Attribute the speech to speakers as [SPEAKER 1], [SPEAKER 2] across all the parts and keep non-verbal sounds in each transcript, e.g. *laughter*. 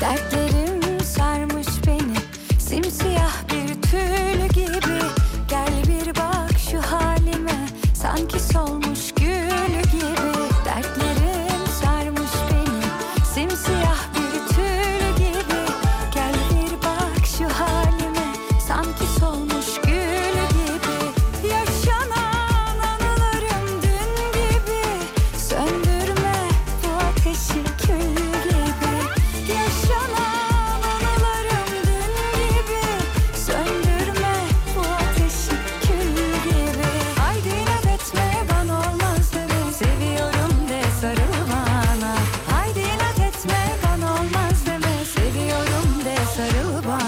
[SPEAKER 1] Dertlerim sarmış beni Simsiyah bir tül gibi Gel bir bak şu halime Sanki solmuş gül gibi Dertlerim sarmış beni Simsiyah bir tül gibi Gel bir bak şu halime Sanki solmuş gül gibi Yaşanan anılarım dün gibi Söndürme bu ateşi kül gibi Yaşanan anılarım dün gibi Söndürme bu ateşi kül gibi Haydi inat etme bana olmaz deme Seviyorum de sarıl bana Haydi inat etme bana olmaz deme Seviyorum de sarıl bana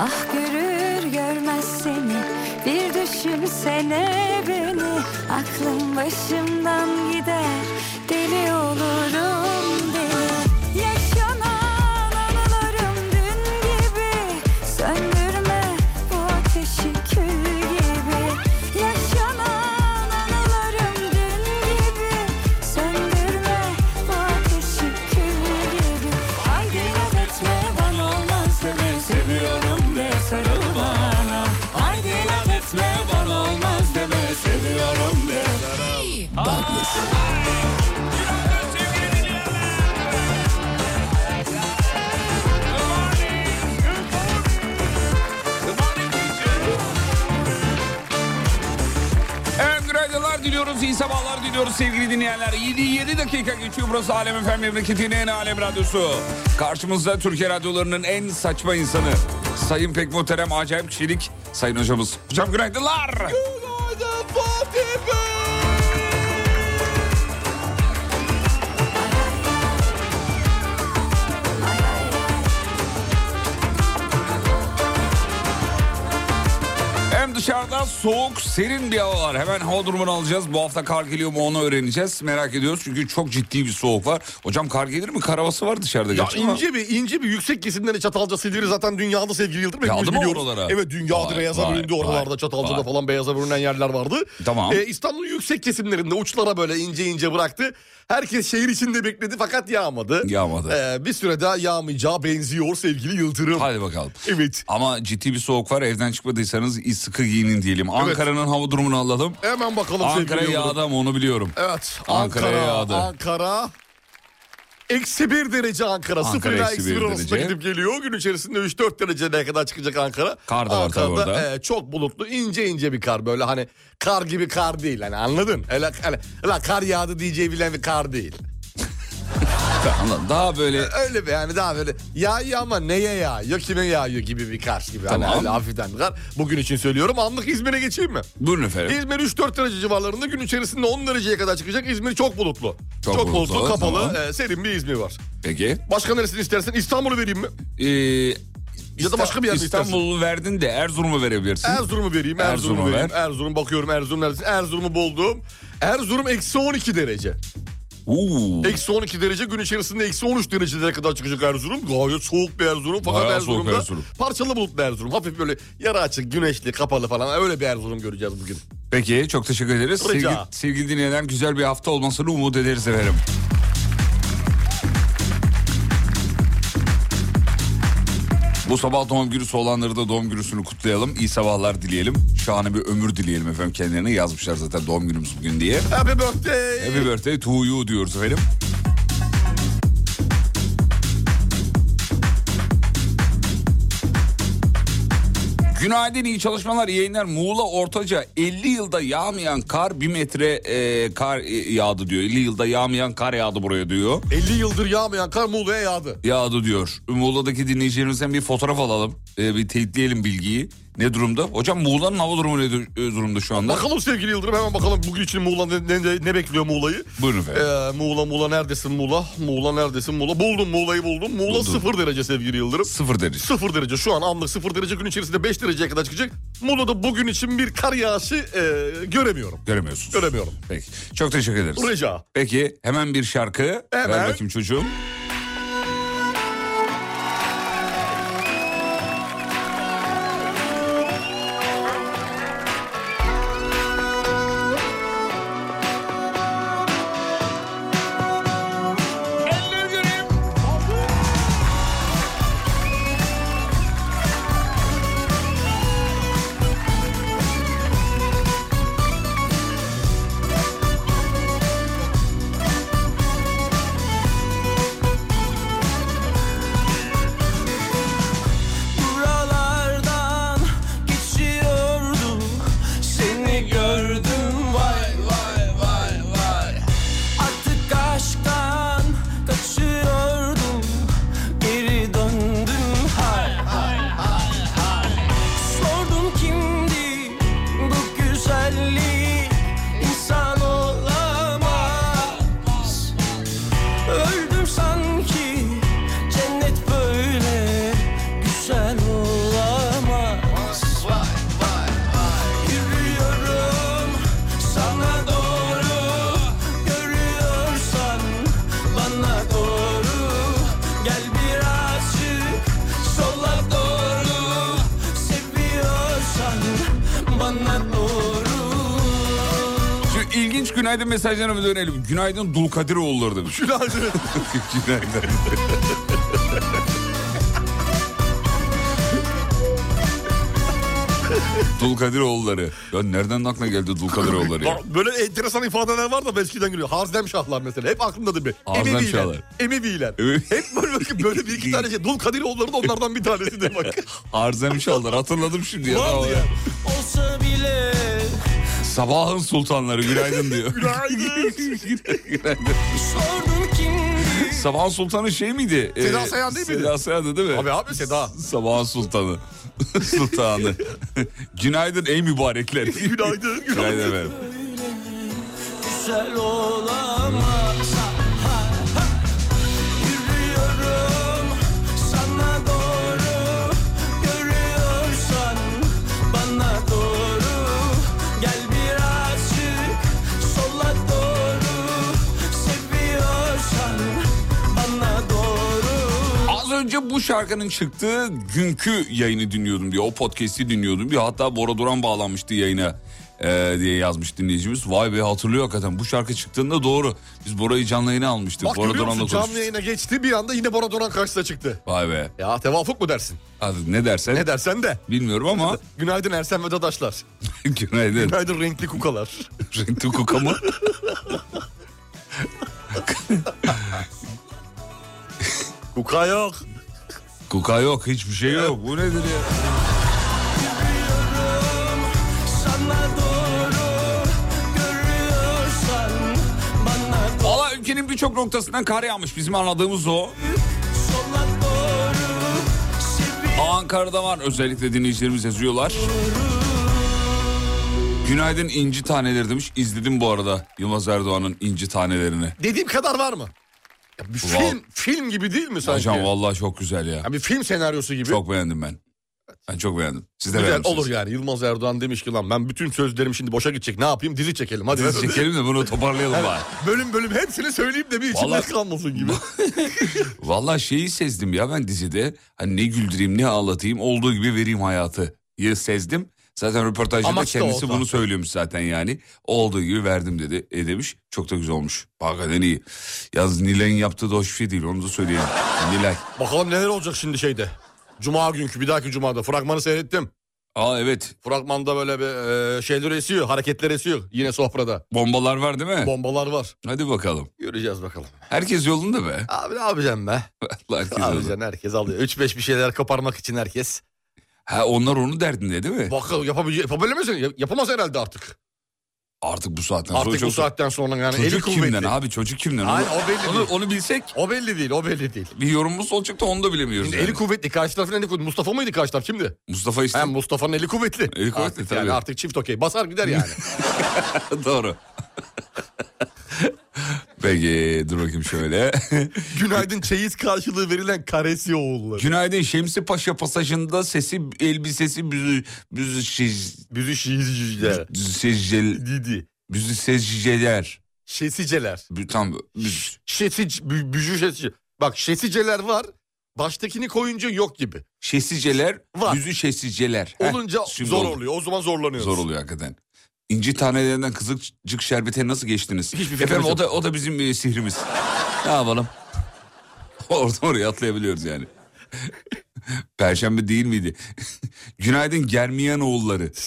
[SPEAKER 1] Ah görür görmez seni Bir düşünsene beni Aklım başımdan gider Deli olurum deli Yaşanan anılarım dün gibi Söndürme bu ateşi kül gibi Yaşanan anılarım dün gibi Söndürme bu ateşi kül gibi Haydi inat etme bana olmaz deme Seviyorum de sarıl bana Haydi inat etme bana olmaz deme Seviyorum de
[SPEAKER 2] Evet günaydınlar diliyoruz, iyi sabahlar diliyoruz sevgili dinleyenler. 7-7 dakika geçiyor burası Alem Efendim memleketinin en alem radyosu. Karşımızda Türkiye radyolarının en saçma insanı. Sayın Pek Muhterem Acayip Kişilik Sayın Hocamız. Hocam günaydınlar. Hem dışarıda soğuk, serin bir hava var. Hemen hava durumunu alacağız. Bu hafta kar geliyor mu onu öğreneceğiz. Merak ediyoruz çünkü çok ciddi bir soğuk var. Hocam kar gelir mi? Kar havası var dışarıda.
[SPEAKER 3] Ya
[SPEAKER 2] gerçi ama-
[SPEAKER 3] ince bir ince bir yüksek kesimleri Çatalca Silivri zaten dünyada sevgili Yıldırım. hepimiz
[SPEAKER 2] Yağdı mı
[SPEAKER 3] biliyoruz.
[SPEAKER 2] oralara?
[SPEAKER 3] Evet dünyada
[SPEAKER 2] Vay,
[SPEAKER 3] beyaza
[SPEAKER 2] vay,
[SPEAKER 3] büründü
[SPEAKER 2] vay,
[SPEAKER 3] oralarda Çatalca'da
[SPEAKER 2] vay.
[SPEAKER 3] falan beyaza bürünen yerler vardı.
[SPEAKER 2] Tamam.
[SPEAKER 3] Ee, İstanbul'un yüksek kesimlerinde uçlara böyle ince ince bıraktı. Herkes şehir içinde bekledi fakat yağmadı.
[SPEAKER 2] Yağmadı.
[SPEAKER 3] Ee, bir süre daha yağmayacağı benziyor sevgili Yıldırım.
[SPEAKER 2] Hadi bakalım.
[SPEAKER 3] Evet.
[SPEAKER 2] Ama ciddi bir soğuk var. Evden çıkmadıysanız iyi sıkı giyinin diyelim. Ankara'nın hava durumunu alalım.
[SPEAKER 3] Hemen bakalım
[SPEAKER 2] Ankara
[SPEAKER 3] sevgili Yıldırım.
[SPEAKER 2] yağdı ama onu biliyorum.
[SPEAKER 3] Evet.
[SPEAKER 2] Ankara'ya yağdı.
[SPEAKER 3] Ankara. Eksi bir derece Ankara.
[SPEAKER 2] Ankara
[SPEAKER 3] Sıfır ila
[SPEAKER 2] eksi
[SPEAKER 3] eksi
[SPEAKER 2] bir
[SPEAKER 3] bir arasında
[SPEAKER 2] derece.
[SPEAKER 3] gidip geliyor. Gün içerisinde 3-4 dereceye kadar çıkacak Ankara.
[SPEAKER 2] Kar da var tabii
[SPEAKER 3] Ankara'da,
[SPEAKER 2] orada.
[SPEAKER 3] e, çok bulutlu ince ince bir kar böyle hani kar gibi kar değil hani anladın? Öyle, öyle, öyle kar yağdı diyeceği bilen bir kar değil. E,
[SPEAKER 2] Anladım. Daha böyle
[SPEAKER 3] Öyle bir yani daha böyle yağıyor ama neye yağıyor kime yağıyor gibi bir kar gibi. Hani
[SPEAKER 2] Tamam.
[SPEAKER 3] öyle hafiften bir kar. Bugün için söylüyorum anlık İzmir'e geçeyim mi?
[SPEAKER 2] buyurun efendim.
[SPEAKER 3] İzmir 3-4 derece civarlarında gün içerisinde 10 dereceye kadar çıkacak. İzmir çok bulutlu.
[SPEAKER 2] Çok
[SPEAKER 3] Çok, bulutlu,
[SPEAKER 2] bulutlu,
[SPEAKER 3] kapalı,
[SPEAKER 2] tamam.
[SPEAKER 3] e, serin bir İzmir var.
[SPEAKER 2] Peki.
[SPEAKER 3] Başka neresini istersen İstanbul'u vereyim mi?
[SPEAKER 2] Ee,
[SPEAKER 3] Ya da başka bir yer mi
[SPEAKER 2] İstanbul'u verdin de Erzurum'u verebilirsin.
[SPEAKER 3] Erzurum'u vereyim, Erzurum'u
[SPEAKER 2] Erzurum'u
[SPEAKER 3] vereyim.
[SPEAKER 2] ver.
[SPEAKER 3] Erzurum bakıyorum Erzurum neresi? Erzurum'u buldum. Erzurum eksi 12 derece.
[SPEAKER 2] Oo,
[SPEAKER 3] Eksi 12 derece gün içerisinde eksi 13 derecelere kadar çıkacak Erzurum. Gayet soğuk bir Erzurum. Fakat
[SPEAKER 2] Bayağı soğuk
[SPEAKER 3] Erzurum'da
[SPEAKER 2] Erzurum.
[SPEAKER 3] parçalı bulutlu Erzurum. Hafif böyle yara açık, güneşli, kapalı falan öyle bir Erzurum göreceğiz bugün.
[SPEAKER 2] Peki çok teşekkür ederiz.
[SPEAKER 3] Rica.
[SPEAKER 2] Sevgili, sevgili dinleyenler güzel bir hafta olmasını umut ederiz efendim. Bu sabah doğum günü olanları da doğum günüsünü kutlayalım. İyi sabahlar dileyelim. Şahane bir ömür dileyelim efendim kendilerine. Yazmışlar zaten doğum günümüz bugün diye.
[SPEAKER 3] Happy birthday.
[SPEAKER 2] Happy birthday to you diyoruz efendim. Günaydın iyi çalışmalar iyi yayınlar. Muğla Ortaca 50 yılda yağmayan kar 1 metre e, kar e, yağdı diyor. 50 yılda yağmayan kar yağdı buraya diyor.
[SPEAKER 3] 50 yıldır yağmayan kar Muğla'ya yağdı.
[SPEAKER 2] Yağdı diyor. Muğla'daki dinleyicilerimizden bir fotoğraf alalım. E, bir teyitleyelim bilgiyi. Ne durumda? Hocam Muğla'nın hava durumu ne dur- e, durumda şu anda?
[SPEAKER 3] Bakalım sevgili Yıldırım hemen bakalım bugün için Muğla ne, ne- ne bekliyor Muğla'yı?
[SPEAKER 2] Buyurun efendim.
[SPEAKER 3] Ee, Muğla Muğla neredesin Muğla? Muğla neredesin Muğla? Buldum Muğla'yı buldum. Muğla
[SPEAKER 2] Buldum.
[SPEAKER 3] sıfır derece sevgili Yıldırım.
[SPEAKER 2] Sıfır derece.
[SPEAKER 3] Sıfır derece şu an anlık sıfır derece gün içerisinde 5 dereceye kadar çıkacak. Muğla'da bugün için bir kar yağışı e, göremiyorum.
[SPEAKER 2] Göremiyorsunuz.
[SPEAKER 3] Göremiyorum.
[SPEAKER 2] Peki. Çok teşekkür ederiz.
[SPEAKER 3] Rica.
[SPEAKER 2] Peki hemen bir şarkı.
[SPEAKER 3] Hemen.
[SPEAKER 2] Ver bakayım çocuğum.
[SPEAKER 4] Buralardan geçiyordum Seni gördüm vay vay vay vay Artık aşktan kaçıyordum Geri döndüm hay hay hay hay Sordum kimdi bu güzellik İnsan olamaz Öldüm sanki cennet böyle güzel olamaz Yürüyorum sana doğru Görüyorsan bana doğru Gel birazcık sola doğru Seviyorsan bana doğru
[SPEAKER 2] Şu ilginç günaydın mesajlarına dönelim. Günaydın Dulkadiroğulları demiş.
[SPEAKER 3] Günaydın.
[SPEAKER 2] *laughs* Günaydın. Dulkadiroğulları. Ya nereden aklına geldi Dulkadiroğulları ya?
[SPEAKER 3] Böyle enteresan ifadeler var da ben eskiden geliyor. Harzemşahlar mesela. Hep aklımdadır bir.
[SPEAKER 2] Harzemşahlar.
[SPEAKER 3] Emeviler. Emeviler.
[SPEAKER 2] Evet.
[SPEAKER 3] Hep böyle, bakın böyle bir iki tane şey. Dul Kadiroğulları da onlardan bir tanesi de bak.
[SPEAKER 2] Arzemişallar *laughs* hatırladım şimdi ya.
[SPEAKER 3] Vardı ya.
[SPEAKER 4] Olsa bile
[SPEAKER 2] Sabahın sultanları günaydın
[SPEAKER 3] *laughs*
[SPEAKER 2] diyor.
[SPEAKER 3] Günaydın.
[SPEAKER 2] günaydın.
[SPEAKER 4] sordum kimdi
[SPEAKER 2] Sabahın sultanı şey miydi? Ee,
[SPEAKER 3] Seda Sayan değil miydi?
[SPEAKER 2] Seda Sayan'dı değil mi?
[SPEAKER 3] Abi abi Seda.
[SPEAKER 2] Sabahın sultanı. *laughs* sultanı. günaydın ey
[SPEAKER 3] *laughs*
[SPEAKER 2] mübarekler.
[SPEAKER 3] Günaydın.
[SPEAKER 2] günaydın
[SPEAKER 3] Günaydın.
[SPEAKER 2] efendim.
[SPEAKER 4] güzel olamaz Ha, ha. Yürüyorum sana doğru Görüyorsan bana doğru Gel birazcık sola doğru Seviyorsan bana doğru
[SPEAKER 2] Az önce bu şarkının çıktığı günkü yayını dinliyordum diyor. O podcast'i dinliyordum diyor. Hatta Bora Duran bağlanmıştı yayına ee, diye yazmış dinleyicimiz. Vay be hatırlıyor hakikaten. Bu şarkı çıktığında doğru. Biz Bora'yı canlı yayına almıştık.
[SPEAKER 3] Bak
[SPEAKER 2] Bora
[SPEAKER 3] görüyor
[SPEAKER 2] Duran'la
[SPEAKER 3] musun canlı
[SPEAKER 2] konuşmuştuk.
[SPEAKER 3] yayına geçti bir anda yine Bora Duran karşısına çıktı.
[SPEAKER 2] Vay be.
[SPEAKER 3] Ya tevafuk mu dersin?
[SPEAKER 2] Hadi ne dersen
[SPEAKER 3] Ne dersen de.
[SPEAKER 2] bilmiyorum ama
[SPEAKER 3] Günaydın Ersen ve Dadaşlar.
[SPEAKER 2] *laughs* günaydın.
[SPEAKER 3] Günaydın renkli kukalar.
[SPEAKER 2] *laughs* Renkli kuka mı?
[SPEAKER 3] Kuka yok.
[SPEAKER 2] Kuka yok hiçbir şey yok. Bu nedir ya?
[SPEAKER 4] Sana doğru görüyorsan bana
[SPEAKER 2] Valla ülkenin birçok noktasından kar yağmış. Bizim anladığımız o.
[SPEAKER 4] sola doğru
[SPEAKER 2] Ankara'da var özellikle dinleyicilerimiz yazıyorlar. Günaydın inci taneleri demiş. İzledim bu arada Yılmaz Erdoğan'ın inci tanelerini.
[SPEAKER 3] *laughs* Dediğim kadar var mı? Ya bir
[SPEAKER 2] Vav.
[SPEAKER 3] film, film gibi değil mi sanki?
[SPEAKER 2] Hocam vallahi çok güzel ya.
[SPEAKER 3] Ya bir film senaryosu gibi.
[SPEAKER 2] Çok beğendim ben. Ben çok beğendim. Siz de
[SPEAKER 3] Güzel
[SPEAKER 2] beğenmişsiniz.
[SPEAKER 3] olur yani. Yılmaz Erdoğan demiş ki lan ben bütün sözlerim şimdi boşa gidecek. Ne yapayım? Dizi çekelim. Hadi
[SPEAKER 2] Biz çekelim de bunu
[SPEAKER 3] *laughs*
[SPEAKER 2] toparlayalım bari.
[SPEAKER 3] Bölüm bölüm hepsini söyleyeyim de bir içimde
[SPEAKER 2] Vallahi-
[SPEAKER 3] kalmasın gibi.
[SPEAKER 2] Vallahi şeyi sezdim ya ben dizide. Hani ne güldüreyim ne ağlatayım olduğu gibi vereyim hayatı. Ya sezdim. Zaten röportajda da
[SPEAKER 3] Amaç da
[SPEAKER 2] kendisi
[SPEAKER 3] o
[SPEAKER 2] bunu
[SPEAKER 3] zaten.
[SPEAKER 2] söylüyormuş zaten yani. Olduğu gibi verdim dedi. E demiş. Çok da güzel olmuş. Hakikaten iyi. Yalnız Nilay'ın yaptığı da hoş bir şey değil. Onu da söyleyeyim. Nilay.
[SPEAKER 3] Bakalım neler olacak şimdi şeyde. Cuma günkü bir dahaki cumada fragmanı seyrettim.
[SPEAKER 2] Aa evet.
[SPEAKER 3] Fragmanda böyle bir e, şeyler esiyor, hareketler esiyor. Yine sofrada.
[SPEAKER 2] Bombalar var değil mi?
[SPEAKER 3] Bombalar var.
[SPEAKER 2] Hadi bakalım.
[SPEAKER 3] Göreceğiz bakalım.
[SPEAKER 2] Herkes yolunda be.
[SPEAKER 3] Abi ne yapacağım be?
[SPEAKER 2] Allah herkes
[SPEAKER 3] Alacaksın
[SPEAKER 2] yolunda.
[SPEAKER 3] herkes alıyor. 3-5 bir şeyler koparmak için herkes.
[SPEAKER 2] Ha onlar onun derdinde değil mi?
[SPEAKER 3] Bak yapabilecek, yapabilemezsin. Yap- Yapamaz herhalde artık.
[SPEAKER 2] Artık bu saatten sonra
[SPEAKER 3] Artık bu
[SPEAKER 2] çok-
[SPEAKER 3] saatten sonra yani eli
[SPEAKER 2] Çocuk
[SPEAKER 3] kuvvetli.
[SPEAKER 2] kimden abi çocuk kimden?
[SPEAKER 3] Hayır,
[SPEAKER 2] Onu-
[SPEAKER 3] o belli
[SPEAKER 2] onu,
[SPEAKER 3] değil.
[SPEAKER 2] onu bilsek
[SPEAKER 3] O belli değil, o belli değil.
[SPEAKER 2] bir yorumumuz olacaktı onu da bilemiyoruz.
[SPEAKER 3] Şimdi
[SPEAKER 2] yani.
[SPEAKER 3] eli kuvvetli. Karşı tarafın eli kuvvetli. Mustafa mıydı karşı taraf kimdi?
[SPEAKER 2] Mustafa işte
[SPEAKER 3] Hem Mustafa'nın eli kuvvetli.
[SPEAKER 2] Eli kuvvetli,
[SPEAKER 3] artık
[SPEAKER 2] tabii.
[SPEAKER 3] Yani artık çift okey. Basar gider yani.
[SPEAKER 2] *laughs*
[SPEAKER 3] *laughs*
[SPEAKER 2] doğru. Peki dur bakayım şöyle. *laughs*
[SPEAKER 3] Günaydın çeyiz karşılığı verilen karesi oğulları.
[SPEAKER 2] Günaydın Şemsi Paşa pasajında sesi elbisesi büzü büzü şey, şiz,
[SPEAKER 3] Büzü şiizciler.
[SPEAKER 2] sejcel,
[SPEAKER 3] Didi.
[SPEAKER 2] büzü sejceler.
[SPEAKER 3] Şesiceler.
[SPEAKER 2] Bü- Tam büz-
[SPEAKER 3] Şesic, bü- büzü şesici. Bak şesiceler var. Baştakini koyunca yok gibi.
[SPEAKER 2] şesiceler,
[SPEAKER 3] Var.
[SPEAKER 2] büzü şesiceler. Heh,
[SPEAKER 3] Olunca
[SPEAKER 2] şimdi
[SPEAKER 3] zor
[SPEAKER 2] oldu.
[SPEAKER 3] oluyor. O zaman zorlanıyoruz.
[SPEAKER 2] Zor oluyor hakikaten. İnci tanelerinden kızılcık şerbete nasıl geçtiniz?
[SPEAKER 3] Hiçbir fikrimiz
[SPEAKER 2] Efendim o
[SPEAKER 3] yok.
[SPEAKER 2] da, o da bizim e, sihrimiz. ne yapalım? *laughs* Oradan oraya atlayabiliyoruz yani. Perşembe değil miydi? *laughs* Günaydın Germiyan oğulları. *laughs*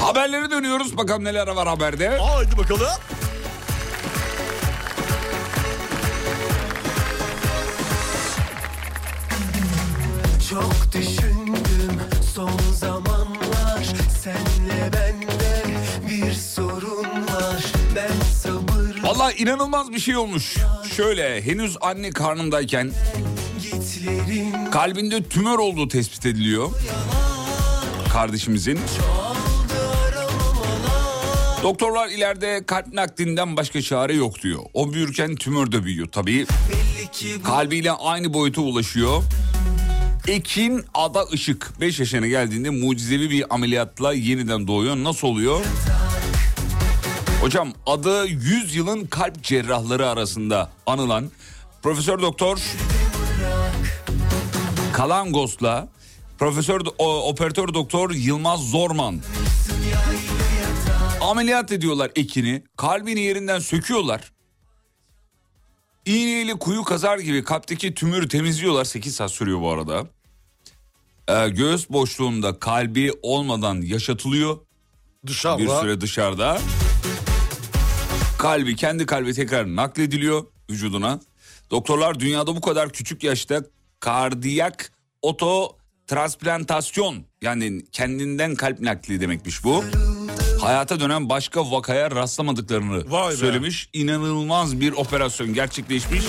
[SPEAKER 2] Haberlere dönüyoruz. Bakalım neler var haberde.
[SPEAKER 3] Haydi bakalım.
[SPEAKER 5] Çok düşündüm son zamanlar Senle bende bir sorun var Ben sabır
[SPEAKER 2] Valla inanılmaz bir şey olmuş. Şöyle henüz anne karnındayken
[SPEAKER 5] gitlerim
[SPEAKER 2] Kalbinde tümör olduğu tespit ediliyor. Kardeşimizin. Doktorlar ileride kalp naklinden başka çare yok diyor. O büyürken tümör de büyüyor tabii.
[SPEAKER 5] Belli ki bu
[SPEAKER 2] Kalbiyle aynı boyuta ulaşıyor. Ekin Ada Işık 5 yaşına geldiğinde mucizevi bir ameliyatla yeniden doğuyor. Nasıl oluyor? Hocam adı 100 yılın kalp cerrahları arasında anılan Profesör Doktor Kalangos'la Profesör Do- o- Operatör Doktor Yılmaz Zorman ameliyat ediyorlar Ekin'i. Kalbini yerinden söküyorlar. İğneyle kuyu kazar gibi kalpteki tümörü temizliyorlar. 8 saat sürüyor bu arada. Ee, göğüs boşluğunda kalbi olmadan yaşatılıyor.
[SPEAKER 3] Dışarı.
[SPEAKER 2] Bir süre dışarıda. Kalbi kendi kalbi tekrar naklediliyor vücuduna. Doktorlar dünyada bu kadar küçük yaşta kardiyak oto transplantasyon yani kendinden kalp nakli demekmiş bu. Hayata dönen başka vakaya rastlamadıklarını
[SPEAKER 3] Vay be.
[SPEAKER 2] söylemiş. İnanılmaz bir operasyon gerçekleşmiş.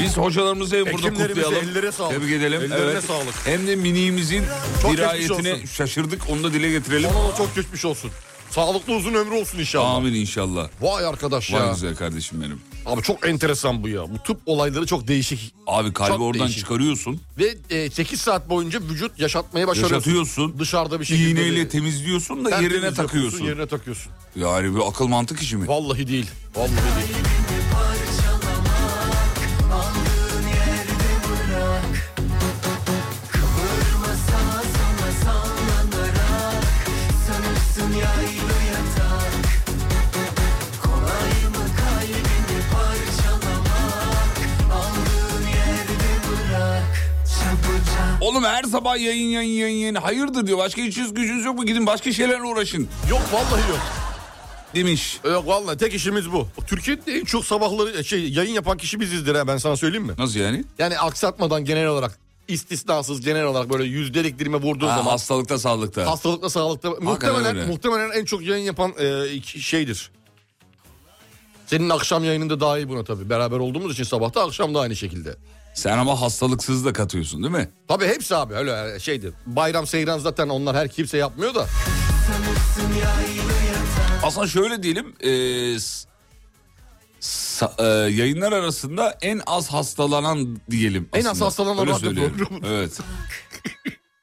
[SPEAKER 2] Biz hocalarımızı hem burada
[SPEAKER 3] Hekimlerimize
[SPEAKER 2] kutlayalım.
[SPEAKER 3] ellere sağlık.
[SPEAKER 2] Tebrik edelim.
[SPEAKER 3] Ellerine
[SPEAKER 2] Evet.
[SPEAKER 3] sağlık.
[SPEAKER 2] Hem de miniğimizin
[SPEAKER 3] Çok geçmiş
[SPEAKER 2] dirayetine
[SPEAKER 3] olsun.
[SPEAKER 2] şaşırdık. Onu da dile getirelim.
[SPEAKER 3] Ona da çok geçmiş olsun. Sağlıklı uzun ömrü olsun inşallah.
[SPEAKER 2] Amin inşallah.
[SPEAKER 3] Vay arkadaş
[SPEAKER 2] Vay
[SPEAKER 3] ya.
[SPEAKER 2] güzel kardeşim benim.
[SPEAKER 3] Abi çok enteresan bu ya. Bu tıp olayları çok değişik.
[SPEAKER 2] Abi kalbi
[SPEAKER 3] Çok
[SPEAKER 2] oradan
[SPEAKER 3] değişik.
[SPEAKER 2] çıkarıyorsun,
[SPEAKER 3] Ve 8 saat boyunca vücut yaşatmaya başarıyorsun.
[SPEAKER 2] yaşatıyorsun,
[SPEAKER 3] Dışarıda bir şekilde.
[SPEAKER 2] iğneyle
[SPEAKER 3] de-
[SPEAKER 2] temizliyorsun da
[SPEAKER 3] Tertemiz
[SPEAKER 2] yerine
[SPEAKER 3] yapıyorsun,
[SPEAKER 2] takıyorsun.
[SPEAKER 3] Yerine takıyorsun.
[SPEAKER 2] Yani bir akıl mantık işi mi?
[SPEAKER 3] Vallahi değil. Vallahi değil.
[SPEAKER 2] Oğlum her sabah yayın yayın yayın yayın. Hayırdır diyor. Başka işiniz gücünüz yok mu? Gidin başka şeylerle uğraşın
[SPEAKER 3] Yok vallahi yok.
[SPEAKER 2] demiş.
[SPEAKER 3] Yok E, vallahi tek işimiz bu. Türkiye'de en çok sabahları şey yayın yapan kişi bizizdir ha ben sana söyleyeyim mi?
[SPEAKER 2] Nasıl yani?
[SPEAKER 3] Yani aksatmadan genel olarak istisnasız genel olarak böyle yüzdelik dilime vurduğun
[SPEAKER 2] Ha,
[SPEAKER 3] zaman
[SPEAKER 2] hastalıkta sağlıkta.
[SPEAKER 3] hastalıkla sağlıkta muhtemelen
[SPEAKER 2] öyle.
[SPEAKER 3] muhtemelen en çok yayın yapan e, iki- şeydir. Senin akşam yayınında daha iyi buna tabii. Beraber olduğumuz için sabahta akşam da aynı şekilde.
[SPEAKER 2] Sen ama hastalıksız da katıyorsun değil mi?
[SPEAKER 3] Tabii hepsi abi öyle e, şeydir. Bayram seyran zaten onlar her kimse yapmıyor da.
[SPEAKER 2] Aslında şöyle diyelim. e, s- sa- e, yayınlar arasında en az hastalanan diyelim.
[SPEAKER 3] En az
[SPEAKER 2] aslında.
[SPEAKER 3] hastalanan
[SPEAKER 2] Öyle
[SPEAKER 3] radyo
[SPEAKER 2] söyleyelim.
[SPEAKER 3] programı.
[SPEAKER 2] Evet.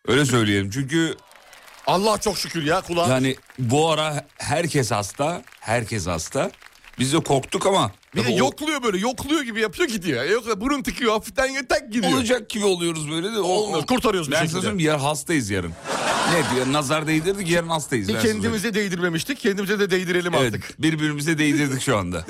[SPEAKER 2] Öyle söyleyelim. Çünkü
[SPEAKER 3] Allah çok şükür ya kulağa.
[SPEAKER 2] Yani bu ara herkes hasta, herkes hasta. Biz de korktuk ama
[SPEAKER 3] bir de
[SPEAKER 2] tabii o-
[SPEAKER 3] yokluyor böyle yokluyor gibi yapıyor gidiyor. Yok burun tıkıyor hafiften tek gidiyor.
[SPEAKER 2] olacak gibi oluyoruz böyle de. O-
[SPEAKER 3] Olmuyor,
[SPEAKER 2] o-
[SPEAKER 3] kurtarıyoruz bir
[SPEAKER 2] ben
[SPEAKER 3] şekilde.
[SPEAKER 2] Ben yer hastayız yarın. ne diyor? Nazar değdirdik yarın hastayız.
[SPEAKER 3] Ki
[SPEAKER 2] ben size söyleyeyim.
[SPEAKER 3] kendimize değdirmemiştik. Kendimize de değdirelim
[SPEAKER 2] Evet,
[SPEAKER 3] artık. *laughs*
[SPEAKER 2] birbirimize değdirdik şu anda.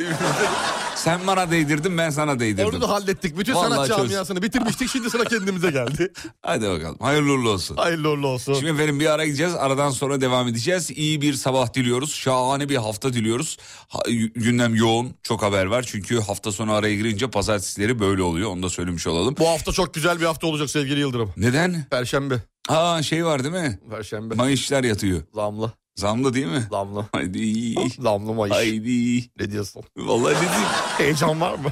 [SPEAKER 2] Sen bana değdirdin ben sana değdirdim.
[SPEAKER 3] Orada da hallettik. Bütün sanat
[SPEAKER 2] Vallahi çöz.
[SPEAKER 3] camiasını bitirmiştik. Şimdi sıra kendimize geldi.
[SPEAKER 2] *laughs* Hadi bakalım hayırlı uğurlu olsun.
[SPEAKER 3] Hayırlı uğurlu olsun.
[SPEAKER 2] Şimdi efendim bir ara gideceğiz. Aradan sonra devam edeceğiz. İyi bir sabah diliyoruz. Şahane bir hafta diliyoruz. Ha- gündem yoğun. Çok haber var. Çünkü hafta sonu araya girince pazartesileri böyle oluyor. Onu da söylemiş olalım.
[SPEAKER 3] Bu hafta çok güzel bir hafta olacak sevgili Yıldırım.
[SPEAKER 2] Neden?
[SPEAKER 3] Perşembe.
[SPEAKER 2] Aa şey var değil mi?
[SPEAKER 3] Perşembe.
[SPEAKER 2] Mayışlar yatıyor.
[SPEAKER 3] Zamlı.
[SPEAKER 2] Zamlı değil mi?
[SPEAKER 3] Zamlı.
[SPEAKER 2] Haydi.
[SPEAKER 3] *laughs* Zamlı Mayıs.
[SPEAKER 2] Haydi.
[SPEAKER 3] Ne diyorsun?
[SPEAKER 2] Vallahi dedim.
[SPEAKER 3] Heyecan var mı?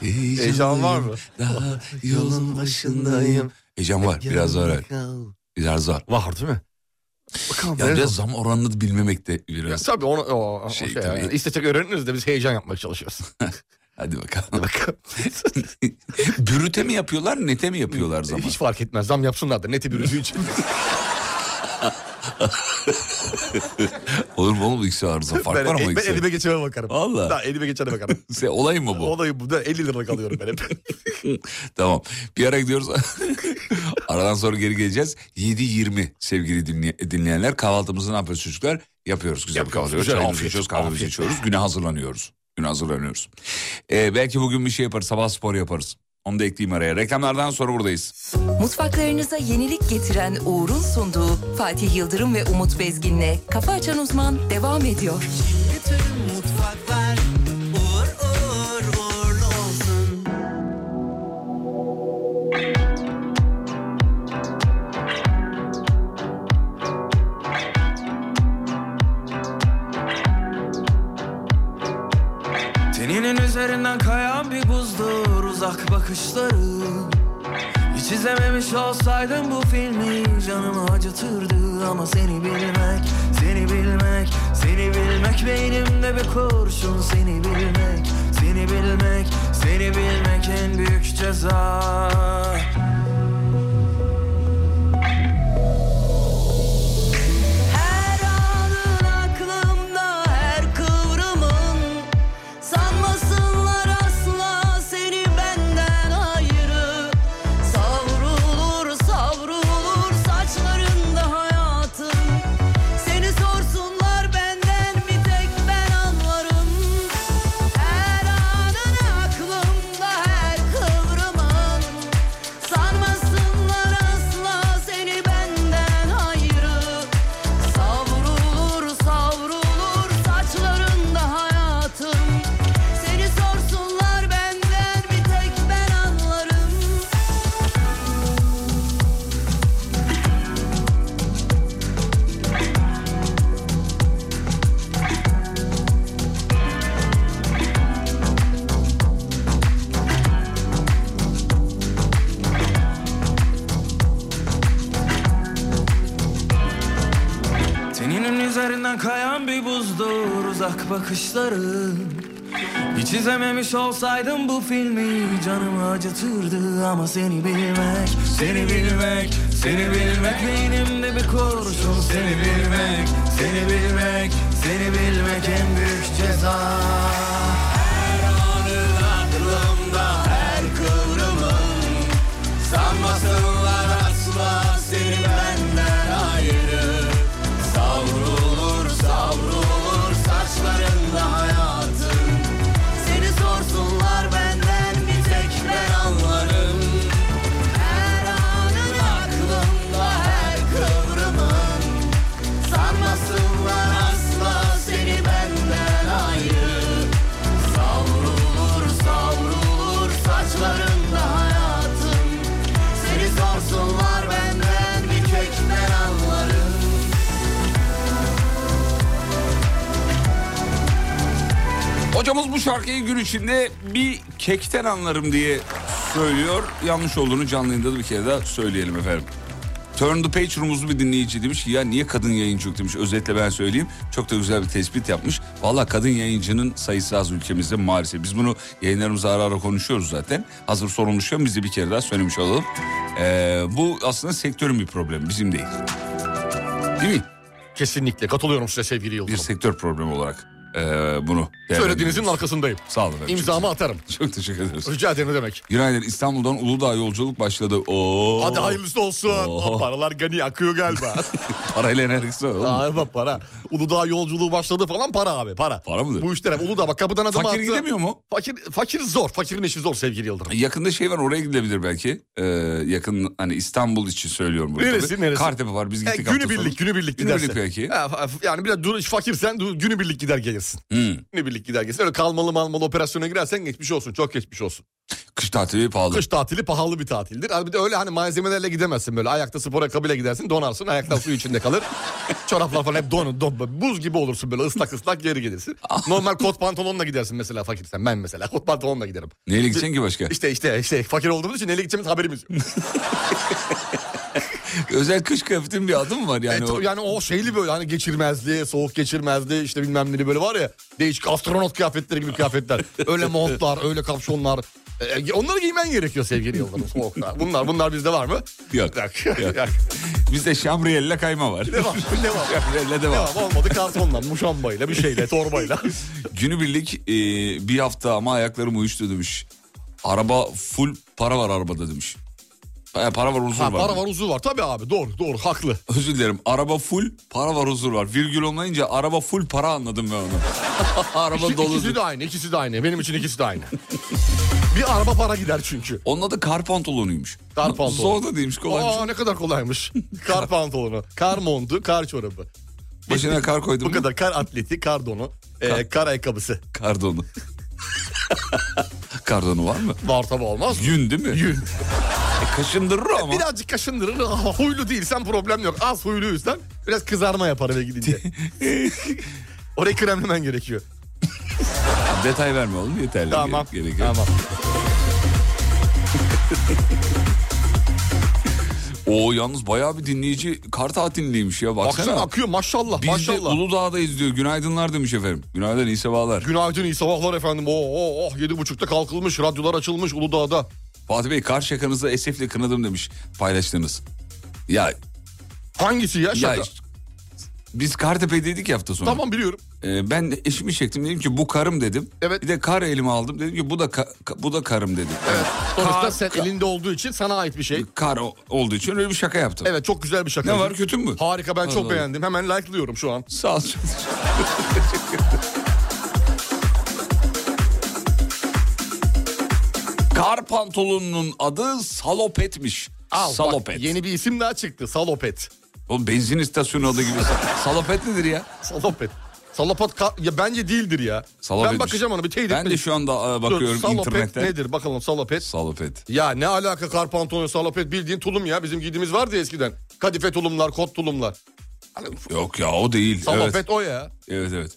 [SPEAKER 3] Heyecan var mı?
[SPEAKER 2] Daha yolun başındayım. Heyecan var. Biraz var. evet. Biraz var.
[SPEAKER 3] Var değil mi? Bakalım.
[SPEAKER 2] Ya
[SPEAKER 3] ne
[SPEAKER 2] biraz
[SPEAKER 3] zaman-
[SPEAKER 2] zam oranını bilmemek de biraz.
[SPEAKER 3] Tabii onu o, o-
[SPEAKER 2] Şey,
[SPEAKER 3] şey
[SPEAKER 2] tabii.
[SPEAKER 3] yani. İstesek öğreniriz de biz heyecan yapmaya çalışıyoruz.
[SPEAKER 2] *laughs* Hadi bakalım.
[SPEAKER 3] Bakalım.
[SPEAKER 2] Bürüte mi yapıyorlar, nete mi yapıyorlar zaman?
[SPEAKER 3] E, Hiç fark etmez. Zam yapsınlar da neti bir ürün
[SPEAKER 2] *laughs*
[SPEAKER 3] için.
[SPEAKER 2] Olur mu *laughs* oğlum ikisi arıza? Fark
[SPEAKER 3] ben, e-
[SPEAKER 2] var
[SPEAKER 3] ben
[SPEAKER 2] ama ikisi.
[SPEAKER 3] elime geçene bakarım.
[SPEAKER 2] Valla.
[SPEAKER 3] Daha elime geçene
[SPEAKER 2] *laughs*
[SPEAKER 3] bakarım.
[SPEAKER 2] Sen- Olay mı bu?
[SPEAKER 3] Olayı bu. 50 liralık alıyorum ben hep.
[SPEAKER 2] *laughs* Tamam. Bir ara gidiyoruz. *laughs* Aradan sonra geri geleceğiz. 7.20 sevgili dinley- dinleyenler. Kahvaltımızı ne yapıyoruz çocuklar? Yapıyoruz. Güzel bir
[SPEAKER 3] Yapıyoruz.
[SPEAKER 2] kahvaltı.
[SPEAKER 3] Güzel,
[SPEAKER 2] Çayımızı
[SPEAKER 3] afiyet,
[SPEAKER 2] içiyoruz, kahvemizi
[SPEAKER 3] afiyet.
[SPEAKER 2] içiyoruz. Güne hazırlanıyoruz. Güne hazırlanıyoruz. Ee, belki bugün bir şey yaparız. Sabah spor yaparız. Onu da ekleyeyim araya. Reklamlardan sonra buradayız.
[SPEAKER 6] Mutfaklarınıza yenilik getiren Uğur'un sunduğu Fatih Yıldırım ve Umut Bezgin'le Kafa Açan Uzman devam ediyor.
[SPEAKER 7] mutfaklar uğur uğur uğurlu olsun. Teninin üzerinden kayan bir buzdur uzak bakışları Hiç izlememiş olsaydım bu filmi canımı acıtırdı Ama seni bilmek, seni bilmek, seni bilmek Beynimde bir kurşun seni bilmek, seni bilmek, seni bilmek en büyük ceza
[SPEAKER 4] Her anın aklımda her kıvrımın Sanmasınlar asla seni benden ayrı Savrulur savrulur saçlarında hayatım Seni sorsunlar benden bir tek ben anlarım Her anın aklımda her kıvrımın Sanmasınlar asla seni benden ayrı Savrulur savrulur saçlarında hayatım Seni sorsunlar benden bir tek ben anlarım
[SPEAKER 7] Teninin üzerinden kayan bir buzdur uzak bakışların Hiç izlememiş olsaydım bu filmi canımı acıtırdı Ama seni bilmek, seni bilmek, seni bilmek Beynimde bir kurşun seni bilmek, seni bilmek, seni bilmek en büyük ceza Her anın aklımda her kıvrımın Sanmasınlar asla seni benden ayrı Savrulur savrulur saçlarında hayatın
[SPEAKER 4] Seni sorsunlar benden bir tek ben anlarım Her anın aklımda her kıvrımın Sanmasınlar asla seni benden ayrı Savrulur savrulur saçlarında hayatım Seni sorsunlar benden bir tek ben anlarım
[SPEAKER 2] Hocamız bu şarkıyı gün içinde bir kekten anlarım diye söylüyor. Yanlış olduğunu canlı yayında da bir kere daha söyleyelim efendim. Turn the Page Room'uzlu bir dinleyici demiş ki ya niye kadın yayıncı yok demiş. Özetle ben söyleyeyim. Çok da güzel bir tespit yapmış. Valla kadın yayıncının sayısı az ülkemizde maalesef. Biz bunu yayınlarımızda ara ara konuşuyoruz zaten. Hazır sorulmuşken biz de bir kere daha söylemiş olalım. Ee, bu aslında sektörün bir problemi bizim değil. Değil mi?
[SPEAKER 3] Kesinlikle katılıyorum size sevgili
[SPEAKER 2] Bir
[SPEAKER 3] Yıldırım.
[SPEAKER 2] sektör problemi olarak e, bunu.
[SPEAKER 3] Söylediğinizin arkasındayım.
[SPEAKER 2] Sağ olun efendim.
[SPEAKER 3] İmzamı atarım.
[SPEAKER 2] Çok teşekkür ederiz.
[SPEAKER 3] Rica ederim ne demek.
[SPEAKER 2] Günaydın İstanbul'dan Uludağ yolculuk başladı. Oo.
[SPEAKER 3] Hadi hayırlısı olsun.
[SPEAKER 2] Oo.
[SPEAKER 3] Aa,
[SPEAKER 2] *laughs*
[SPEAKER 3] Paralar gani akıyor galiba.
[SPEAKER 2] Parayla ne alakası var oğlum?
[SPEAKER 3] Aa, bak para. Uludağ yolculuğu başladı falan para abi para.
[SPEAKER 2] Para mıdır?
[SPEAKER 3] Bu işler hep Uludağ bak kapıdan adam
[SPEAKER 2] Fakir
[SPEAKER 3] attı.
[SPEAKER 2] gidemiyor mu?
[SPEAKER 3] Fakir, fakir zor. Fakirin işi zor sevgili Yıldırım.
[SPEAKER 2] Yakında şey var oraya gidilebilir belki. Ee, yakın hani İstanbul için söylüyorum. bunu
[SPEAKER 3] Neresi,
[SPEAKER 2] tabii.
[SPEAKER 3] neresi?
[SPEAKER 2] Kartepe var biz
[SPEAKER 3] E,
[SPEAKER 2] gittik. hafta
[SPEAKER 3] günü birlik,
[SPEAKER 2] sonu.
[SPEAKER 3] günü birlik gidersin.
[SPEAKER 2] Günübirlik
[SPEAKER 3] *laughs*
[SPEAKER 2] belki.
[SPEAKER 3] Ha, fa- yani biraz dur, fakirsen dur, günü birlik gider gelirsin.
[SPEAKER 2] Hı.
[SPEAKER 3] Günü birlik gider gelirsin. Öyle kalmalı malmalı operasyona girersen geçmiş olsun. Çok geçmiş olsun.
[SPEAKER 2] Kış tatili pahalı.
[SPEAKER 3] Kış tatili pahalı bir tatildir. Abi bir de öyle hani malzemelerle gidemezsin böyle. Ayakta spor ayakkabıyla gidersin donarsın. Ayaklar su içinde
[SPEAKER 2] *laughs*
[SPEAKER 3] kalır. Çoraplar falan hep donun. Don, buz gibi olursun böyle ıslak ıslak geri
[SPEAKER 2] *laughs*
[SPEAKER 3] gelirsin. Normal kot pantolonla gidersin mesela fakirsen. Ben mesela kot pantolonla giderim.
[SPEAKER 2] Neyle gideceksin ki başka?
[SPEAKER 3] İşte işte işte fakir olduğumuz için nereye gideceğimiz haberimiz
[SPEAKER 2] *laughs*
[SPEAKER 3] yok.
[SPEAKER 2] Özel kış kıyafetinin bir adı mı var yani?
[SPEAKER 3] Yani,
[SPEAKER 2] o...
[SPEAKER 3] o... E, yani o şeyli böyle hani geçirmezliği, soğuk geçirmezliği işte bilmem neli böyle var ya. Değişik astronot kıyafetleri gibi kıyafetler. öyle montlar, öyle kapşonlar. E, onları giymen gerekiyor sevgili
[SPEAKER 2] *laughs*
[SPEAKER 3] Yıldırım soğukta. Bunlar bunlar bizde var mı?
[SPEAKER 2] Yok.
[SPEAKER 3] Yok.
[SPEAKER 2] Yok.
[SPEAKER 3] Yok.
[SPEAKER 2] Bizde şamriyella kayma var. *laughs*
[SPEAKER 3] Ne var? *laughs* Ne var?
[SPEAKER 2] Şamriyella
[SPEAKER 3] Ne
[SPEAKER 2] devam.
[SPEAKER 3] var? Olmadı kartonla, muşambayla, bir şeyle, torbayla.
[SPEAKER 2] Günübirlik e, bir hafta ama ayaklarım uyuştu demiş. Araba full para var arabada demiş. Ha, para var huzur
[SPEAKER 3] ha,
[SPEAKER 2] var.
[SPEAKER 3] para var, uzun var. Tabii abi doğru, doğru, haklı.
[SPEAKER 2] Özür dilerim. Araba full, para var huzur var. Virgül olmayınca araba full para anladım ben onu. *laughs* araba
[SPEAKER 3] İki, ikisi
[SPEAKER 2] dolu.
[SPEAKER 3] de aynı, ikisi de aynı. Benim için ikisi de aynı. *laughs* bir araba para gider çünkü.
[SPEAKER 2] Onun adı kar pantolonuymuş.
[SPEAKER 3] Kar pantolonu.
[SPEAKER 2] Zor da değilmiş kolaymış.
[SPEAKER 3] Aa ne kadar
[SPEAKER 2] *laughs*
[SPEAKER 3] kolaymış. kar pantolonu, kar mondu, kar çorabı.
[SPEAKER 2] Başına kar koydum.
[SPEAKER 3] Bu kadar kar atleti, kar donu, e,
[SPEAKER 2] Kar-
[SPEAKER 3] kar ayakkabısı.
[SPEAKER 2] Kardonu. Kardonu var mı?
[SPEAKER 3] Var tabi olmaz. mı?
[SPEAKER 2] Yün değil mi?
[SPEAKER 3] Yün.
[SPEAKER 2] E, kaşındırır ama.
[SPEAKER 3] Birazcık kaşındırır. Ha, Huylu değilsen problem yok. Az huyluysan biraz kızarma yapar eve
[SPEAKER 2] *laughs*
[SPEAKER 3] gidince. Orayı kremlemen gerekiyor.
[SPEAKER 2] Detay verme oğlum yeterli.
[SPEAKER 3] Tamam.
[SPEAKER 2] Gerek, gerek yok.
[SPEAKER 3] tamam.
[SPEAKER 2] *laughs* Oo yalnız bayağı bir dinleyici kar tatilindeymiş ya baksana.
[SPEAKER 3] Baksana akıyor maşallah
[SPEAKER 2] Biz
[SPEAKER 3] maşallah.
[SPEAKER 2] de Uludağ'dayız diyor. Günaydınlar demiş efendim. Günaydın iyi sabahlar.
[SPEAKER 3] Günaydın iyi sabahlar efendim. Oh oh oh yedi buçukta kalkılmış radyolar açılmış Uludağ'da.
[SPEAKER 2] Fatih Bey kar şakanızı esefle kınadım demiş paylaştınız. Ya
[SPEAKER 3] Hangisi ya şaka?
[SPEAKER 2] Ya işte, biz Kartepe'deydik ya hafta sonu.
[SPEAKER 3] Tamam biliyorum.
[SPEAKER 2] Ee, ben de eşimi çektim dedim ki bu karım dedim.
[SPEAKER 3] Evet.
[SPEAKER 2] Bir de kar elime aldım dedim ki bu da ka- ka- bu da karım dedim. Evet.
[SPEAKER 3] Sonuçta sen elinde olduğu için sana ait bir şey.
[SPEAKER 2] Kar o- olduğu için öyle bir şaka yaptım.
[SPEAKER 3] Evet çok güzel bir şaka.
[SPEAKER 2] Ne var kötü mü?
[SPEAKER 3] Harika ben
[SPEAKER 2] Allah Allah.
[SPEAKER 3] çok beğendim. Hemen like'lıyorum şu an.
[SPEAKER 2] Sağ ol. Kar pantolonunun adı salopetmiş.
[SPEAKER 3] Al, bak,
[SPEAKER 2] salopet.
[SPEAKER 3] yeni bir isim daha çıktı. Salopet.
[SPEAKER 2] Oğlum benzin istasyonu adı gibi. salopet nedir ya?
[SPEAKER 3] Salopet. Salopet ka- ya bence değildir ya.
[SPEAKER 2] Salopetmiş.
[SPEAKER 3] Ben bakacağım ona bir teyit
[SPEAKER 2] Ben de şu anda e, bakıyorum
[SPEAKER 3] salopet
[SPEAKER 2] internetten.
[SPEAKER 3] nedir bakalım salopet.
[SPEAKER 2] Salopet.
[SPEAKER 3] ya ne alaka kar pantolonu salopet bildiğin tulum ya. Bizim giydiğimiz vardı ya eskiden. Kadife tulumlar, kot tulumlar.
[SPEAKER 2] Yok ya o değil.
[SPEAKER 3] Salopet
[SPEAKER 2] Evet.
[SPEAKER 3] o ya.
[SPEAKER 2] Evet evet.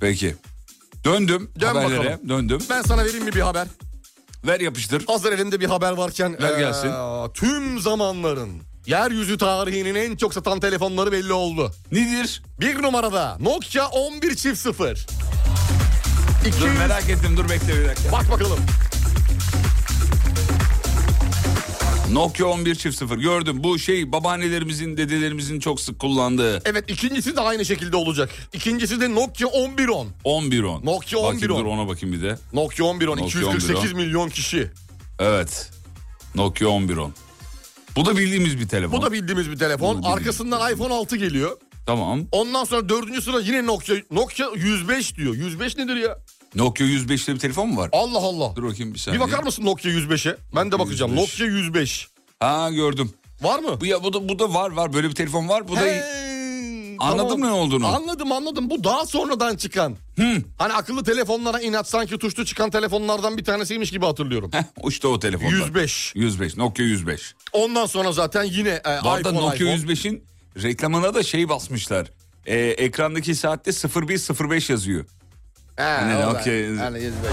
[SPEAKER 2] Peki. Döndüm
[SPEAKER 3] Dön
[SPEAKER 2] haberlere.
[SPEAKER 3] bakalım.
[SPEAKER 2] Döndüm.
[SPEAKER 3] Ben sana vereyim mi bir haber?
[SPEAKER 2] Ver yapıştır.
[SPEAKER 3] Hazır elimde bir haber varken.
[SPEAKER 2] Ver
[SPEAKER 3] eee,
[SPEAKER 2] gelsin.
[SPEAKER 3] tüm zamanların yeryüzü tarihinin en çok satan telefonları belli oldu.
[SPEAKER 2] Nedir?
[SPEAKER 3] Bir numarada Nokia 11 çift 0.
[SPEAKER 2] Dur merak ettim dur bekle bir dakika.
[SPEAKER 3] Bak bakalım.
[SPEAKER 2] Nokia 11 çift sıfır gördüm. Bu şey babaannelerimizin dedelerimizin çok sık kullandığı
[SPEAKER 3] Evet ikincisi de aynı şekilde olacak. İkincisi de Nokia 1110.
[SPEAKER 2] 1110.
[SPEAKER 3] Nokia
[SPEAKER 2] Bakayım
[SPEAKER 3] 1110.
[SPEAKER 2] Dur ona bakayım bir de.
[SPEAKER 3] Nokia 1110
[SPEAKER 2] Nokia
[SPEAKER 3] 248 milyon kişi.
[SPEAKER 2] Evet. Nokia 1110. Bu da bildiğimiz bir telefon.
[SPEAKER 3] Bu da bildiğimiz bir telefon.
[SPEAKER 2] bildiğimiz
[SPEAKER 3] Arkasından iPhone 6 geliyor.
[SPEAKER 2] Tamam.
[SPEAKER 3] Ondan sonra dördüncü sıra yine Nokia Nokia 105 diyor. 105 nedir ya?
[SPEAKER 2] Nokia 105'te bir telefon mu var?
[SPEAKER 3] Allah Allah.
[SPEAKER 2] Dur bakayım bir
[SPEAKER 3] Bir
[SPEAKER 2] saniye.
[SPEAKER 3] bakar mısın Nokia 105'e? Ben de bakacağım.
[SPEAKER 2] 105.
[SPEAKER 3] Nokia 105.
[SPEAKER 2] Ha gördüm.
[SPEAKER 3] Var mı?
[SPEAKER 2] Bu ya bu da bu da var var böyle bir telefon var. Bu
[SPEAKER 3] Hey,
[SPEAKER 2] da Anladın mı ne olduğunu?
[SPEAKER 3] Hmm, Anladım anladım. Bu daha sonradan çıkan. Hani akıllı telefonlara inat sanki tuşlu çıkan telefonlardan bir tanesiymiş gibi hatırlıyorum.
[SPEAKER 2] Heh, işte o telefonda.
[SPEAKER 3] 105.
[SPEAKER 2] 105. Nokia 105.
[SPEAKER 3] Ondan sonra zaten yine e,
[SPEAKER 2] Bu arada
[SPEAKER 3] iPhone,
[SPEAKER 2] Nokia
[SPEAKER 3] iPhone.
[SPEAKER 2] 105'in reklamına da şey basmışlar. Ee, ekrandaki saatte 0105 yazıyor.
[SPEAKER 3] He,
[SPEAKER 2] Hani
[SPEAKER 3] o da-
[SPEAKER 2] Nokia-
[SPEAKER 3] yani 105.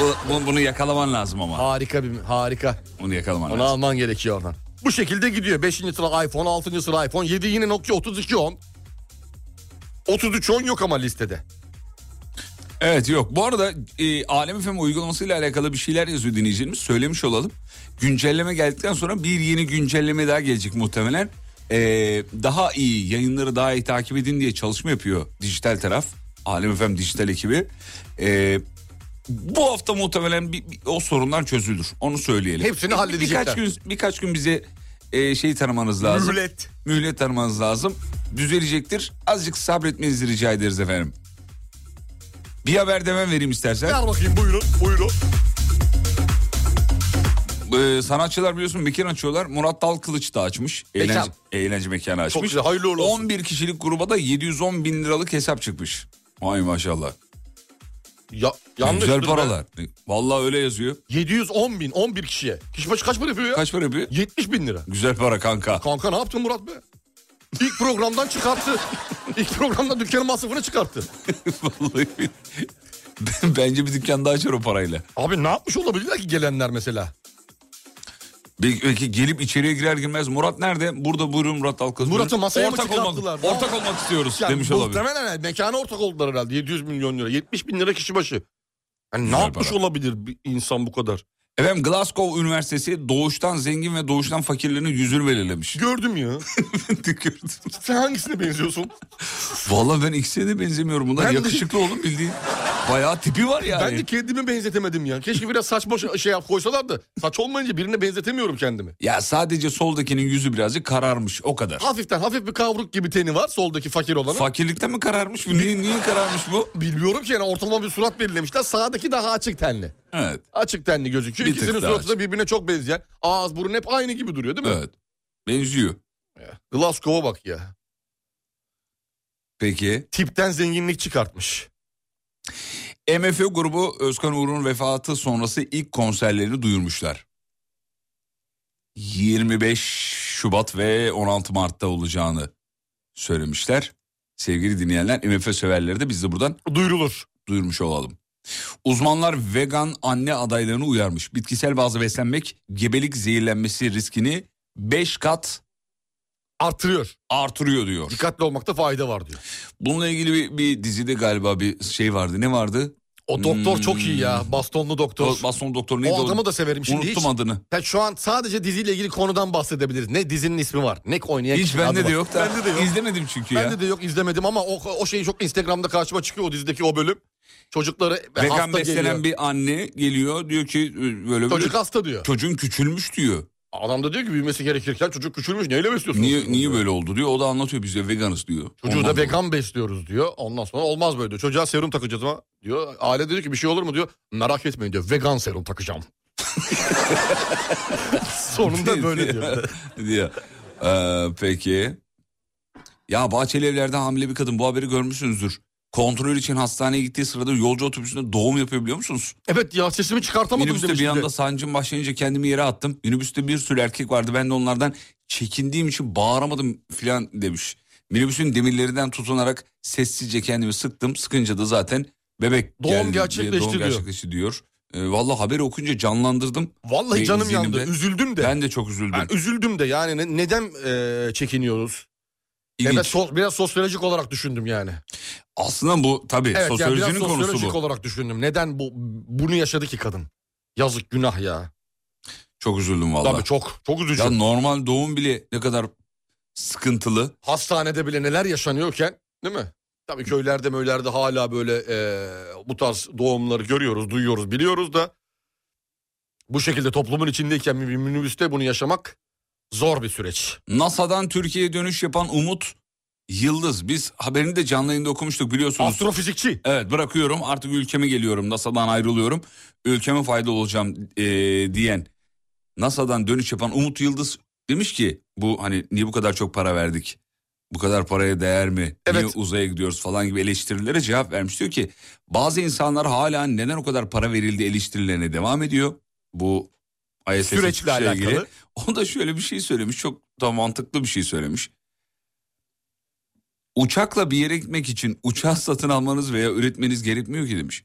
[SPEAKER 2] Bu, bu- bunu yakalaman lazım ama.
[SPEAKER 3] Harika bir harika.
[SPEAKER 2] Bunu yakalaman
[SPEAKER 3] Onu
[SPEAKER 2] lazım.
[SPEAKER 3] alman gerekiyor oradan. Bu şekilde gidiyor. 5. sıra iPhone, 6. sıra iPhone, 7 yine Nokia 3210. 3310 yok ama listede.
[SPEAKER 2] Evet yok. Bu arada e, Alem FM uygulamasıyla alakalı bir şeyler yazıyor dinleyicilerimiz. Söylemiş olalım. Güncelleme geldikten sonra bir yeni güncelleme daha gelecek E, muhtemelen. Ee, daha iyi yayınları daha iyi takip edin diye çalışma yapıyor dijital taraf. Alem Efem dijital ekibi. Ee, bu hafta muhtemelen bir- bir- o sorunlar çözülür. Onu söyleyelim.
[SPEAKER 3] Hepsini
[SPEAKER 2] Bir- bir-
[SPEAKER 3] halledecekler.
[SPEAKER 2] Birkaç gün birkaç gün bize e, şey tanımanız lazım.
[SPEAKER 3] Mühlet.
[SPEAKER 2] Mühlet tanımanız lazım. Düzelecektir. Azıcık sabretmenizi rica ederiz efendim. Bir haber demem vereyim istersen.
[SPEAKER 3] Ver bakayım buyurun buyurun.
[SPEAKER 2] Ee, sanatçılar biliyorsun mekan açıyorlar. Murat Dal Kılıç da açmış. Eğlence,
[SPEAKER 3] Mekan.
[SPEAKER 2] eğlence mekanı açmış.
[SPEAKER 3] güzel, hayırlı uğurlu olsun.
[SPEAKER 2] 11 kişilik gruba da 710 bin liralık hesap çıkmış. Vay maşallah.
[SPEAKER 3] Ya, yanlış.
[SPEAKER 2] Güzel paralar. Vallahi öyle yazıyor.
[SPEAKER 3] 710 bin 11 kişiye. Kişi başı kaç para yapıyor ya?
[SPEAKER 2] Kaç para yapıyor?
[SPEAKER 3] 70 bin lira.
[SPEAKER 2] Güzel para kanka.
[SPEAKER 3] Kanka ne yaptın Murat be? İlk programdan
[SPEAKER 2] *laughs*
[SPEAKER 3] çıkarttı. İlk programdan dükkanın masrafını çıkarttı.
[SPEAKER 2] Vallahi *laughs* bil- Bence bir dükkan daha açar o parayla.
[SPEAKER 3] Abi ne yapmış olabilirler ki gelenler mesela?
[SPEAKER 2] Belki, belki gelip içeriye girer girmez Murat nerede? Burada buyurun Murat Alkaz.
[SPEAKER 3] Murat'ı
[SPEAKER 2] Buyurun.
[SPEAKER 3] masaya mı
[SPEAKER 2] ortak olmak,
[SPEAKER 3] çıkarttılar?
[SPEAKER 2] ortak olmak istiyoruz
[SPEAKER 3] Yani
[SPEAKER 2] demiş
[SPEAKER 3] bu-
[SPEAKER 2] olabilir.
[SPEAKER 3] Muhtemelen yani mekana ortak oldular herhalde. 700 milyon lira. 70 bin lira kişi başı. Yani
[SPEAKER 2] Güzel
[SPEAKER 3] ne yapmış
[SPEAKER 2] para.
[SPEAKER 3] olabilir bir insan bu kadar?
[SPEAKER 2] Efendim Glasgow Üniversitesi doğuştan zengin ve doğuştan fakirlerin yüzünü belirlemiş.
[SPEAKER 3] Gördüm ya.
[SPEAKER 2] *laughs* Gördüm.
[SPEAKER 3] Sen hangisine benziyorsun?
[SPEAKER 2] Vallahi ben ikisine de benzemiyorum. Bunlar
[SPEAKER 3] Ben de-
[SPEAKER 2] yakışıklı oğlum bildiğin. Bayağı tipi var yani.
[SPEAKER 3] Ben de kendimi benzetemedim ya. Keşke biraz saç boş şey yap koysalar da saç olmayınca birine benzetemiyorum kendimi.
[SPEAKER 2] Ya sadece soldakinin yüzü birazcık kararmış o kadar.
[SPEAKER 3] Hafiften hafif bir kavruk gibi teni var soldaki fakir olanın.
[SPEAKER 2] Fakirlikten mi kararmış bu? Niye, niye kararmış bu?
[SPEAKER 3] Bilmiyorum ki yani ortalama bir surat belirlemişler. Sağdaki daha açık tenli.
[SPEAKER 2] Evet.
[SPEAKER 3] Açık tenli gözüküyor.
[SPEAKER 2] Bir tık
[SPEAKER 3] İkisinin
[SPEAKER 2] daha
[SPEAKER 3] suratı da
[SPEAKER 2] açık.
[SPEAKER 3] birbirine çok benzeyen. Ağız burun hep aynı gibi duruyor değil mi?
[SPEAKER 2] Evet. Benziyor.
[SPEAKER 3] Glasgow'a bak ya.
[SPEAKER 2] Peki.
[SPEAKER 3] Tipten zenginlik çıkartmış.
[SPEAKER 2] MFÖ grubu Özkan Uğur'un vefatı sonrası ilk konserlerini duyurmuşlar. 25 Şubat ve 16 Mart'ta olacağını söylemişler. Sevgili dinleyenler, MFÖ severleri de biz de buradan
[SPEAKER 3] Duyurulur.
[SPEAKER 2] duyurmuş olalım. Uzmanlar vegan anne adaylarını uyarmış. Bitkisel bazı beslenmek gebelik zehirlenmesi riskini 5 kat
[SPEAKER 3] Artırıyor.
[SPEAKER 2] artırıyor diyor.
[SPEAKER 3] Dikkatli olmakta fayda var diyor.
[SPEAKER 2] Bununla ilgili bir, bir dizide galiba bir şey vardı. Ne vardı?
[SPEAKER 3] O doktor
[SPEAKER 2] Hmm.
[SPEAKER 3] çok iyi ya. Bastonlu doktor.
[SPEAKER 2] O Baston doktor neydi
[SPEAKER 3] o adamı da severim şimdi
[SPEAKER 2] Unuttum
[SPEAKER 3] hiç.
[SPEAKER 2] adını.
[SPEAKER 3] Ya şu an sadece diziyle ilgili konudan bahsedebiliriz. Ne dizinin ismi var, ne oynayan
[SPEAKER 2] Hiç
[SPEAKER 3] kişinin adı
[SPEAKER 2] bende de
[SPEAKER 3] var.
[SPEAKER 2] yok da.
[SPEAKER 3] Bende de yok.
[SPEAKER 2] İzlemedim çünkü ya.
[SPEAKER 3] Bende de yok izlemedim ama o, o şey çok Instagram'da karşıma çıkıyor o dizideki o bölüm. Çocukları
[SPEAKER 2] Vegan
[SPEAKER 3] hasta
[SPEAKER 2] beslenen
[SPEAKER 3] geliyor.
[SPEAKER 2] bir anne geliyor diyor ki böyle böyle
[SPEAKER 3] Çocuk hasta diyor.
[SPEAKER 2] çocuğun küçülmüş diyor.
[SPEAKER 3] Adam da diyor ki büyümesi gerekirken çocuk küçülmüş neyle besliyorsunuz?
[SPEAKER 2] Niye
[SPEAKER 3] Diyor.
[SPEAKER 2] niye böyle oldu diyor. O da anlatıyor bize veganız diyor.
[SPEAKER 3] Çocuğu
[SPEAKER 2] Ondan
[SPEAKER 3] da
[SPEAKER 2] dolayı.
[SPEAKER 3] vegan besliyoruz diyor. Ondan sonra olmaz böyle diyor. Çocuğa serum takacağız ama diyor. Aile diyor ki bir şey olur mu diyor. Merak etmeyin diyor. Vegan serum
[SPEAKER 2] *laughs*
[SPEAKER 3] takacağım. Sonunda böyle diyor.
[SPEAKER 2] *laughs* diyor. Ee, peki. Ya Bahçeli Evler'de hamile bir kadın bu haberi görmüşsünüzdür. Kontrol için hastaneye gittiği sırada yolcu otobüsünde doğum yapıyor biliyor musunuz?
[SPEAKER 3] Evet ya sesimi çıkartamadım
[SPEAKER 2] Minibüste bir
[SPEAKER 3] demişti de.
[SPEAKER 2] anda sancım başlayınca kendimi yere attım. Minibüste bir sürü erkek vardı. Ben de onlardan çekindiğim için bağıramadım filan demiş. Minibüsün demirlerinden tutunarak sessizce kendimi sıktım. Sıkınca da zaten bebek
[SPEAKER 3] Doğum
[SPEAKER 2] geldi diye-
[SPEAKER 3] gerçekleşti
[SPEAKER 2] doğum
[SPEAKER 3] diyor.
[SPEAKER 2] gerçekleşti diyor. Ee, vallahi haberi okunca canlandırdım.
[SPEAKER 3] Vallahi
[SPEAKER 2] Ve
[SPEAKER 3] canım
[SPEAKER 2] izlenimde-
[SPEAKER 3] yandı. Üzüldüm de.
[SPEAKER 2] Ben de çok üzüldüm.
[SPEAKER 3] Ben üzüldüm de yani ne- neden e, çekiniyoruz?
[SPEAKER 2] İlginç.
[SPEAKER 3] Evet so- biraz sosyolojik olarak düşündüm yani.
[SPEAKER 2] Aslında bu tabii
[SPEAKER 3] Evet yani biraz
[SPEAKER 2] sosyolojinin konusu bu.
[SPEAKER 3] sosyolojik olarak düşündüm. Neden bu bunu yaşadı ki kadın? Yazık günah ya.
[SPEAKER 2] Çok üzüldüm vallahi.
[SPEAKER 3] Tabii çok çok üzücü.
[SPEAKER 2] ya normal doğum bile ne kadar sıkıntılı.
[SPEAKER 3] Hastanede bile neler yaşanıyorken değil mi? Tabii köylerde möylerde hala böyle e, bu tarz doğumları görüyoruz, duyuyoruz, biliyoruz da bu şekilde toplumun içindeyken bir minibüste bunu yaşamak zor bir süreç.
[SPEAKER 2] NASA'dan Türkiye'ye dönüş yapan Umut Yıldız. Biz haberini de canlı yayında okumuştuk biliyorsunuz.
[SPEAKER 3] Astrofizikçi.
[SPEAKER 2] Evet bırakıyorum artık ülkeme geliyorum NASA'dan ayrılıyorum ülkeme faydalı olacağım eee, diyen NASA'dan dönüş yapan Umut Yıldız demiş ki bu hani niye bu kadar çok para verdik bu kadar paraya değer mi niye
[SPEAKER 3] Evet.
[SPEAKER 2] uzaya gidiyoruz falan gibi eleştirilere cevap vermiş diyor ki bazı insanlar hala neden o kadar para verildi eleştirilerine devam ediyor bu ISS
[SPEAKER 3] Süreçle
[SPEAKER 2] çıkışıyla ilgili.
[SPEAKER 3] alakalı.
[SPEAKER 2] *laughs* O da şöyle bir şey söylemiş. Çok da mantıklı bir şey söylemiş. Uçakla bir yere gitmek için uçağı satın almanız veya üretmeniz gerekmiyor ki demiş.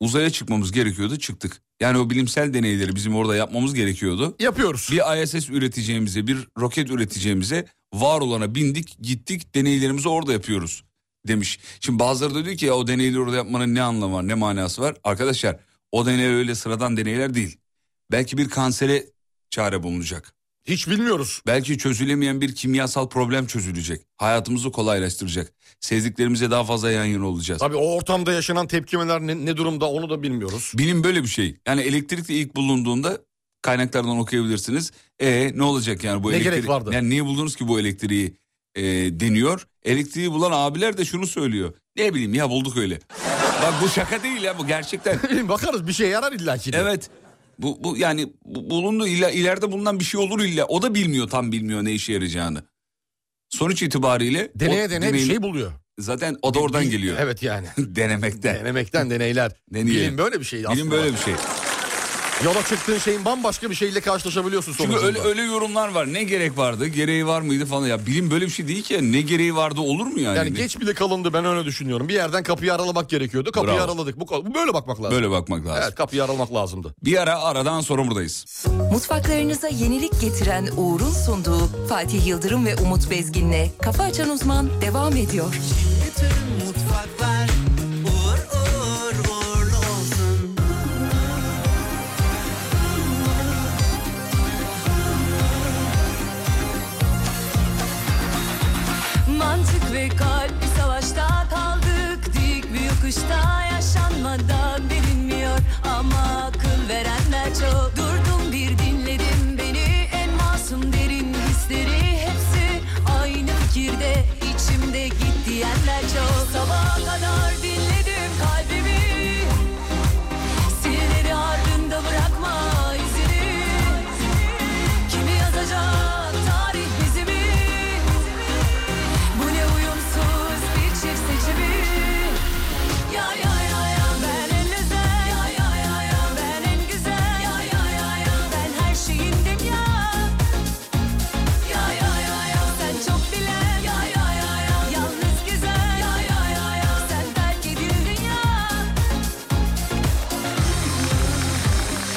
[SPEAKER 2] Uzaya çıkmamız gerekiyordu çıktık. Yani o bilimsel deneyleri bizim orada yapmamız gerekiyordu.
[SPEAKER 3] Yapıyoruz.
[SPEAKER 2] Bir ISS üreteceğimize, bir roket üreteceğimize var olana bindik, gittik, deneylerimizi orada yapıyoruz demiş. Şimdi bazıları da diyor ki ya o deneyleri orada yapmanın ne anlamı var, ne manası var? Arkadaşlar o deney öyle sıradan deneyler değil. Belki bir kansere çare bulunacak.
[SPEAKER 3] Hiç bilmiyoruz.
[SPEAKER 2] Belki çözülemeyen bir kimyasal problem çözülecek. Hayatımızı kolaylaştıracak. Sevdiklerimize daha fazla yan yana olacağız.
[SPEAKER 3] Tabii o ortamda yaşanan tepkimeler ne, ne durumda onu da bilmiyoruz.
[SPEAKER 2] Bilim böyle bir şey. Yani elektrik de ilk bulunduğunda kaynaklardan okuyabilirsiniz. E ne olacak yani bu
[SPEAKER 3] Ne
[SPEAKER 2] elektrik?
[SPEAKER 3] gerek vardı?
[SPEAKER 2] Yani niye buldunuz ki bu elektriği e, deniyor. Elektriği bulan abiler de şunu söylüyor. Ne bileyim ya bulduk öyle. Bak bu şaka değil ya bu
[SPEAKER 3] *laughs*
[SPEAKER 2] gerçekten.
[SPEAKER 3] Bakarız bir şey yarar illaki. de.
[SPEAKER 2] Evet. Bu, bu yani bu- bulundu illa, ileride bulunan bir şey olur illa. O da bilmiyor tam bilmiyor ne işe yarayacağını. Sonuç itibariyle o
[SPEAKER 3] Deneye deneye bir
[SPEAKER 2] deneyin-
[SPEAKER 3] şey buluyor.
[SPEAKER 2] zaten o da oradan geliyor.
[SPEAKER 3] Evet
[SPEAKER 2] *laughs*
[SPEAKER 3] yani.
[SPEAKER 2] Denemekten.
[SPEAKER 3] Denemekten deneyler.
[SPEAKER 2] Deneyelim.
[SPEAKER 3] Bilim böyle bir şey aslında.
[SPEAKER 2] Bilim böyle bir şey.
[SPEAKER 3] Yola çıktığın şeyin bambaşka bir şeyle karşılaşabiliyorsun
[SPEAKER 2] Çünkü
[SPEAKER 3] sonucunda.
[SPEAKER 2] öyle, öyle yorumlar var. Ne gerek vardı? Gereği var mıydı falan. Ya bilim böyle bir şey değil ki. Ne gereği vardı olur mu yani?
[SPEAKER 3] Yani
[SPEAKER 2] Ne-
[SPEAKER 3] geç bile kalındı ben öyle düşünüyorum. Bir yerden kapıyı aralamak gerekiyordu. Kapıyı
[SPEAKER 2] Bravo.
[SPEAKER 3] araladık. Bu ko- bu böyle bakmak lazım.
[SPEAKER 2] Böyle bakmak lazım.
[SPEAKER 3] Evet kapıyı aralamak lazımdı.
[SPEAKER 2] Bir ara aradan sonra buradayız.
[SPEAKER 6] Mutfaklarınıza yenilik getiren Uğur'un sunduğu Fatih Yıldırım ve Umut Bezgin'le Kafa Açan Uzman devam ediyor.
[SPEAKER 8] Tüm mutfaklar uğur uğur uğurlu olsun.
[SPEAKER 4] Mantık ve kalp bir savaşta kaldık Dik bir yokuşta yaşanmadan bilinmiyor Ama akıl verenler çok Durdum bir dinledim beni En masum derin hisleri hepsi Aynı fikirde içimde git diyenler çok Sabaha kadar dinledim kalbimi Silleri ardında bırakma izini Kimi yazacak tarih bizi mi? Bu ne uyumsuz bir çift seçimi Ya ya ya ya ben en özel Ya ya ya ya ben en güzel Ya ya ya ya ben her şeyindim ya Ya ya ya ya sen çok bilen Ya ya ya ya yalnız güzel Ya ya ya ya sen terk edildin ya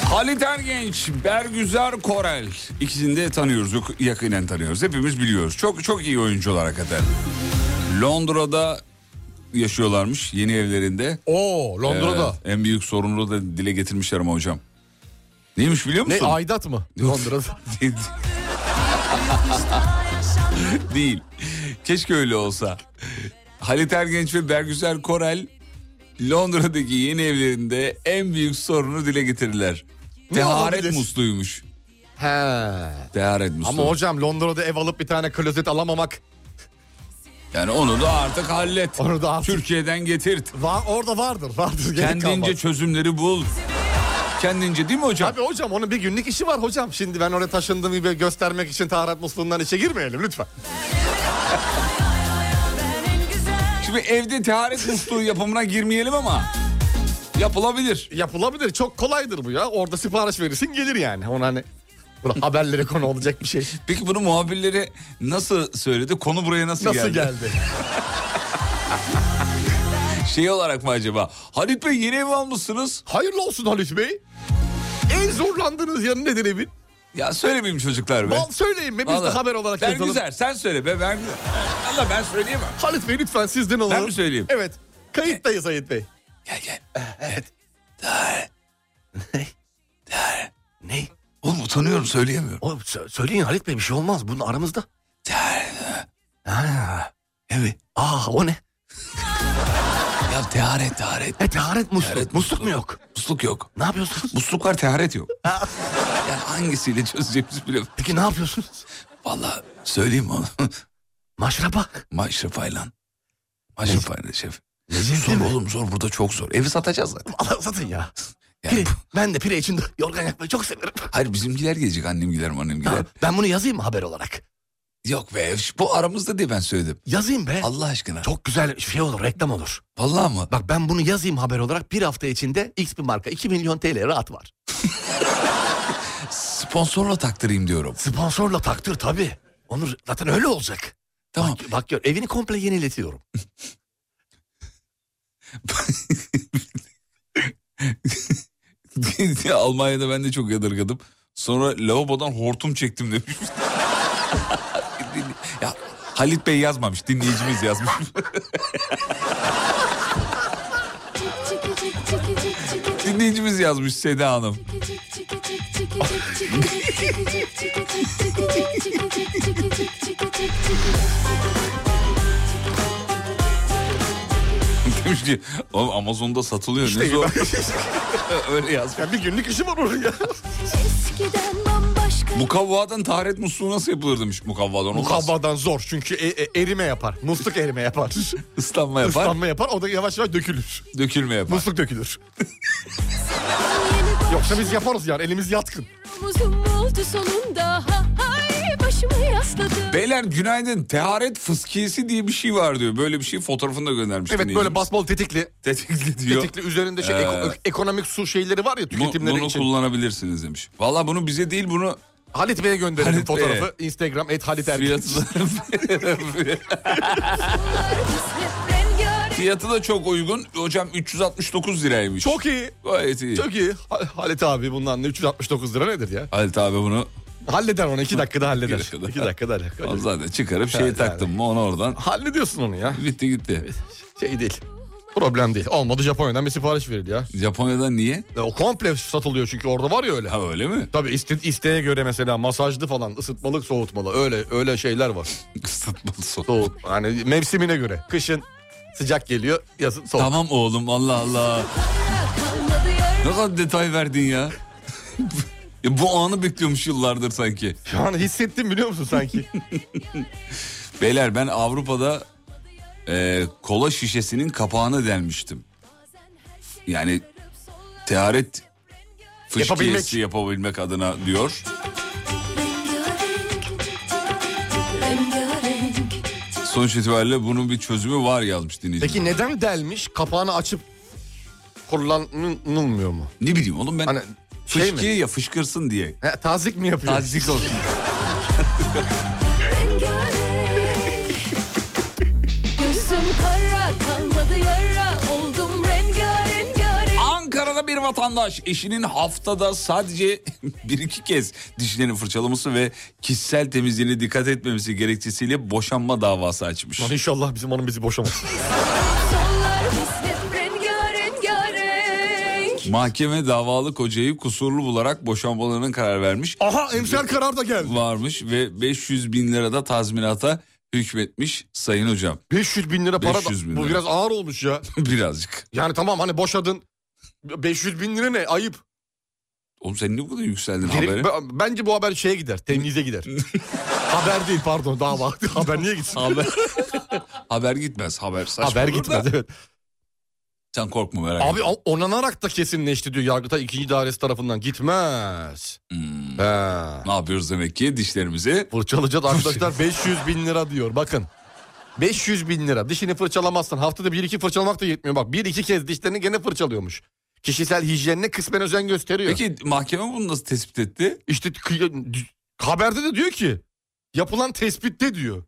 [SPEAKER 2] Halit Ergenç, Bergüzar Korel. İkisini de tanıyoruz, yok- yakinen tanıyoruz. Hepimiz biliyoruz. Çok çok iyi oyuncular hakikaten. Londra'da yaşıyorlarmış yeni evlerinde.
[SPEAKER 3] Oo Londra'da.
[SPEAKER 2] Evet, en büyük sorunu da dile getirmişler ama hocam. Neymiş biliyor
[SPEAKER 3] Ne
[SPEAKER 2] musun?
[SPEAKER 3] aidat mı? Londra'da.
[SPEAKER 2] *laughs* Değil. Keşke öyle olsa. Halit Ergenç ve Bergüzar Korel Londra'daki yeni evlerinde en büyük sorunu dile getirirler.
[SPEAKER 3] Ne
[SPEAKER 2] Teharet
[SPEAKER 3] olabilir?
[SPEAKER 2] musluymuş.
[SPEAKER 3] He.
[SPEAKER 2] Teharet musluğu.
[SPEAKER 3] Ama hocam Londra'da ev alıp bir tane klozet alamamak.
[SPEAKER 2] Yani onu da artık hallet.
[SPEAKER 3] Onu da artık-
[SPEAKER 2] Türkiye'den getirt.
[SPEAKER 3] Va- orada vardır. Vardır. gerek
[SPEAKER 2] Kendince
[SPEAKER 3] kalmaz.
[SPEAKER 2] çözümleri bul. Kendince değil mi hocam?
[SPEAKER 3] Abi hocam onun bir günlük işi var hocam. Şimdi ben oraya taşındığımı bir göstermek için taharet musluğundan işe girmeyelim lütfen.
[SPEAKER 2] *laughs* Şimdi evde teharet musluğu yapımına girmeyelim ama yapılabilir.
[SPEAKER 3] Yapılabilir. Çok kolaydır bu ya. Orada sipariş verirsin gelir yani. Onu hani bu haberlere konu olacak bir şey.
[SPEAKER 2] Peki bunu muhabirlere nasıl söyledi? Konu buraya nasıl,
[SPEAKER 3] Nasıl geldi?
[SPEAKER 2] Şey olarak mı acaba? Halit Bey yeni ev almışsınız.
[SPEAKER 3] Hayırlı olsun Halit Bey. En zorlandığınız yanı nedir evin?
[SPEAKER 2] Ya söylemeyeyim çocuklar be.
[SPEAKER 3] Bal söyleyin be biz de
[SPEAKER 2] Vallahi.
[SPEAKER 3] haber olarak
[SPEAKER 2] Ben
[SPEAKER 3] yazalım.
[SPEAKER 2] güzel sen söyle be. Ben... Allah ben söyleyemem.
[SPEAKER 3] Halit Bey lütfen sizden alalım.
[SPEAKER 2] mi söyleyeyim?
[SPEAKER 3] Evet. Kayıttayız Halit Bey.
[SPEAKER 2] Gel gel.
[SPEAKER 8] Eh,
[SPEAKER 2] Evet. Teharet. Teharet.
[SPEAKER 8] Ne?
[SPEAKER 2] Oğlum utanıyorum söyleyemiyorum.
[SPEAKER 8] Oğlum sö- söyleyin Halit Bey bir şey olmaz. Bunun aramızda. Ha,
[SPEAKER 2] Evet.
[SPEAKER 8] Aa o ne?
[SPEAKER 2] Ya teharet teharet.
[SPEAKER 8] E teharet musluk.
[SPEAKER 2] Teharet
[SPEAKER 8] musluk mu yok?
[SPEAKER 2] Musluk yok.
[SPEAKER 8] Ne yapıyorsunuz?
[SPEAKER 2] Musluk var teharet yok. yani hangisiyle çözeceğimiz bile.
[SPEAKER 8] Peki ne yapıyorsunuz?
[SPEAKER 2] Vallahi söyleyeyim mi onu?
[SPEAKER 8] *laughs* Maşrapa.
[SPEAKER 2] Maşrafayla. Maşrafayla şef.
[SPEAKER 8] Lezzetli
[SPEAKER 2] Zor
[SPEAKER 8] mi?
[SPEAKER 2] oğlum zor burada çok zor. Evi satacağız zaten.
[SPEAKER 8] Allah satın ya.
[SPEAKER 2] *laughs* Yani,
[SPEAKER 8] Pire, ben de pire içinde yorgan yakmayı çok severim.
[SPEAKER 2] hayır bizimkiler gelecek annem gider annem gider.
[SPEAKER 8] Ben bunu yazayım mı haber olarak?
[SPEAKER 2] Yok be bu aramızda diye ben söyledim.
[SPEAKER 8] Yazayım be.
[SPEAKER 2] Allah aşkına.
[SPEAKER 8] Çok güzel şey olur, reklam olur.
[SPEAKER 2] Vallahi mı?
[SPEAKER 8] Bak ben bunu yazayım haber olarak bir hafta içinde X bir marka 2 milyon TL rahat var.
[SPEAKER 2] Sponsorla taktırayım diyorum.
[SPEAKER 8] Sponsorla taktır tabii. Onur zaten öyle olacak.
[SPEAKER 2] Tamam.
[SPEAKER 8] Bak, bak gör evini komple yeniletiyorum.
[SPEAKER 2] *laughs* Almanya'da ben de çok yadırgadım. Sonra lavabodan hortum çektim demiş. *laughs* ya Halit Bey yazmamış dinleyicimiz yazmış. *laughs* dinleyicimiz yazmış Seda Hanım. *laughs* Demiş ki "Oğlum Amazon'da satılıyor ne zor. *laughs* Öyle yaz.
[SPEAKER 3] Ya bir günlük işim olur ya.
[SPEAKER 9] Eskiden bambaşka
[SPEAKER 2] Mukavvadan taharet musluğu nasıl yapılır demiş mukavvadan. O nasıl
[SPEAKER 3] Mukavvadan zor çünkü e- e- erime yapar. Musluk erime
[SPEAKER 2] *laughs*
[SPEAKER 3] yapar.
[SPEAKER 2] ıslanma yapar,
[SPEAKER 3] Islanma yapar o da yavaş yavaş dökülür.
[SPEAKER 2] dökülme yapar.
[SPEAKER 3] Musluk dökülür. Yoksa biz yaparız yani elimiz yatkın.
[SPEAKER 9] omuzum oldu sonunda ha, Hay başımı yasladım
[SPEAKER 2] Beyler günaydın. Teharet fıskiyesi diye bir şey var diyor. Böyle bir şey fotoğrafını da göndermiş.
[SPEAKER 3] Evet böyle
[SPEAKER 2] dinleyicimiz.
[SPEAKER 3] basmalı tetikli.
[SPEAKER 2] Tetikli diyor.
[SPEAKER 3] Tetikli üzerinde şey
[SPEAKER 2] Ee,
[SPEAKER 3] eko- ekonomik su şeyleri var ya
[SPEAKER 2] Bu-
[SPEAKER 3] tüketimleri
[SPEAKER 2] bunu
[SPEAKER 3] için.
[SPEAKER 2] kullanabilirsiniz demiş. Valla bunu bize değil bunu
[SPEAKER 3] Halit Bey'e gönderelim
[SPEAKER 2] Halit
[SPEAKER 3] fotoğrafı. Instagram et Halit Erbil.
[SPEAKER 2] fiyatı fiyatı da çok uygun. Hocam 369 liraymış.
[SPEAKER 3] Çok iyi.
[SPEAKER 2] Gayet iyi.
[SPEAKER 3] Çok iyi. Ha- Halit abi bundan ne 369 lira nedir ya?
[SPEAKER 2] *laughs* Halit abi bunu
[SPEAKER 3] Halleder onu iki dakikada halleder.
[SPEAKER 2] İki dakikada.
[SPEAKER 3] iki dakikada halleder.
[SPEAKER 2] zaten çıkarıp şeye
[SPEAKER 3] Evet,
[SPEAKER 2] taktım mı onu oradan.
[SPEAKER 3] Hallediyorsun onu ya.
[SPEAKER 2] Bitti gitti.
[SPEAKER 3] Şey değil. Problem değil. Olmadı Japonya'dan bir sipariş verir ya.
[SPEAKER 2] Japonya'dan niye?
[SPEAKER 3] E, O komple satılıyor çünkü orada var ya öyle.
[SPEAKER 2] Ha öyle mi?
[SPEAKER 3] Tabii iste, isteğe göre mesela masajlı falan ısıtmalık soğutmalı öyle öyle şeyler var.
[SPEAKER 2] *laughs* Isıtmalı soğuk.
[SPEAKER 3] Soğut yani mevsimine göre. Kışın sıcak geliyor yazın soğuk.
[SPEAKER 2] Tamam oğlum Allah Allah. ne kadar detay verdin ya. *laughs* ya bu anı bekliyormuş yıllardır sanki.
[SPEAKER 3] Şu an Hani hissettim biliyor musun
[SPEAKER 2] *laughs*
[SPEAKER 3] sanki?
[SPEAKER 2] Beyler ben Avrupa'da e, kola şişesinin kapağını delmiştim. Yani teharet fışkiyesi yapabilmek adına diyor. Sonuç itibariyle bunun bir çözümü var yazmış dinleyicimiz.
[SPEAKER 3] Peki neden delmiş kapağını açıp kullanılmıyor mu?
[SPEAKER 2] Ne bileyim oğlum ben
[SPEAKER 3] Hani şey mi?
[SPEAKER 2] fışkiye ya fışkırsın diye.
[SPEAKER 3] He, tazik mi yapıyor?
[SPEAKER 2] Tazik olsun.
[SPEAKER 9] Gözüm kara kalmadı yara Oldum rengarenk
[SPEAKER 2] Ankara'da bir vatandaş eşinin haftada sadece *laughs* bir iki kez dişlerini fırçalaması ve kişisel temizliğine dikkat etmemesi gerekçesiyle boşanma davası açmış.
[SPEAKER 3] Lan inşallah bizim hanım bizi *laughs* boşamaz.
[SPEAKER 9] Sonlar hislet rengarenk
[SPEAKER 2] Mahkeme davalı kocayı kusurlu bularak boşanmalarına karar vermiş.
[SPEAKER 3] Aha emsal karar da geldi.
[SPEAKER 2] Varmış ve 500 bin lira da tazminata hükmetmiş sayın hocam.
[SPEAKER 3] 500 bin lira para da-
[SPEAKER 2] 500 bin
[SPEAKER 3] bu
[SPEAKER 2] lira.
[SPEAKER 3] biraz ağır olmuş ya.
[SPEAKER 2] *laughs* Birazcık.
[SPEAKER 3] Yani tamam hani boşadın 500 bin lira ne ayıp.
[SPEAKER 2] Oğlum sen ne kadar yükseldin
[SPEAKER 3] Geri-
[SPEAKER 2] habere?
[SPEAKER 3] b- Bence bu haber şeye gider temyize
[SPEAKER 2] *laughs*
[SPEAKER 3] gider. haber değil pardon daha vakti *laughs* haber niye gitsin?
[SPEAKER 2] Haber, *laughs* haber gitmez haber saçma
[SPEAKER 3] haber
[SPEAKER 2] olur da.
[SPEAKER 3] gitmez evet.
[SPEAKER 2] Sen korkma merak etme.
[SPEAKER 3] Abi o- onanarak da kesinleşti diyor Yargıtay 2. Dairesi tarafından gitmez.
[SPEAKER 2] Hmm.
[SPEAKER 3] He.
[SPEAKER 2] Ne yapıyoruz demek ki dişlerimizi?
[SPEAKER 3] Fırçalayacağız arkadaşlar *laughs*
[SPEAKER 2] *laughs*
[SPEAKER 3] 500 bin lira diyor bakın. 500 bin lira dişini fırçalamazsan haftada bir iki fırçalamak da yetmiyor. Bak bir iki kez dişlerini gene fırçalıyormuş. Kişisel hijyenine kısmen özen gösteriyor.
[SPEAKER 2] Peki mahkeme bunu nasıl tespit etti?
[SPEAKER 3] İşte kıy- d- haberde de diyor ki yapılan tespitte diyor.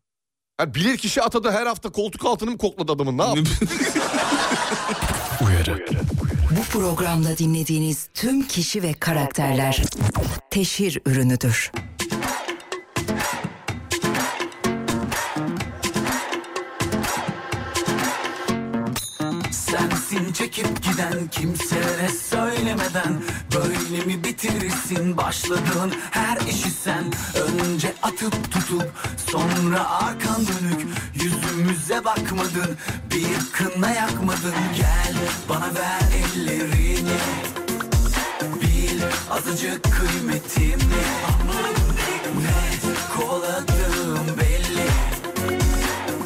[SPEAKER 3] Yani bilir kişi atada her hafta koltuk altını mı kokladı adamın ne yaptı?
[SPEAKER 6] Bu programda dinlediğiniz tüm kişi ve karakterler teşhir ürünüdür.
[SPEAKER 4] Sensin çekip giden kimselere söylemeden Böyle mi bitirirsin başladığın her işi sen Önce atıp tutup sonra arkan dönük Yüzümüze bakmadın bir kına yakmadın Gel bana ver ellerini Bil azıcık kıymetimi Ne koladığım belli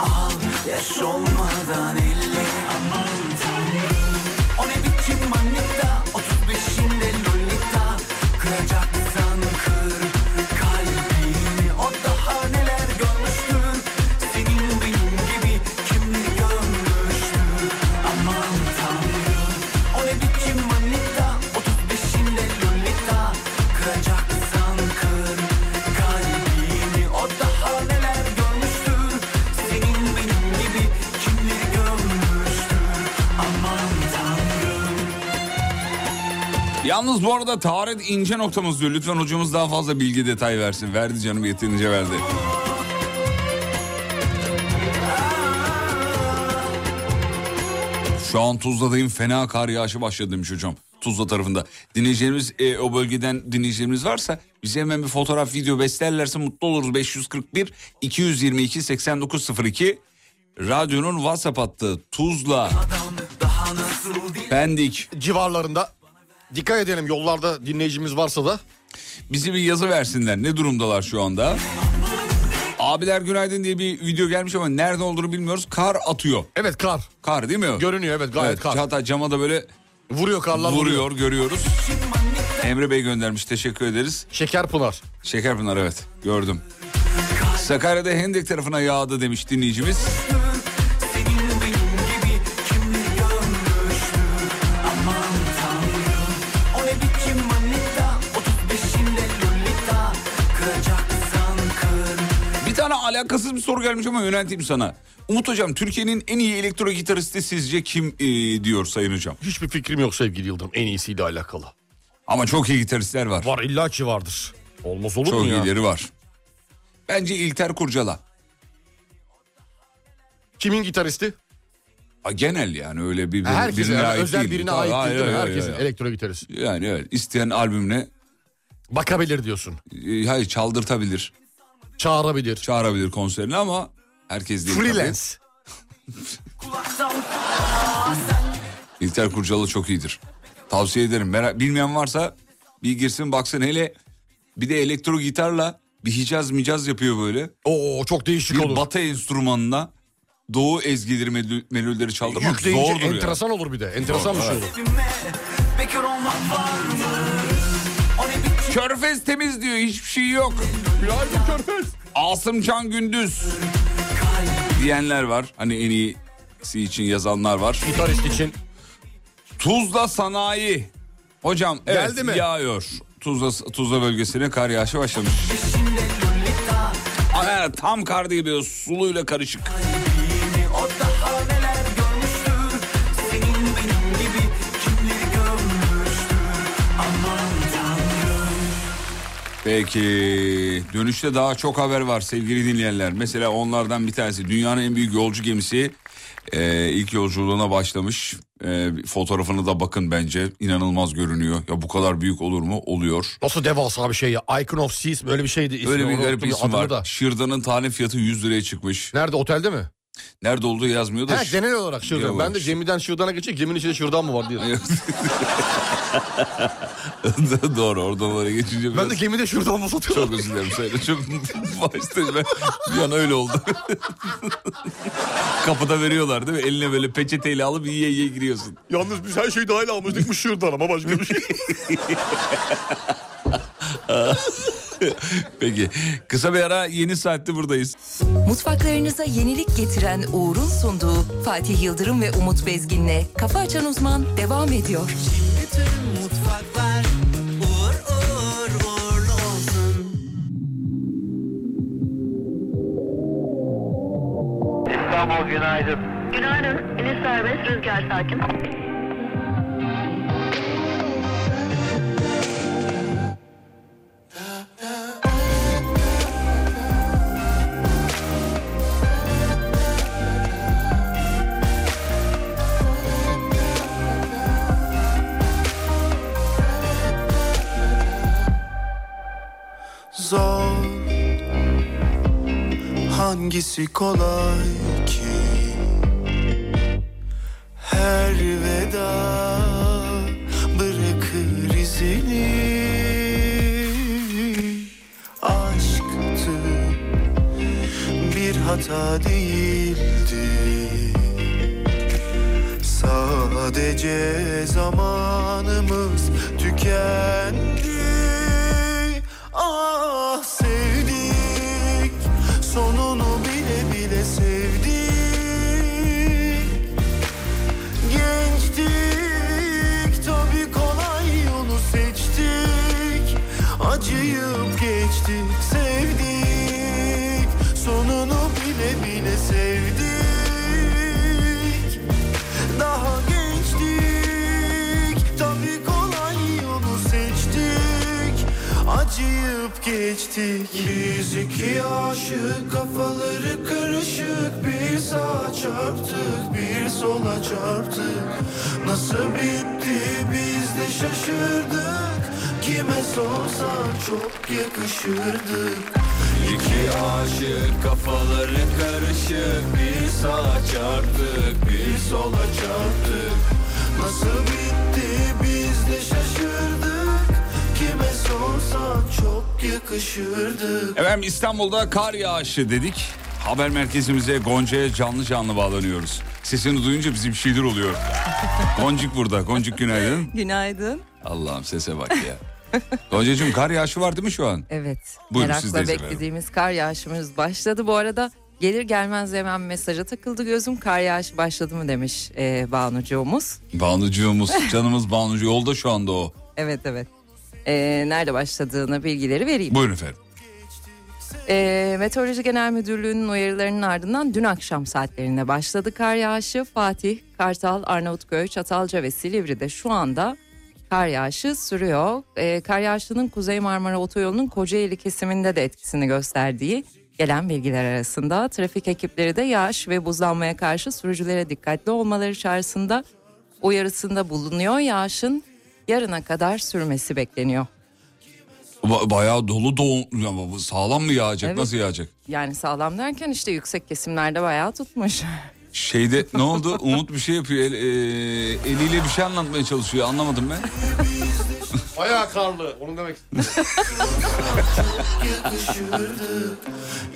[SPEAKER 4] Al yaş olmadan elli aman tanrım O ne biçim manita 35'inde lolita Kıracaksan kır kalbini O daha neler görmüştür Senin benim gibi kimli görmüştür Aman tanrım O ne biçim manita 35'inde lolita Kıracaksan kır kalbini O daha neler görmüştür senin benim gibi kimleri görmüştür Aman Tanrım
[SPEAKER 2] Yalnız bu arada taharet ince noktamız diyor. Lütfen hocamız daha fazla bilgi detay versin. Verdi canım yeterince verdi. Şu an Tuzla'dayım fena kar yağışı başladı demiş hocam. Tuzla tarafında. Dinleyicilerimiz e, o bölgeden dinleyicilerimiz varsa bize hemen bir fotoğraf video beslerlerse mutlu oluruz. 541 222 8902 radyonun WhatsApp hattı Tuzla. Pendik.
[SPEAKER 3] Civarlarında dikkat edelim yollarda dinleyicimiz varsa da
[SPEAKER 2] Bizi bir yazı versinler. Ne durumdalar şu anda? Abiler günaydın diye bir video gelmiş ama nerede olduğunu bilmiyoruz. Kar atıyor.
[SPEAKER 3] evet kar
[SPEAKER 2] Kar değil mi? o?
[SPEAKER 3] görünüyor evet gayet
[SPEAKER 2] Evet,
[SPEAKER 3] kar.
[SPEAKER 2] Hatta cama da böyle
[SPEAKER 3] Vuruyor karlar vuruyor.
[SPEAKER 2] vuruyor görüyoruz. Emre Bey göndermiş teşekkür ederiz.
[SPEAKER 3] Şeker Pınar.
[SPEAKER 2] Şekerpınar evet gördüm. Sakarya'da Hendek tarafına yağdı demiş dinleyicimiz. Bir tane alakasız bir soru gelmiş ama yönelteyim sana. Umut Hocam Türkiye'nin en iyi elektro gitaristi sizce kim eee, diyor Sayın Hocam?
[SPEAKER 3] Hiçbir fikrim yok sevgili Yıldırım en iyisiyle alakalı.
[SPEAKER 2] Ama çok iyi gitaristler var.
[SPEAKER 3] Var illa ki vardır. Olmaz olur
[SPEAKER 2] Çok
[SPEAKER 3] mu ya?
[SPEAKER 2] iyileri var. Bence İlter Kurcala.
[SPEAKER 3] Kimin gitaristi?
[SPEAKER 2] Ha, Genel yani öyle bir, bir
[SPEAKER 3] Herkese
[SPEAKER 2] birine
[SPEAKER 3] yani
[SPEAKER 2] ait
[SPEAKER 3] özel
[SPEAKER 2] değil.
[SPEAKER 3] birine
[SPEAKER 2] Tabii,
[SPEAKER 3] ait
[SPEAKER 2] hayır,
[SPEAKER 3] değil, değil mi?
[SPEAKER 2] hayır,
[SPEAKER 3] Herkesin
[SPEAKER 2] hayır.
[SPEAKER 3] elektro gitarist.
[SPEAKER 2] Yani evet isteyen albümüne
[SPEAKER 3] Bakabilir diyorsun.
[SPEAKER 2] e, hayır çaldırtabilir,
[SPEAKER 3] Çağırabilir.
[SPEAKER 2] çağırabilir konserine ama herkes değil. tabii.
[SPEAKER 3] Freelance.
[SPEAKER 2] İlter Kurcalı çok iyidir. Tavsiye ederim. Merak, bilmeyen varsa bir girsin baksın hele bir de elektro gitarla bir Hicaz micaz yapıyor böyle.
[SPEAKER 3] Oo çok değişik
[SPEAKER 2] Bir
[SPEAKER 3] olur.
[SPEAKER 2] batı enstrümanına doğu ezgileri melü- melodileri çaldırmak
[SPEAKER 3] Yükleyince
[SPEAKER 2] zordur yani.
[SPEAKER 3] enteresan olur bir de. Enteresan bir şey olur.
[SPEAKER 2] Körfez temiz diyor hiçbir şey yok. Asım Can Gündüz diyenler var. Hani en iyisi için yazanlar var.
[SPEAKER 3] Gitarist için.
[SPEAKER 2] Tuzla sanayi. Hocam evet
[SPEAKER 3] Geldi mi?
[SPEAKER 2] yağıyor. Tuzla, Tuzla bölgesine kar yağışı başlamış. Ama evet, tam kar değil böyle suluyla karışık. Peki dönüşte daha çok haber var sevgili dinleyenler. Mesela onlardan bir tanesi dünyanın en büyük yolcu gemisi e, ilk yolculuğuna başlamış. E, fotoğrafını da bakın bence inanılmaz görünüyor. Ya bu kadar büyük olur mu? Oluyor.
[SPEAKER 3] Nasıl devasa bir şey ya. Icon of Seas böyle bir şeydi. ismi.
[SPEAKER 2] Öyle bir
[SPEAKER 3] Onu
[SPEAKER 2] garip bir
[SPEAKER 3] unuttum,
[SPEAKER 2] isim
[SPEAKER 3] adını
[SPEAKER 2] var.
[SPEAKER 3] da.
[SPEAKER 2] Şırdan'ın tane fiyatı 100 liraya çıkmış.
[SPEAKER 3] Nerede otelde mi?
[SPEAKER 2] Nerede olduğu yazmıyor da.
[SPEAKER 3] Ha genel olarak şuradan. Ben de
[SPEAKER 2] Yok.
[SPEAKER 3] gemiden şuradan geçecek. Geminin içinde şuradan mı var diye.
[SPEAKER 2] *laughs* Doğru oradan oraya geçince biraz...
[SPEAKER 3] Ben de gemide şuradan mı satıyorlar?
[SPEAKER 2] Çok *laughs* özür dilerim Sayın Hocam. Başta ben bir an öyle oldu. *laughs* Kapıda veriyorlar değil mi? Eline böyle peçeteyle alıp yiye yiye giriyorsun.
[SPEAKER 3] Yalnız biz her şeyi dahil almıştık bu şuradan ama başka bir şey.
[SPEAKER 2] *laughs* Peki kısa bir ara yeni saatte buradayız.
[SPEAKER 10] Mutfaklarınıza yenilik getiren Uğur'un sunduğu Fatih Yıldırım ve Umut Bezgin'le Kafa Açan Uzman devam ediyor.
[SPEAKER 11] İstanbul günaydın.
[SPEAKER 12] Günaydın. İniş serbest, rüzgar sakin.
[SPEAKER 5] Zor Hangisi kolay ki Her veda Bırakır izini Aşktı Bir hata değildi Sadece zamanımız tükendi Ah sevdik Sonunu bile bile sevdik Gençtik tabi kolay yolu seçtik Acıyıp geçtik sevdik Sonunu bile bile sevdik daha gençtik Tabii kolay yolu seçtik Acıyıp geçtik Biz iki aşık kafaları karışık Bir sağa çarptık bir sola çarptık Nasıl bitti biz biz de şaşırdık Kime sorsa çok yakışırdık İki aşık kafaları karışık Bir sağa çarptık bir sola çarptık Nasıl bitti biz de şaşırdık Kime sorsa çok yakışırdık
[SPEAKER 2] Efendim İstanbul'da kar yağışı dedik. Haber merkezimize Gonca'ya canlı canlı bağlanıyoruz. Sesini duyunca bizim bir şeyler oluyor. Goncuk burada. Goncuk günaydın.
[SPEAKER 10] Günaydın.
[SPEAKER 2] Allah'ım sese bak ya. Gonca'cığım kar yağışı var değil mi şu an?
[SPEAKER 10] Evet.
[SPEAKER 2] Buyurun, siz de
[SPEAKER 10] merakla
[SPEAKER 2] izin verin.
[SPEAKER 10] beklediğimiz kar yağışımız başladı. Bu arada gelir gelmez hemen mesaja takıldı gözüm. Kar yağışı başladı mı demiş e, Banucuğumuz.
[SPEAKER 2] Banucuğumuz, canımız Banucu. Yolda şu anda o.
[SPEAKER 10] Evet evet. E, nerede başladığını bilgileri vereyim.
[SPEAKER 2] Buyurun efendim.
[SPEAKER 10] E, Meteoroloji Genel Müdürlüğü'nün uyarılarının ardından dün akşam saatlerinde başladı kar yağışı. Fatih, Kartal, Arnavutköy, Çatalca ve Silivri'de şu anda kar yağışı sürüyor. E, kar yağışının Kuzey Marmara Otoyolu'nun Kocaeli kesiminde de etkisini gösterdiği gelen bilgiler arasında trafik ekipleri de yağış ve buzlanmaya karşı sürücülere dikkatli olmaları çağrısında uyarısında bulunuyor. Yağışın yarına kadar sürmesi bekleniyor.
[SPEAKER 2] Ba- bayağı dolu dolu. Ama bu Sağlam mı yağacak?
[SPEAKER 10] Evet.
[SPEAKER 2] Nasıl yağacak?
[SPEAKER 10] Yani sağlam derken işte yüksek kesimlerde bayağı tutmuş. *laughs*
[SPEAKER 2] Şeyde ne oldu? Umut bir şey yapıyor. El- e, eliyle bir şey anlatmaya çalışıyor. Anlamadım ben.
[SPEAKER 3] Bayağı karlı. Onu demek istedim.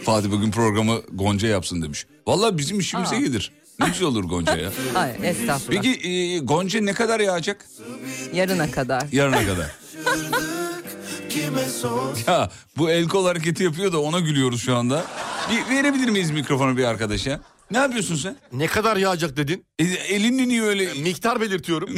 [SPEAKER 2] Fatih bugün programı Gonca yapsın demiş. Vallahi bizim işimize
[SPEAKER 10] Aa.
[SPEAKER 2] gelir. Ne güzel olur
[SPEAKER 10] *laughs*
[SPEAKER 2] Gonca ya.
[SPEAKER 10] Hayır estağfurullah.
[SPEAKER 2] Peki e, Gonca ne kadar yağacak?
[SPEAKER 10] Yarına kadar. *laughs*
[SPEAKER 2] Yarına kadar. ya bu el kol hareketi yapıyor da ona gülüyoruz şu anda. Bir verebilir miyiz mikrofonu bir arkadaşa? Ne yapıyorsun sen?
[SPEAKER 3] Ne kadar yağacak dedin? E,
[SPEAKER 2] E, elinle niye öyle?
[SPEAKER 3] Miktar belirtiyorum.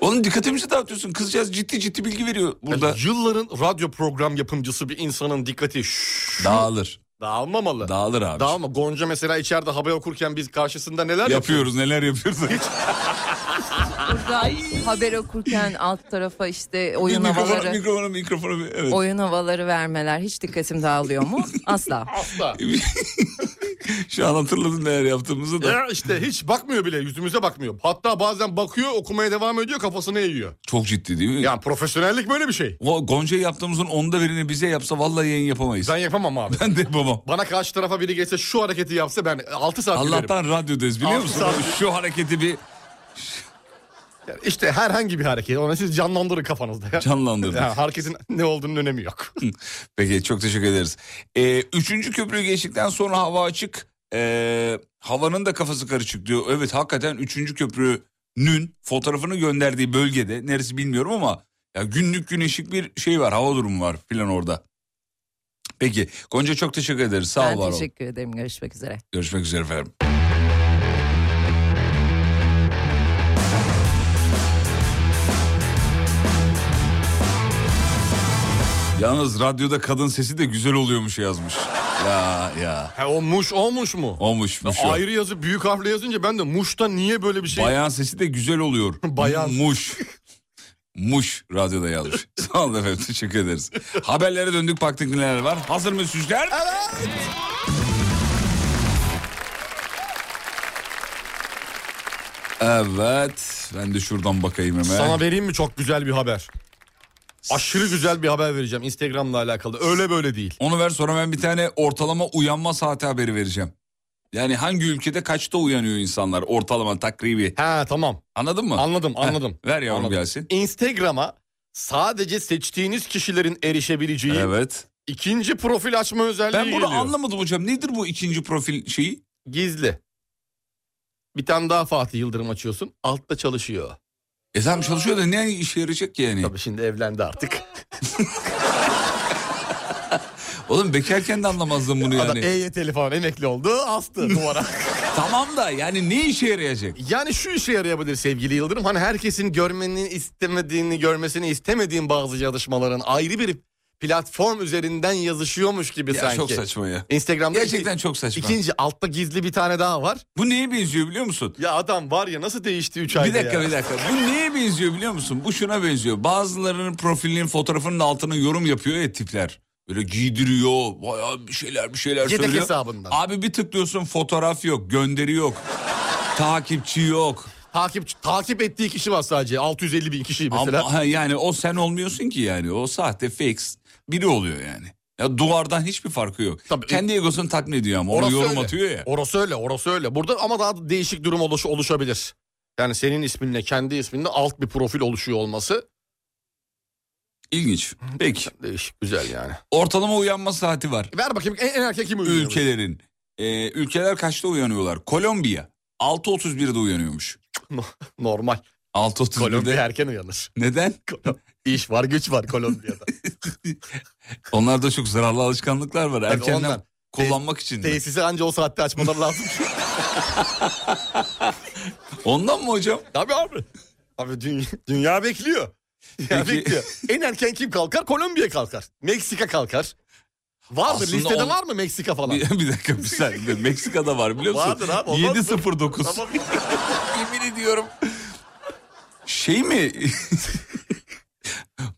[SPEAKER 2] Onun dikkatimizi dağıtıyorsun. Kızcağız ciddi ciddi bilgi veriyor burada.
[SPEAKER 3] Yılların radyo program yapımcısı bir insanın dikkati şşş,
[SPEAKER 2] Dağılır.
[SPEAKER 3] dağılmamalı.
[SPEAKER 2] Dağılır abi.
[SPEAKER 3] Dağılma. Gonca mesela içeride haber okurken biz karşısında neler yapıyoruz?
[SPEAKER 2] *laughs* Yapıyoruz neler yapıyoruz.
[SPEAKER 10] Burada haber okurken alt tarafa işte *laughs* oyun
[SPEAKER 2] mikrofonu,
[SPEAKER 10] havaları
[SPEAKER 2] mikrofonu, mikrofonu. Evet.
[SPEAKER 10] oyun havaları vermeler hiç dikkatim dağılıyor
[SPEAKER 2] *laughs*
[SPEAKER 10] mu? Asla.
[SPEAKER 3] Asla.
[SPEAKER 2] Şu an hatırladın neler yaptığımızı da.
[SPEAKER 3] Ya işte hiç bakmıyor bile yüzümüze bakmıyor. Hatta bazen bakıyor okumaya devam ediyor kafasını eğiyor.
[SPEAKER 2] Çok ciddi değil mi?
[SPEAKER 3] Yani profesyonellik böyle bir şey.
[SPEAKER 2] O Gonca yaptığımızın onda birini bize yapsa vallahi yayın yapamayız.
[SPEAKER 3] Ben yapamam abi.
[SPEAKER 2] *laughs* Ben de babam.
[SPEAKER 3] Bana karşı tarafa biri geçse şu hareketi yapsa ben 6 saat gülerim.
[SPEAKER 2] Allah'tan radyodayız biliyor
[SPEAKER 3] Altı
[SPEAKER 2] musun?
[SPEAKER 3] saat.
[SPEAKER 2] Şu hareketi bir
[SPEAKER 3] Yani İşte herhangi bir hareket. Onu siz canlandırın kafanızda. Ya.
[SPEAKER 2] canlandırdık.
[SPEAKER 3] Ya hareketin ne olduğunun önemi yok.
[SPEAKER 2] *laughs* Peki çok teşekkür ederiz. Ee, üçüncü köprüyü geçtikten sonra hava açık. Ee, havanın da kafası karışık diyor. Evet hakikaten üçüncü köprünün fotoğrafını gönderdiği bölgede neresi bilmiyorum ama ya günlük güneşlik bir şey var hava durumu var filan orada. Peki Gonca çok teşekkür ederiz. Sağ ol var
[SPEAKER 10] ben
[SPEAKER 2] ol.
[SPEAKER 10] teşekkür ederim. Görüşmek üzere.
[SPEAKER 2] Görüşmek üzere efendim. Yalnız radyoda kadın sesi de güzel oluyormuş yazmış. Ya ya.
[SPEAKER 3] Ha, o muş olmuş mu?
[SPEAKER 2] Olmuş muş. o.
[SPEAKER 3] Ayrı yazı büyük harfle yazınca ben de muşta niye böyle bir şey...
[SPEAKER 2] Bayan sesi de güzel oluyor.
[SPEAKER 3] *laughs* Bayan.
[SPEAKER 2] Muş. Muş radyoda
[SPEAKER 3] *laughs*
[SPEAKER 2] yazmış. Sağ olun efendim teşekkür ederiz. Haberlere döndük baktık neler var. Hazır mı süsler? Evet. Ben de şuradan bakayım hemen.
[SPEAKER 3] Sana vereyim mi çok güzel bir haber? Aşırı güzel bir haber vereceğim Instagram'la alakalı. Öyle böyle değil.
[SPEAKER 2] Onu ver sonra ben bir tane ortalama uyanma saati haberi vereceğim. Yani hangi ülkede kaçta uyanıyor insanlar ortalama takribi.
[SPEAKER 3] Ha tamam
[SPEAKER 2] Anladın mı?
[SPEAKER 3] anladım anladım.
[SPEAKER 2] Heh, ver yavrum
[SPEAKER 3] Anladım.
[SPEAKER 2] gelsin.
[SPEAKER 3] Instagram'a sadece seçtiğiniz kişilerin erişebileceği
[SPEAKER 2] Evet.
[SPEAKER 3] ikinci profil açma özelliği
[SPEAKER 2] Ben bunu
[SPEAKER 3] geliyor.
[SPEAKER 2] anlamadım hocam. Nedir bu ikinci profil şeyi?
[SPEAKER 3] Gizli. Bir tane daha Fatih Yıldırım açıyorsun. Altta çalışıyor.
[SPEAKER 2] E tamam çalışıyor da ne işe yarayacak ki yani?
[SPEAKER 3] Tabii şimdi evlendi artık.
[SPEAKER 2] Oğlum bekarken de anlamazdım bunu
[SPEAKER 3] Adam E
[SPEAKER 2] yani.
[SPEAKER 3] EYT'li falan emekli oldu. Astı
[SPEAKER 2] *laughs*
[SPEAKER 3] numara.
[SPEAKER 2] Tamam da yani ne işe yarayacak?
[SPEAKER 3] Yani şu işe yarayabilir sevgili Yıldırım. Hani herkesin görmeni istemediğini, görmesini istemediğin bazı yazışmaların ayrı bir platform üzerinden yazışıyormuş gibi
[SPEAKER 2] Ya
[SPEAKER 3] sanki.
[SPEAKER 2] çok saçma ya.
[SPEAKER 3] Instagram'da
[SPEAKER 2] Gerçekten
[SPEAKER 3] iki-
[SPEAKER 2] çok saçma.
[SPEAKER 3] ikinci altta gizli bir tane daha var.
[SPEAKER 2] Bu neye benziyor biliyor musun?
[SPEAKER 3] Ya adam var ya nasıl değişti 3 ayda
[SPEAKER 2] Bir dakika
[SPEAKER 3] ya.
[SPEAKER 2] bir dakika. Bu neye benziyor biliyor musun? Bu şuna benziyor. Bazılarının profilinin fotoğrafının altına yorum yapıyor ya tipler. Böyle giydiriyor. Bayağı bir şeyler bir şeyler
[SPEAKER 3] Yedek
[SPEAKER 2] söylüyor.
[SPEAKER 3] hesabından.
[SPEAKER 2] Abi bir tıklıyorsun fotoğraf yok. Gönderi yok. Takipçi yok.
[SPEAKER 3] Takip takip ettiği kişi var sadece. 650 bin kişi mesela.
[SPEAKER 2] Ama ha, yani o sen olmuyorsun ki yani. O sahte fake biri oluyor yani. Ya duvardan hiçbir farkı yok.
[SPEAKER 3] Tabii.
[SPEAKER 2] Kendi egosunu tatmin ediyor ama. Onu yorum atıyor ya.
[SPEAKER 3] Orası öyle, orası öyle. Burada ama daha değişik durum oluş, oluşabilir. Yani senin isminle kendi isminle alt bir profil oluşuyor olması
[SPEAKER 2] İlginç. Peki.
[SPEAKER 3] değişik, güzel yani.
[SPEAKER 2] Ortalama uyanma saati var.
[SPEAKER 3] Ver bakayım en, en erkek kim uyuyor?
[SPEAKER 2] Ülkelerin. Ee, ülkeler kaçta uyanıyorlar? Kolombiya 6.31'de uyanıyormuş.
[SPEAKER 3] Normal.
[SPEAKER 2] 6.31'de.
[SPEAKER 3] Kolombiya erken uyanır.
[SPEAKER 2] Neden?
[SPEAKER 3] İş var, güç var
[SPEAKER 2] *laughs*
[SPEAKER 3] Kolombiya'da.
[SPEAKER 2] Onlarda çok zararlı alışkanlıklar var. Erkenden
[SPEAKER 3] ondan.
[SPEAKER 2] kullanmak için. de.
[SPEAKER 3] Tesisi anca o saatte açmaları lazım.
[SPEAKER 2] *laughs* Ondan mı hocam?
[SPEAKER 3] Tabii abi. Abi dü- dünya bekliyor. Dünya
[SPEAKER 2] Peki.
[SPEAKER 3] bekliyor. En erken kim kalkar? Kolombiya kalkar. Meksika kalkar. Vardır
[SPEAKER 2] Aslında
[SPEAKER 3] listede
[SPEAKER 2] on-
[SPEAKER 3] var mı Meksika falan?
[SPEAKER 2] Bir, bir dakika bir saniye. Meksika'da var biliyor musun?
[SPEAKER 3] Vardır abi, olmaz mı?
[SPEAKER 2] 7.09.
[SPEAKER 3] Tamam. *laughs*
[SPEAKER 2] Yemin ediyorum. Şey mi? *laughs*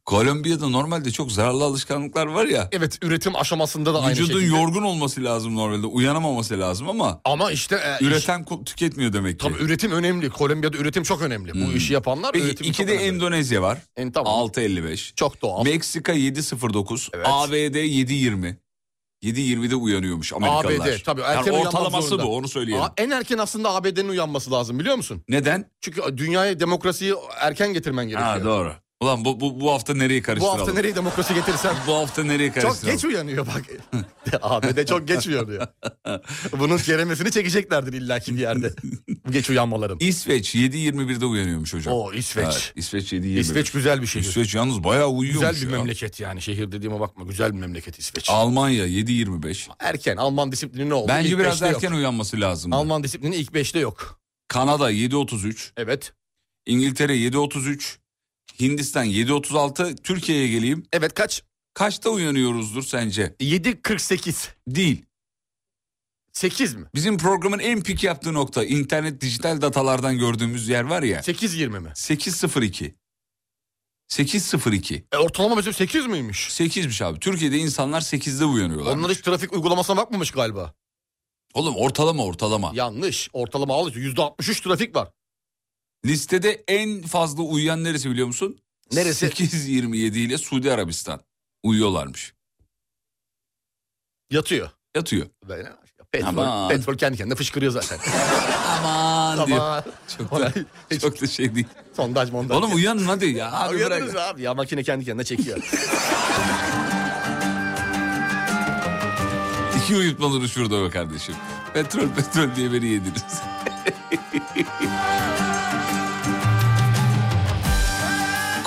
[SPEAKER 2] Kolombiya'da normalde çok zararlı alışkanlıklar var ya.
[SPEAKER 3] Evet üretim aşamasında da aynı
[SPEAKER 2] Vücudun
[SPEAKER 3] şekilde.
[SPEAKER 2] yorgun olması lazım normalde. Uyanamaması lazım ama
[SPEAKER 3] Ama işte e, iş-
[SPEAKER 2] üreten ku- tüketmiyor demek ki. Hmm.
[SPEAKER 3] tabii üretim önemli. Kolombiya'da üretim çok önemli. Bu işi yapanlar
[SPEAKER 2] Peki
[SPEAKER 3] üretim çok
[SPEAKER 2] ikide
[SPEAKER 3] önemli.
[SPEAKER 2] Endonezya var.
[SPEAKER 3] En, tamam.
[SPEAKER 2] 6.55.
[SPEAKER 3] Çok doğal.
[SPEAKER 2] Meksika 7.09.
[SPEAKER 3] Evet.
[SPEAKER 2] ABD 7.20. 7.20'de uyanıyormuş Amerikalılar.
[SPEAKER 3] ABD tabii
[SPEAKER 2] Yani
[SPEAKER 3] erken uyanmak
[SPEAKER 2] ortalaması
[SPEAKER 3] zorunda.
[SPEAKER 2] bu onu söyleyelim.
[SPEAKER 3] Aa, en erken aslında ABD'nin uyanması lazım biliyor musun?
[SPEAKER 2] Neden?
[SPEAKER 3] Çünkü dünyaya demokrasiyi erken getirmen gerekiyor.
[SPEAKER 2] Ha doğru. Ulan bu, bu, bu hafta nereyi
[SPEAKER 3] Bu
[SPEAKER 2] karıştıralım?
[SPEAKER 3] hafta nereye demokrasi getirsen
[SPEAKER 2] Bu hafta nereye
[SPEAKER 3] Çok
[SPEAKER 2] karıştıralım?
[SPEAKER 3] geç uyanıyor bak. ABD çok geç uyanıyor. Bunun ceremesini çekeceklerdir illaki bir
[SPEAKER 2] *laughs*
[SPEAKER 3] yerde. Bu geç uyanmaların.
[SPEAKER 2] İsveç 7.21'de uyanıyormuş hocam.
[SPEAKER 3] O İsveç.
[SPEAKER 2] Evet, İsveç 7.21.
[SPEAKER 3] İsveç güzel bir şehir.
[SPEAKER 2] İsveç yalnız bayağı uyuyormuş
[SPEAKER 3] güzel bir
[SPEAKER 2] ya.
[SPEAKER 3] memleket yani. Şehir dediğime bakma. Güzel bir memleket İsveç.
[SPEAKER 2] *laughs* Almanya 7.25.
[SPEAKER 3] erken. Alman disiplini ne oldu?
[SPEAKER 2] Bence
[SPEAKER 3] İlk
[SPEAKER 2] biraz
[SPEAKER 3] beşte
[SPEAKER 2] erken
[SPEAKER 3] yok.
[SPEAKER 2] uyanması lazım.
[SPEAKER 3] Alman disiplini ilk 5'te yok.
[SPEAKER 2] Kanada 7.33.
[SPEAKER 3] Evet.
[SPEAKER 2] İngiltere 7.33. Hindistan 7.36. Türkiye'ye geleyim.
[SPEAKER 3] Evet kaç?
[SPEAKER 2] Kaçta uyanıyoruzdur sence?
[SPEAKER 3] 7.48.
[SPEAKER 2] Değil.
[SPEAKER 3] 8 mi?
[SPEAKER 2] Bizim programın en pik yaptığı nokta internet dijital datalardan gördüğümüz yer var ya.
[SPEAKER 3] 8.20 mi?
[SPEAKER 2] 8.02. 8.02.
[SPEAKER 3] E, ortalama bizim 8 miymiş?
[SPEAKER 2] 8'miş abi. Türkiye'de insanlar 8'de uyanıyorlar.
[SPEAKER 3] Onlar hiç trafik uygulamasına bakmamış galiba.
[SPEAKER 2] Oğlum ortalama ortalama.
[SPEAKER 3] Yanlış. Ortalama al. %63 trafik var.
[SPEAKER 2] Listede en fazla uyuyan neresi biliyor musun?
[SPEAKER 3] Neresi?
[SPEAKER 2] 8.27 ile Suudi Arabistan. Uyuyorlarmış.
[SPEAKER 3] Yatıyor.
[SPEAKER 2] Yatıyor.
[SPEAKER 3] Böyle petrol,
[SPEAKER 2] Aman.
[SPEAKER 3] petrol kendi kendine fışkırıyor zaten.
[SPEAKER 2] Aman diyor.
[SPEAKER 3] Ama
[SPEAKER 2] Çok da,
[SPEAKER 3] Hiç-
[SPEAKER 2] çok da şey değil.
[SPEAKER 3] sondaj mondaj.
[SPEAKER 2] Oğlum uyanın hadi ya. *laughs* Hadi
[SPEAKER 3] Uyanırız
[SPEAKER 2] bırak.
[SPEAKER 3] abi ya makine kendi kendine
[SPEAKER 2] *laughs*
[SPEAKER 3] çekiyor.
[SPEAKER 2] İki uyutmaları şurada be kardeşim. Petrol petrol diye
[SPEAKER 3] *laughs*
[SPEAKER 2] beni yediniz.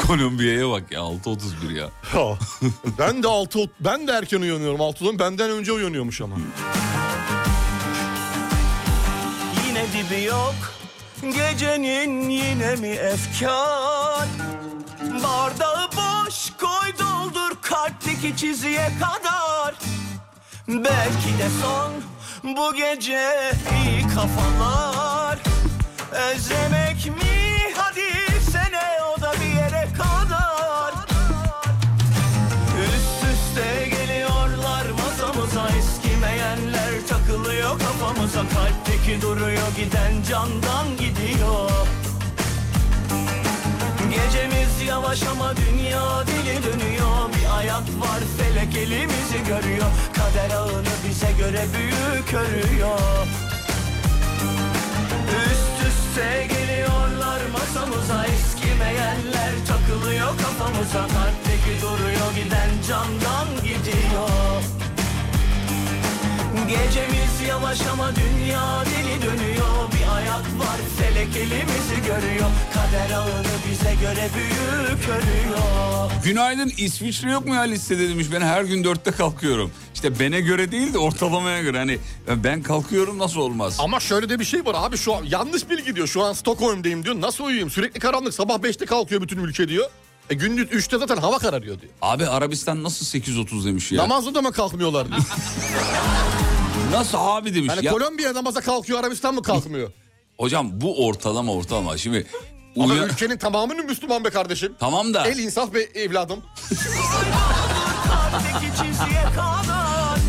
[SPEAKER 2] Kolombiya'ya bak ya 6.31 ya.
[SPEAKER 3] Ya, ben de altı ben de erken uyanıyorum. Altıdan benden önce uyanıyormuş ama.
[SPEAKER 13] Yine dibi yok Gecenin yine mi efkar Bardağı boş koy doldur kalpteki çiziye kadar Belki de son bu gece iyi kafalar Özlemek mi hadi sene o da bir yere kadar Üst üste geliyorlar masamıza Eskimeyenler takılıyor kafamıza Kalpteki duruyor giden candan gidiyor Gecemiz yavaş ama dünya dili dönüyor Bir hayat var felek elimizi görüyor Kader ağını bize göre büyük örüyor Üst üste geliyorlar masamıza Eskimeyenler takılıyor kafamıza Kalpteki duruyor giden candan gidiyor Gecemiz yavaş ama dünya deli dönüyor Bir hayat var felek elimizi görüyor Kader ağını bize göre büyük örüyor
[SPEAKER 2] Günaydın İsviçre yok mu ya listede demiş. Ben her gün dörtte kalkıyorum. İşte bene göre değil de ortalamaya göre. Hani ben kalkıyorum nasıl olmaz?
[SPEAKER 3] Ama şöyle de bir şey var abi şu an yanlış bilgi diyor. Şu an Stockholm'deyim diyor. Nasıl uyuyayım? Sürekli karanlık. Sabah 5'te kalkıyor bütün ülke diyor. E gündüz 3'te zaten hava kararıyor diyor.
[SPEAKER 2] Abi Arabistan nasıl 8.30 demiş ya.
[SPEAKER 3] Namazda da mı kalkmıyorlar diyor.
[SPEAKER 2] *laughs* Nasıl abi demiş
[SPEAKER 3] Yani
[SPEAKER 2] ya.
[SPEAKER 3] Kolombiya namaza kalkıyor Arabistan mı
[SPEAKER 2] *laughs*
[SPEAKER 3] kalkmıyor?
[SPEAKER 2] Hocam bu ortalama ortalama. Şimdi
[SPEAKER 3] Ama
[SPEAKER 2] uyan-
[SPEAKER 3] ülkenin tamamının Müslüman be kardeşim.
[SPEAKER 2] Tamam da
[SPEAKER 3] El insaf be evladım.
[SPEAKER 13] Kalpteki çizgiye kadar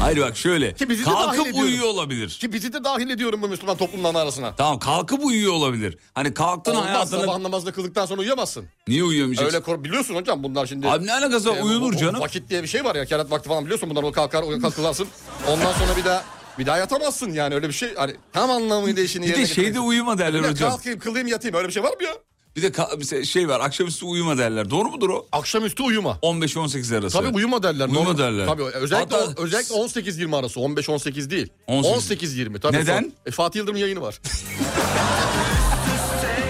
[SPEAKER 2] Hayır bak şöyle.
[SPEAKER 3] Ki bizi de dahil
[SPEAKER 2] Kalkıp
[SPEAKER 3] ediyorum.
[SPEAKER 2] uyuyor olabilir.
[SPEAKER 3] Ki *laughs* bizi de
[SPEAKER 2] *laughs*
[SPEAKER 3] dahil ediyorum bu Müslüman toplumların arasına.
[SPEAKER 2] Tamam kalkıp uyuyor olabilir. Hani kalktın
[SPEAKER 3] Olmaz
[SPEAKER 2] hayatını...
[SPEAKER 3] sabah namazını kıldıktan sonra uyuyamazsın.
[SPEAKER 2] Niye uyuyamayacaksın?
[SPEAKER 3] Öyle kor biliyorsun hocam bunlar şimdi.
[SPEAKER 2] Abi ne alakası var
[SPEAKER 3] E,
[SPEAKER 2] uyulur
[SPEAKER 3] bu- bu
[SPEAKER 2] canım.
[SPEAKER 3] Vakit diye bir şey var ya kerat vakti falan biliyorsun bunlar o kalkar o kalkılarsın. Ondan sonra bir daha bir daha yatamazsın yani öyle bir şey hani tam anlamıyla işini
[SPEAKER 2] Bir
[SPEAKER 3] yerine
[SPEAKER 2] de şeyde
[SPEAKER 3] getirmek-
[SPEAKER 2] uyuma derler
[SPEAKER 3] Ya
[SPEAKER 2] hocam.
[SPEAKER 3] Kalkayım kılayım yatayım öyle bir şey var mı ya?
[SPEAKER 2] Bir de ka- bir şey var akşamüstü uyuma derler. Doğru mudur o?
[SPEAKER 3] Akşamüstü uyuma.
[SPEAKER 2] 15-18 arası.
[SPEAKER 3] Tabii uyuma derler.
[SPEAKER 2] Uyuma
[SPEAKER 3] Normal-
[SPEAKER 2] derler.
[SPEAKER 3] Tabii özellikle,
[SPEAKER 2] Hatta-
[SPEAKER 3] özellikle 18-20 arası 15-18 değil.
[SPEAKER 2] 18.
[SPEAKER 3] 18-20 tabii.
[SPEAKER 2] Neden?
[SPEAKER 3] Fa- E, Fatih Yıldırım yayını var.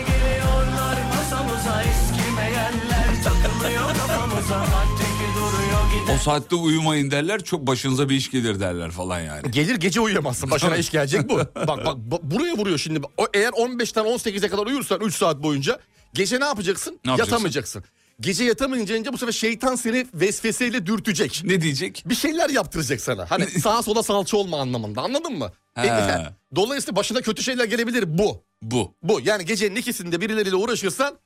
[SPEAKER 5] Geliyorlar masamıza eskimeyenler Takılıyor kafamıza Hatteki duruyor gider
[SPEAKER 2] O saatte uyumayın derler çok başınıza bir iş gelir derler
[SPEAKER 3] *laughs*
[SPEAKER 2] falan yani.
[SPEAKER 3] Gelir gece uyuyamazsın. Başına iş gelecek
[SPEAKER 2] *laughs*
[SPEAKER 3] bu. Bak bak ba- buraya vuruyor şimdi. O, eğer 15'ten 18'e kadar uyursan 3 saat boyunca gece ne yapacaksın?
[SPEAKER 2] Ne yapacaksın?
[SPEAKER 3] Yatamayacaksın. Gece yatamayınca bu sefer şeytan seni vesveseyle dürtecek.
[SPEAKER 2] Ne diyecek?
[SPEAKER 3] Bir şeyler yaptıracak sana.
[SPEAKER 2] *laughs*
[SPEAKER 3] Hani sağa sola salça olma anlamında anladın mı?
[SPEAKER 2] He.
[SPEAKER 3] E, *laughs* Dolayısıyla başına kötü şeyler gelebilir bu.
[SPEAKER 2] Bu.
[SPEAKER 3] Bu yani gecenin ikisinde birileriyle uğraşıyorsan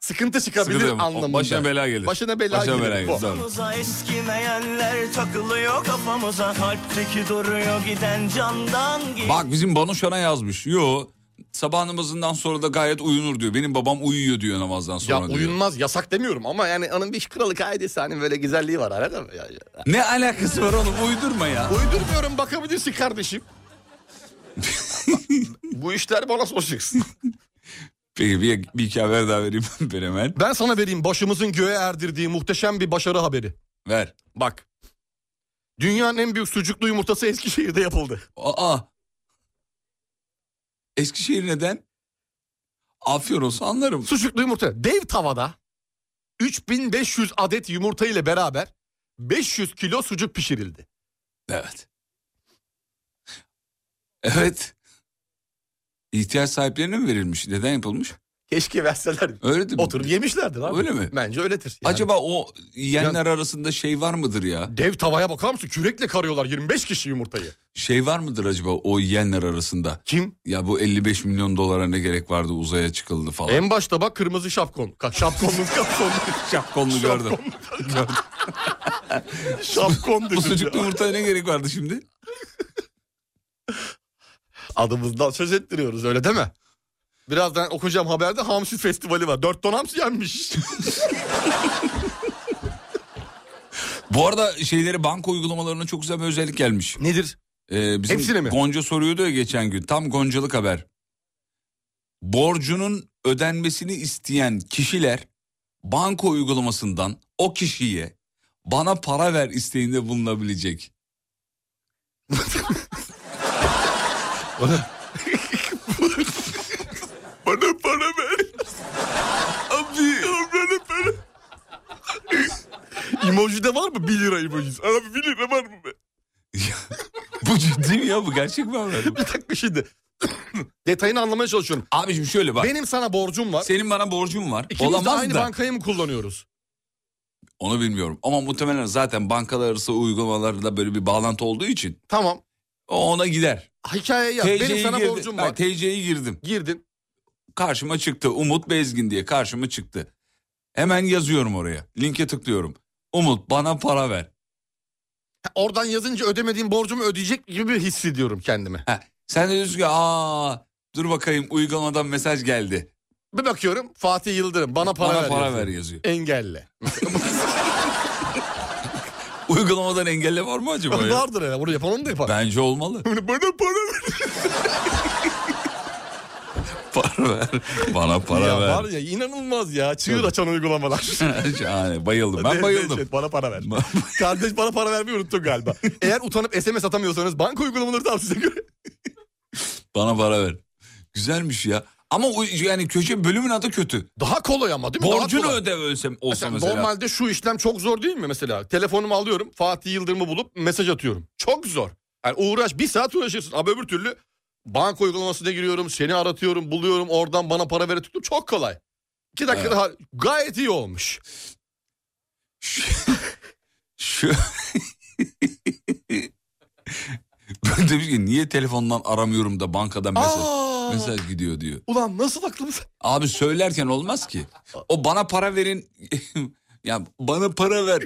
[SPEAKER 3] sıkıntı çıkabilir
[SPEAKER 2] Sıkıntı mı?
[SPEAKER 3] anlamında.
[SPEAKER 2] Başına bela gelir.
[SPEAKER 3] Başına bela
[SPEAKER 2] Başına
[SPEAKER 3] gelir.
[SPEAKER 2] bela gelir.
[SPEAKER 3] Bu.
[SPEAKER 2] doğru.
[SPEAKER 5] Kafamıza eskimeyenler takılıyor kafamıza Kalpteki duruyor giden candan gi-
[SPEAKER 2] Bak bizim Banu Şan'a yazmış. Yo sabah namazından sonra da gayet uyunur diyor. Benim babam uyuyor diyor namazdan
[SPEAKER 3] Ya
[SPEAKER 2] sonra diyor.
[SPEAKER 3] uyunmaz yasak demiyorum ama yani onun bir kralı kaidesi hani böyle güzelliği var arada mı? Ya- ya-
[SPEAKER 2] Ne alakası var oğlum uydurma ya.
[SPEAKER 3] Uydurmuyorum bakabilirsin
[SPEAKER 2] *laughs*
[SPEAKER 3] kardeşim. Bu işler bana soracaksın.
[SPEAKER 2] Peki bir, bir iki haber daha vereyim ben *laughs* hemen.
[SPEAKER 3] Ben sana vereyim başımızın göğe erdirdiği muhteşem bir başarı haberi.
[SPEAKER 2] Ver.
[SPEAKER 3] Bak. Dünyanın en büyük sucuklu yumurtası Eskişehir'de yapıldı.
[SPEAKER 2] Aa. Eskişehir neden? Afyon olsa anlarım.
[SPEAKER 3] Sucuklu yumurta. Dev tavada 3500 adet yumurta ile beraber 500 kilo sucuk pişirildi.
[SPEAKER 2] Evet. Evet. İhtiyaç sahiplerine mi verilmiş? Neden yapılmış?
[SPEAKER 3] Keşke verseler.
[SPEAKER 2] Öyle değil mi?
[SPEAKER 3] Oturup yemişlerdir abi.
[SPEAKER 2] Öyle mi?
[SPEAKER 3] Bence öyledir. Yani.
[SPEAKER 2] Acaba o yiyenler arasında şey var mıdır ya?
[SPEAKER 3] Dev tavaya bakar mısın? Kürekle karıyorlar 25 kişi yumurtayı.
[SPEAKER 2] Şey var mıdır acaba o yiyenler arasında?
[SPEAKER 3] Kim?
[SPEAKER 2] Ya bu 55 milyon dolara ne gerek vardı uzaya çıkıldı falan.
[SPEAKER 3] En başta bak kırmızı şapkon. Ka- Şapkonlu kapkon.
[SPEAKER 2] *laughs* Şapkonlu gördüm.
[SPEAKER 3] *laughs* Şapkon
[SPEAKER 2] Bu
[SPEAKER 3] dedim
[SPEAKER 2] sucuklu
[SPEAKER 3] ya.
[SPEAKER 2] yumurtaya ne gerek vardı şimdi?
[SPEAKER 3] Adımızdan söz ettiriyoruz öyle değil mi? Birazdan okuyacağım haberde hamsi festivali var. 4 ton hamsi
[SPEAKER 2] *laughs*
[SPEAKER 3] yenmiş.
[SPEAKER 2] Bu arada şeyleri banka uygulamalarına çok güzel bir özellik gelmiş.
[SPEAKER 3] Nedir?
[SPEAKER 2] Ee, bizim
[SPEAKER 3] Hepsine mi?
[SPEAKER 2] Gonca soruyordu ya geçen gün. Tam Goncalık haber. Borcunun ödenmesini isteyen kişiler banka uygulamasından o kişiye bana para ver
[SPEAKER 3] *laughs*
[SPEAKER 2] isteğinde bulunabilecek.
[SPEAKER 3] *laughs* Bana para ver. Abi. Bana para. Emoji de var mı? 1 lira emojisi. Abi 1 lira var mı? be?
[SPEAKER 2] bu ciddi mi ya bu gerçek mi abi?
[SPEAKER 3] Bir dakika şimdi. *coughs* Detayını anlamaya çalışıyorum.
[SPEAKER 2] Abiciğim şöyle bak.
[SPEAKER 3] Benim sana borcum var.
[SPEAKER 2] Senin bana borcun var.
[SPEAKER 3] İkimiz de
[SPEAKER 2] Olamaz
[SPEAKER 3] aynı
[SPEAKER 2] da.
[SPEAKER 3] bankayı mı kullanıyoruz?
[SPEAKER 2] Onu bilmiyorum. Ama muhtemelen zaten bankalar arası uygulamalarda böyle bir bağlantı olduğu için
[SPEAKER 3] Tamam.
[SPEAKER 2] o ona gider.
[SPEAKER 3] Hikayeye yaz.
[SPEAKER 2] TC'yi
[SPEAKER 3] E Benim sana
[SPEAKER 2] girdi-
[SPEAKER 3] borcum
[SPEAKER 2] Ben
[SPEAKER 3] var.
[SPEAKER 2] TC'yi girdim.
[SPEAKER 3] Girdin.
[SPEAKER 2] karşıma çıktı. Umut Bezgin diye karşıma çıktı. Hemen yazıyorum oraya. Linke tıklıyorum. Umut bana para ver.
[SPEAKER 3] Ha, Oradan yazınca ödemediğim borcumu ödeyecek gibi hissediyorum kendimi.
[SPEAKER 2] Ha, sen de diyorsun ki aa dur bakayım uygulamadan mesaj geldi.
[SPEAKER 3] Bir bakıyorum Fatih Yıldırım bana para
[SPEAKER 2] bana
[SPEAKER 3] ver.
[SPEAKER 2] para
[SPEAKER 3] yazıyor.
[SPEAKER 2] ver yazıyor.
[SPEAKER 3] Engelle.
[SPEAKER 2] Uygulamadan engelle var mı acaba ya?
[SPEAKER 3] *laughs* Vardır ya bunu yapalım da yapalım.
[SPEAKER 2] Bence olmalı.
[SPEAKER 3] Bana para ver.
[SPEAKER 2] *laughs* Para ver. Bana para
[SPEAKER 3] ya
[SPEAKER 2] ver.
[SPEAKER 3] var ya inanılmaz ya. Çığır açan
[SPEAKER 2] *laughs*
[SPEAKER 3] uygulamalar.
[SPEAKER 2] Şahane, bayıldım. Ben
[SPEAKER 3] Dehşet,
[SPEAKER 2] bayıldım.
[SPEAKER 3] dehşet. Bana para
[SPEAKER 2] *laughs*
[SPEAKER 3] ver. Kardeş bana para vermeyi unuttun galiba. Eğer utanıp SMS atamıyorsanız banka uygulamaları da al size göre.
[SPEAKER 2] bana para ver. Güzelmiş ya. Ama o- yani köşe bölümün adı kötü.
[SPEAKER 3] Daha kolay ama değil mi? Daha
[SPEAKER 2] Borcunu
[SPEAKER 3] kolay.
[SPEAKER 2] öde ölsem
[SPEAKER 3] Mesela
[SPEAKER 2] olsa mesela.
[SPEAKER 3] Normalde şu işlem çok zor değil mi mesela? Telefonumu alıyorum Fatih Yıldırım'ı bulup mesaj atıyorum. Çok zor. Yani uğraş bir saat uğraşırsın ama öbür türlü banka uygulamasına giriyorum seni aratıyorum buluyorum oradan bana para ver tuttum çok kolay. İki dakika
[SPEAKER 2] Evet.
[SPEAKER 3] daha gayet iyi olmuş.
[SPEAKER 2] Şu... *laughs* ben demiş ki niye telefondan aramıyorum da bankadan mesaj,
[SPEAKER 3] Aa!
[SPEAKER 2] mesaj gidiyor diyor.
[SPEAKER 3] Ulan nasıl aklımıza?
[SPEAKER 2] Abi *laughs* söylerken olmaz ki. O bana para verin. ya bana para ver.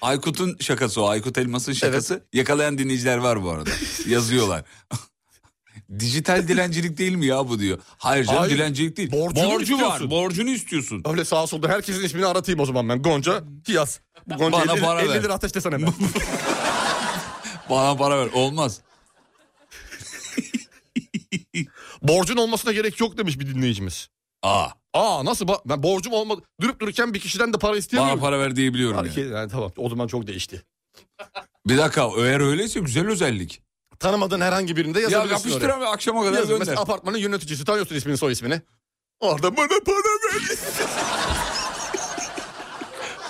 [SPEAKER 2] Aykut'un şakası o. Aykut Elmas'ın şakası. Yakalayan dinleyiciler var bu arada. Yazıyorlar. *laughs* Dijital dilencilik değil mi ya bu diyor. Hayır canım
[SPEAKER 3] Hayır,
[SPEAKER 2] dilencilik değil.
[SPEAKER 3] borcunu
[SPEAKER 2] Borcu var.
[SPEAKER 3] istiyorsun.
[SPEAKER 2] Borcunu istiyorsun.
[SPEAKER 3] Öyle sağa solda herkesin ismini aratayım o zaman ben. Gonca, Tiyas. Bu Gonca
[SPEAKER 2] Bana
[SPEAKER 3] 50,
[SPEAKER 2] para ver.
[SPEAKER 3] 50 lira ateşlesene
[SPEAKER 2] *laughs*
[SPEAKER 3] ben.
[SPEAKER 2] Bana para ver. Olmaz.
[SPEAKER 3] *laughs* Borcun olmasına gerek yok demiş bir dinleyicimiz.
[SPEAKER 2] Aa.
[SPEAKER 3] Aa nasıl ba- ben borcum olmadı. Durup dururken bir kişiden de para
[SPEAKER 2] Bana
[SPEAKER 3] isteyemiyorum.
[SPEAKER 2] para ver diyebiliyorum.
[SPEAKER 3] Hareket-
[SPEAKER 2] Yani.
[SPEAKER 3] yani tamam o zaman çok değişti.
[SPEAKER 2] Bir dakika eğer öyleyse güzel özellik.
[SPEAKER 3] Tanımadığın herhangi birinde
[SPEAKER 2] Ya
[SPEAKER 3] yazabilirsin
[SPEAKER 2] yapıştır
[SPEAKER 3] oraya.
[SPEAKER 2] abi akşama kadar
[SPEAKER 3] Yazın.
[SPEAKER 2] gönder.
[SPEAKER 3] Mesela apartmanın yöneticisi tanıyorsun ismini soy ismini. Orada bana para ver.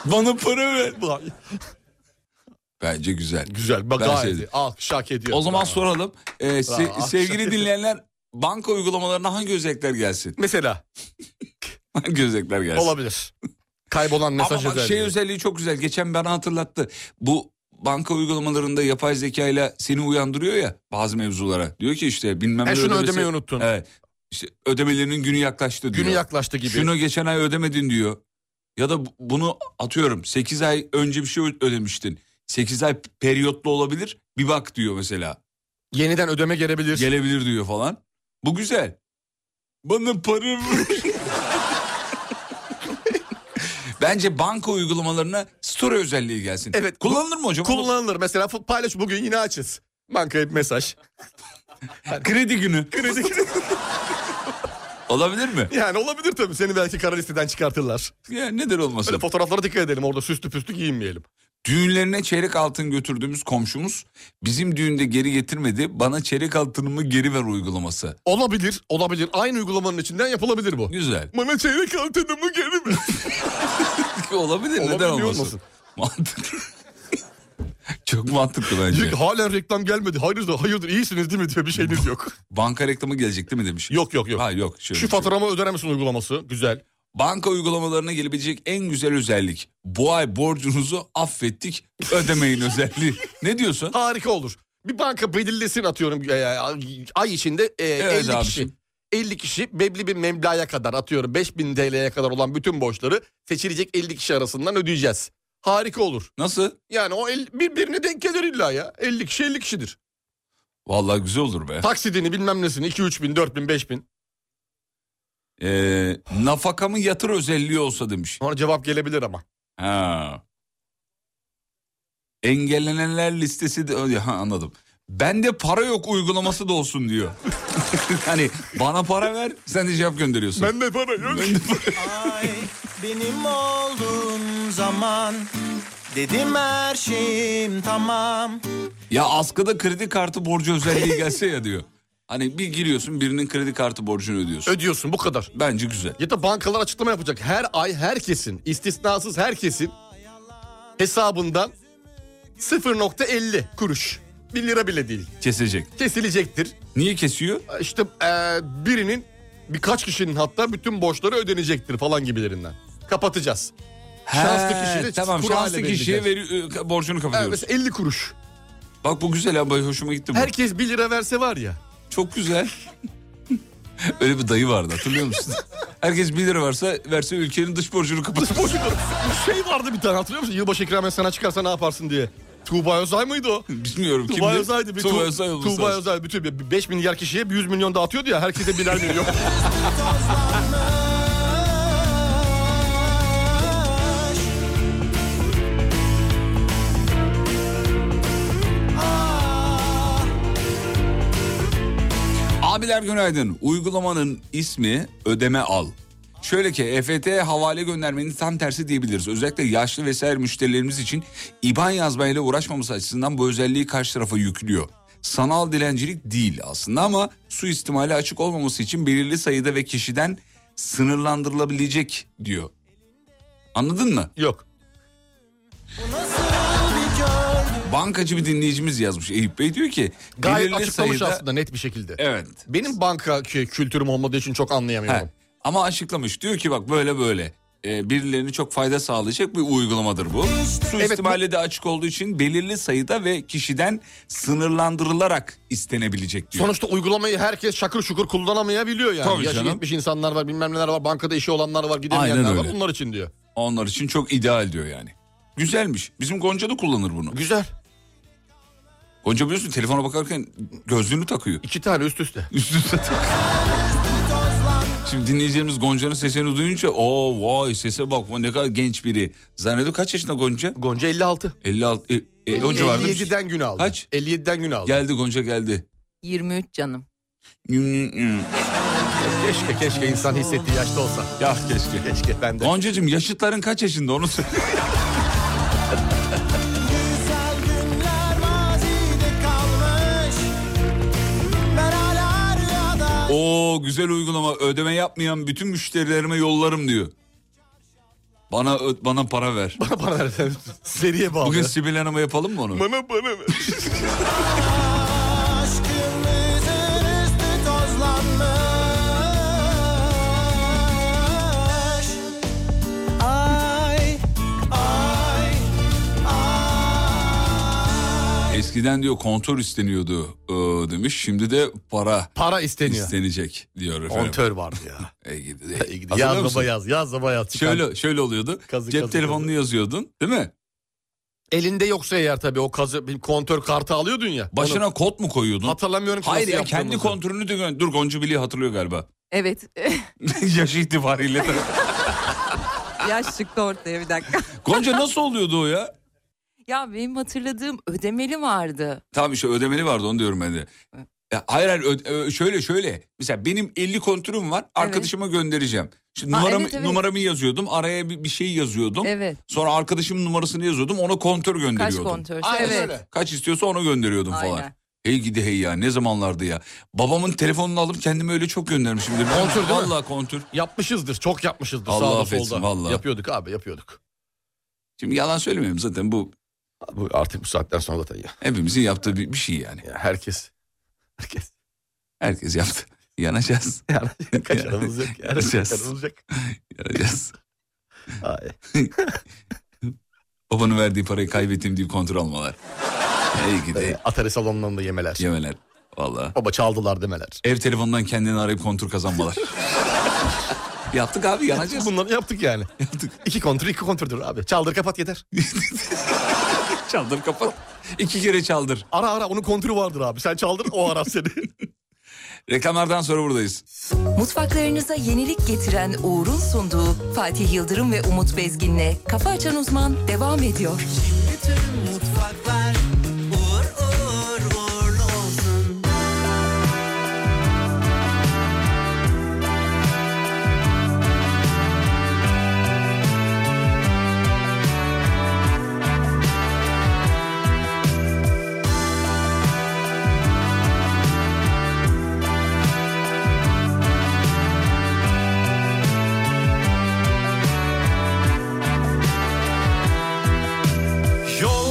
[SPEAKER 2] Bana para ver.
[SPEAKER 3] Ulan,
[SPEAKER 2] Bence güzel.
[SPEAKER 3] Güzel bak
[SPEAKER 2] Ben
[SPEAKER 3] gayet
[SPEAKER 2] sevdim.
[SPEAKER 3] iyi. alkışak ediyor.
[SPEAKER 2] O zaman
[SPEAKER 3] Bravo.
[SPEAKER 2] soralım. Ee, se-
[SPEAKER 3] Bravo.
[SPEAKER 2] sevgili dinleyenler banka uygulamalarına hangi özellikler gelsin?
[SPEAKER 3] Mesela
[SPEAKER 2] Hangi özellikler gelsin?
[SPEAKER 3] olabilir. Kaybolan mesaj
[SPEAKER 2] Ama bak şey
[SPEAKER 3] özelliği.
[SPEAKER 2] özelliği çok güzel. Geçen bana hatırlattı. Bu banka uygulamalarında yapay zekayla seni uyandırıyor ya bazı mevzulara. Diyor ki işte bilmem
[SPEAKER 3] E,
[SPEAKER 2] ne
[SPEAKER 3] şunu
[SPEAKER 2] ödemesi-
[SPEAKER 3] ödemeyi unuttun.
[SPEAKER 2] Evet. İşte ödemelerinin günü yaklaştı diyor.
[SPEAKER 3] Günü yaklaştı gibi.
[SPEAKER 2] Şunu geçen ay ödemedin diyor. Ya da bu- bunu atıyorum 8 ay önce bir şey ö- ödemiştin. 8 ay periyotlu olabilir. Bir bak diyor mesela.
[SPEAKER 3] Yeniden ödeme gelebilir.
[SPEAKER 2] Gelebilir diyor falan. Bu güzel. Bana para ver. Bence banka uygulamalarına story özelliği gelsin.
[SPEAKER 3] Evet.
[SPEAKER 2] Kullanılır mı hocam?
[SPEAKER 3] Kullanılır. Mesela fut- paylaş bugün yine açız. Bankaya bir mesaj.
[SPEAKER 2] *laughs* Kredi günü.
[SPEAKER 3] Kredi
[SPEAKER 2] *laughs* Olabilir mi?
[SPEAKER 3] yani olabilir tabii. Seni belki kara listeden çıkartırlar.
[SPEAKER 2] Ya neden olmasın?
[SPEAKER 3] Böyle fotoğraflara dikkat edelim. Orada süslü püslü giyinmeyelim.
[SPEAKER 2] Düğünlerine çeyrek altın götürdüğümüz komşumuz bizim düğünde geri getirmedi. Bana çeyrek altınımı geri ver uygulaması.
[SPEAKER 3] Olabilir. Olabilir. Aynı uygulamanın içinden yapılabilir bu.
[SPEAKER 2] Güzel.
[SPEAKER 3] Bana çeyrek altınımı geri ver.
[SPEAKER 2] *laughs* Olabilir. Neden
[SPEAKER 3] Olabiliyor
[SPEAKER 2] olmasın?
[SPEAKER 3] olmasın.
[SPEAKER 2] Mantıklı. *laughs* Çok mantıklı bence.
[SPEAKER 3] Çünkü Halen reklam gelmedi. Hayırdır, hayırdır iyisiniz değil mi diye bir şeyiniz yok.
[SPEAKER 2] *laughs* Banka reklamı gelecek değil mi demiş.
[SPEAKER 3] yok yok yok.
[SPEAKER 2] Ha yok. Şöyle
[SPEAKER 3] Şu
[SPEAKER 2] bir şey.
[SPEAKER 3] faturamı öder misin uygulaması? Güzel.
[SPEAKER 2] Banka uygulamalarına gelebilecek en güzel özellik. Bu ay borcunuzu affettik ödemeyin *laughs* özelliği. Ne diyorsun?
[SPEAKER 3] Harika olur. Bir banka belirlesin atıyorum e, ay içinde e,
[SPEAKER 2] Evet
[SPEAKER 3] 50 kişi.
[SPEAKER 2] abiciğim.
[SPEAKER 3] 50 kişi belli bir meblağa kadar atıyorum 5000 TL'ye kadar olan bütün borçları seçilecek 50 kişi arasından ödeyeceğiz. Harika olur.
[SPEAKER 2] Nasıl?
[SPEAKER 3] Yani o el, birbirine denk gelir illa ya. 50 kişi 50 kişidir.
[SPEAKER 2] Vallahi güzel olur be.
[SPEAKER 3] Taksidini bilmem nesini 2 3 bin 4 bin 5 bin.
[SPEAKER 2] Ee, nafakamı yatır özelliği olsa demiş.
[SPEAKER 3] Sonra cevap gelebilir ama.
[SPEAKER 2] Ha. Engellenenler listesi de öyle ha, anladım. Bende para yok uygulaması da olsun diyor. *laughs* hani bana para ver sen de cevap gönderiyorsun.
[SPEAKER 3] Ben de para yok.
[SPEAKER 5] Ay benim olduğun zaman Dedim her şeyim tamam
[SPEAKER 2] Ya askıda kredi kartı borcu özelliği gelse ya diyor. Hani bir giriyorsun birinin kredi kartı borcunu ödüyorsun.
[SPEAKER 3] Ödüyorsun bu kadar.
[SPEAKER 2] Bence güzel.
[SPEAKER 3] Ya da bankalar açıklama yapacak. Her ay herkesin, istisnasız herkesin hesabından 0.50 kuruş. 1 lira bile değil.
[SPEAKER 2] Kesecek.
[SPEAKER 3] Kesilecektir.
[SPEAKER 2] Niye kesiyor?
[SPEAKER 3] İşte eee, birinin, birkaç kişinin hatta bütün borçları ödenecektir falan gibilerinden. Kapatacağız. Şanslı
[SPEAKER 2] He,
[SPEAKER 3] kişiyle
[SPEAKER 2] Tamam
[SPEAKER 3] kurayla
[SPEAKER 2] şanslı kişiye veri, e, borcunu
[SPEAKER 3] Evet,
[SPEAKER 2] kapatıyoruz.
[SPEAKER 3] mesela 50 kuruş.
[SPEAKER 2] Bak bu güzel abi hoşuma gitti bu.
[SPEAKER 3] Herkes 1 lira verse var ya. *laughs*
[SPEAKER 2] Çok güzel. Öyle bir dayı vardı hatırlıyor musun? Herkes 1 lira varsa verse ülkenin dış borcunu kapatır.
[SPEAKER 3] Boşu Bir şey vardı bir tane hatırlıyor musun? Yılbaşı ikramiye sana çıkarsa ne yaparsın diye. Tuğba Özay mıydı o?
[SPEAKER 2] Bilmiyorum kimdi?
[SPEAKER 3] Tuğba Özay'dı. Bir
[SPEAKER 2] Tuğba
[SPEAKER 3] Tu-
[SPEAKER 2] Özay olması
[SPEAKER 3] Tuğba
[SPEAKER 2] lazım.
[SPEAKER 3] Özay bütün 5 milyar kişiye 100 milyon dağıtıyordu ya herkese birer
[SPEAKER 2] *laughs*
[SPEAKER 3] milyon.
[SPEAKER 2] Abiler günaydın. Uygulamanın ismi ödeme al. Şöyle ki EFT havale göndermenin tam tersi diyebiliriz. Özellikle yaşlı vesaire müşterilerimiz için IBAN yazmayla uğraşmaması açısından bu özelliği karşı tarafa yüklüyor. Sanal dilencilik değil aslında ama suistimale açık olmaması için belirli sayıda ve kişiden sınırlandırılabilecek diyor. Anladın mı?
[SPEAKER 3] Yok.
[SPEAKER 2] Bankacı bir dinleyicimiz yazmış Eyüp Bey diyor ki
[SPEAKER 3] Gayet
[SPEAKER 2] belirli
[SPEAKER 3] açıklamış
[SPEAKER 2] sayıda
[SPEAKER 3] aslında net bir şekilde.
[SPEAKER 2] evet
[SPEAKER 3] Benim banka kü- kültürüm olmadığı için çok anlayamıyorum.
[SPEAKER 2] He. Ama açıklamış. Diyor ki bak böyle böyle. Ee, birilerine çok fayda sağlayacak bir uygulamadır bu. Suistimale de açık olduğu için belirli sayıda ve kişiden sınırlandırılarak istenebilecek diyor.
[SPEAKER 3] Sonuçta uygulamayı herkes şakır şukur kullanamayabiliyor yani.
[SPEAKER 2] Tabii
[SPEAKER 3] Yaşı
[SPEAKER 2] canım.
[SPEAKER 3] yetmiş insanlar var bilmem neler var bankada işi olanlar var gidemeyenler
[SPEAKER 2] Aynen
[SPEAKER 3] var
[SPEAKER 2] öyle.
[SPEAKER 3] onlar için diyor.
[SPEAKER 2] Onlar için çok ideal diyor yani. Güzelmiş. Bizim Gonca da kullanır bunu.
[SPEAKER 14] Güzel.
[SPEAKER 2] Gonca biliyorsun telefona bakarken gözlüğünü takıyor.
[SPEAKER 14] İki tane üst üste.
[SPEAKER 2] *laughs* Üst üste takıyor. Şimdi dinleyicilerimiz Gonca'nın sesini duyunca o vay sese bak ne kadar genç biri. Zannediyor kaç yaşında Gonca?
[SPEAKER 14] Gonca 56.
[SPEAKER 2] 56 e, e, o civarda.
[SPEAKER 3] 57'den gün aldı.
[SPEAKER 2] Kaç?
[SPEAKER 3] 57'den gün aldı.
[SPEAKER 2] Geldi Gonca geldi.
[SPEAKER 10] 23 canım.
[SPEAKER 3] Keşke keşke insan hissettiği yaşta olsa.
[SPEAKER 2] Ya keşke.
[SPEAKER 3] Keşke ben de.
[SPEAKER 2] Goncacığım yaşıtların kaç yaşında onu söyle. *laughs* Oo güzel uygulama ödeme yapmayan bütün müşterilerime yollarım diyor. Bana ö- bana para ver.
[SPEAKER 3] Bana ver sen. seriye bağlı.
[SPEAKER 2] Bugün Sibel Hanım'a yapalım mı onu?
[SPEAKER 3] Bana bana
[SPEAKER 4] *laughs*
[SPEAKER 3] ver.
[SPEAKER 2] Eskiden diyor kontör isteniyordu ee, demiş. Şimdi de para
[SPEAKER 3] Para isteniyor.
[SPEAKER 2] istenecek diyor efendim.
[SPEAKER 3] Kontör vardı ya.
[SPEAKER 2] *laughs* E, gidi-
[SPEAKER 3] İyi gidiyor.
[SPEAKER 2] Hatırlıyor
[SPEAKER 3] Yaz
[SPEAKER 2] musun?
[SPEAKER 3] baba yaz. Yaz baba yaz. Çıkan-
[SPEAKER 2] Şöyle şöyle oluyordu.
[SPEAKER 3] Kazı
[SPEAKER 2] Cep
[SPEAKER 3] kazı
[SPEAKER 2] telefonunu
[SPEAKER 3] kazı.
[SPEAKER 2] yazıyordun değil mi?
[SPEAKER 3] Elinde yoksa eğer tabii o kazı bir kontör kartı alıyordun ya.
[SPEAKER 2] Başına
[SPEAKER 3] Onu
[SPEAKER 2] kod mu koyuyordun?
[SPEAKER 3] hatırlamıyorum ki
[SPEAKER 2] Hayır
[SPEAKER 3] nasıl
[SPEAKER 2] ya kendi
[SPEAKER 3] yaptığımızı.
[SPEAKER 2] kontürünü de gö- Dur Gonca Bili'yi hatırlıyor galiba.
[SPEAKER 10] Evet *laughs*
[SPEAKER 2] *laughs* Yaş itibariyle.
[SPEAKER 10] *laughs* yaş çıktı ortaya bir dakika.
[SPEAKER 2] *laughs* Gonca nasıl oluyordu o ya?
[SPEAKER 10] Ya benim hatırladığım ödemeli vardı.
[SPEAKER 2] Tamam işte ödemeli vardı onu diyorum ben de. Ya Hayır hayır öde- ö- şöyle şöyle. Mesela benim 50 kontürüm var arkadaşıma göndereceğim. Şimdi
[SPEAKER 10] Ha,
[SPEAKER 2] numaramı,
[SPEAKER 10] evet, evet.
[SPEAKER 2] numaramı yazıyordum araya bir, bir şey yazıyordum.
[SPEAKER 10] Evet.
[SPEAKER 2] Sonra arkadaşımın numarasını yazıyordum ona kontör
[SPEAKER 10] Kaç
[SPEAKER 2] gönderiyordum.
[SPEAKER 10] kontörse
[SPEAKER 3] Aynen
[SPEAKER 10] evet.
[SPEAKER 3] öyle.
[SPEAKER 2] Kaç istiyorsa onu gönderiyordum falan.
[SPEAKER 10] Aynen.
[SPEAKER 2] Hey gidi hey ya ne zamanlardı ya. Babamın telefonunu alıp kendime öyle çok göndermişimdir.
[SPEAKER 3] Kontür değil mi?
[SPEAKER 2] Vallahi kontür.
[SPEAKER 3] Yapmışızdır. Çok yapmışızdır.
[SPEAKER 2] Allah
[SPEAKER 3] sağda
[SPEAKER 2] affetsin,
[SPEAKER 3] solda.
[SPEAKER 2] vallahi.
[SPEAKER 3] Yapıyorduk abi yapıyorduk.
[SPEAKER 2] Şimdi yalan söylemiyorum zaten bu
[SPEAKER 3] Bu artık bu saatten sonra zaten ya.
[SPEAKER 2] hepimizin yaptığı bir, bir şey yani.
[SPEAKER 3] ya herkes. Herkes.
[SPEAKER 2] Herkes yaptı.
[SPEAKER 3] *laughs*
[SPEAKER 2] Yanacağız.
[SPEAKER 3] Yani kaçarımız yok. Yani
[SPEAKER 2] Kaçacağız.
[SPEAKER 3] kaçarımız yok.
[SPEAKER 2] Yanacağız.
[SPEAKER 3] Ay.
[SPEAKER 2] *laughs* Babanın verdiği parayı kaybettim diye kontrol almalar. İyi ki de
[SPEAKER 3] Ee, Atari salonlarında yemeler.
[SPEAKER 2] yemeler. Valla.
[SPEAKER 3] Baba çaldılar demeler.
[SPEAKER 2] Ev telefonundan kendini arayıp kontrol
[SPEAKER 3] *laughs*
[SPEAKER 2] kazanmalar. Yaptık abi yanacağız.
[SPEAKER 3] Bunları yaptık yani. *laughs*
[SPEAKER 2] Yaptık.
[SPEAKER 3] İki kontür iki kontördür abi. Çaldır kapat yeter.
[SPEAKER 2] *laughs* çaldır kapat. İki kere çaldır.
[SPEAKER 3] Ara ara onun kontürü vardır abi. Sen çaldır o arar seni.
[SPEAKER 2] *laughs* Reklamlardan sonra buradayız.
[SPEAKER 6] Mutfaklarınıza yenilik getiren Uğur'un sunduğu Fatih Yıldırım ve Umut Bezgin'le Kafa Açan Uzman devam ediyor.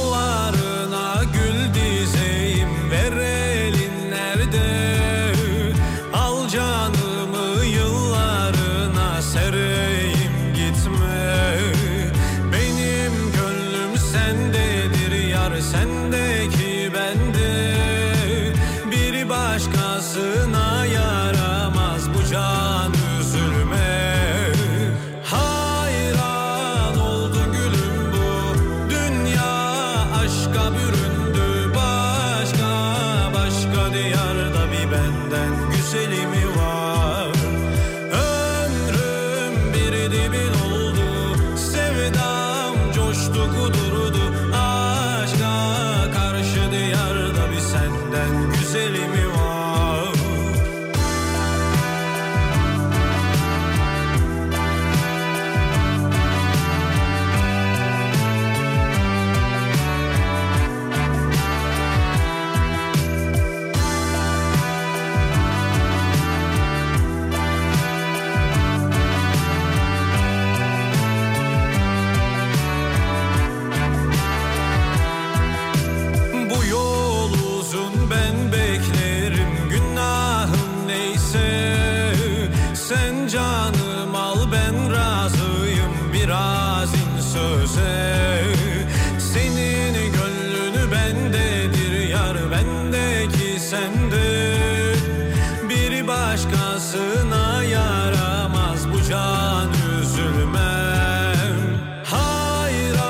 [SPEAKER 15] Yollarına gül dizeyim ver elin nerede Al canımı yıllarına sereyim gitme Benim gönlüm sendedir yar sendeki bende Bir başkasına yaramaz bu can üzülme Hayran oldu gülüm bu dünya aşka büründü başka başka diyarda bir benden güzeli mi var ömrüm bir dibin oldu sevdam coştu kudurdu aşka karşı diyarda bir senden güzeli mi var Bu yol uzun ben beklerim günahım neyse Sen canım al ben razıyım biraz in söze Senin gönlünü bendedir yar bendeki sende Bir başkasına yaramaz bu can üzülmem Hayran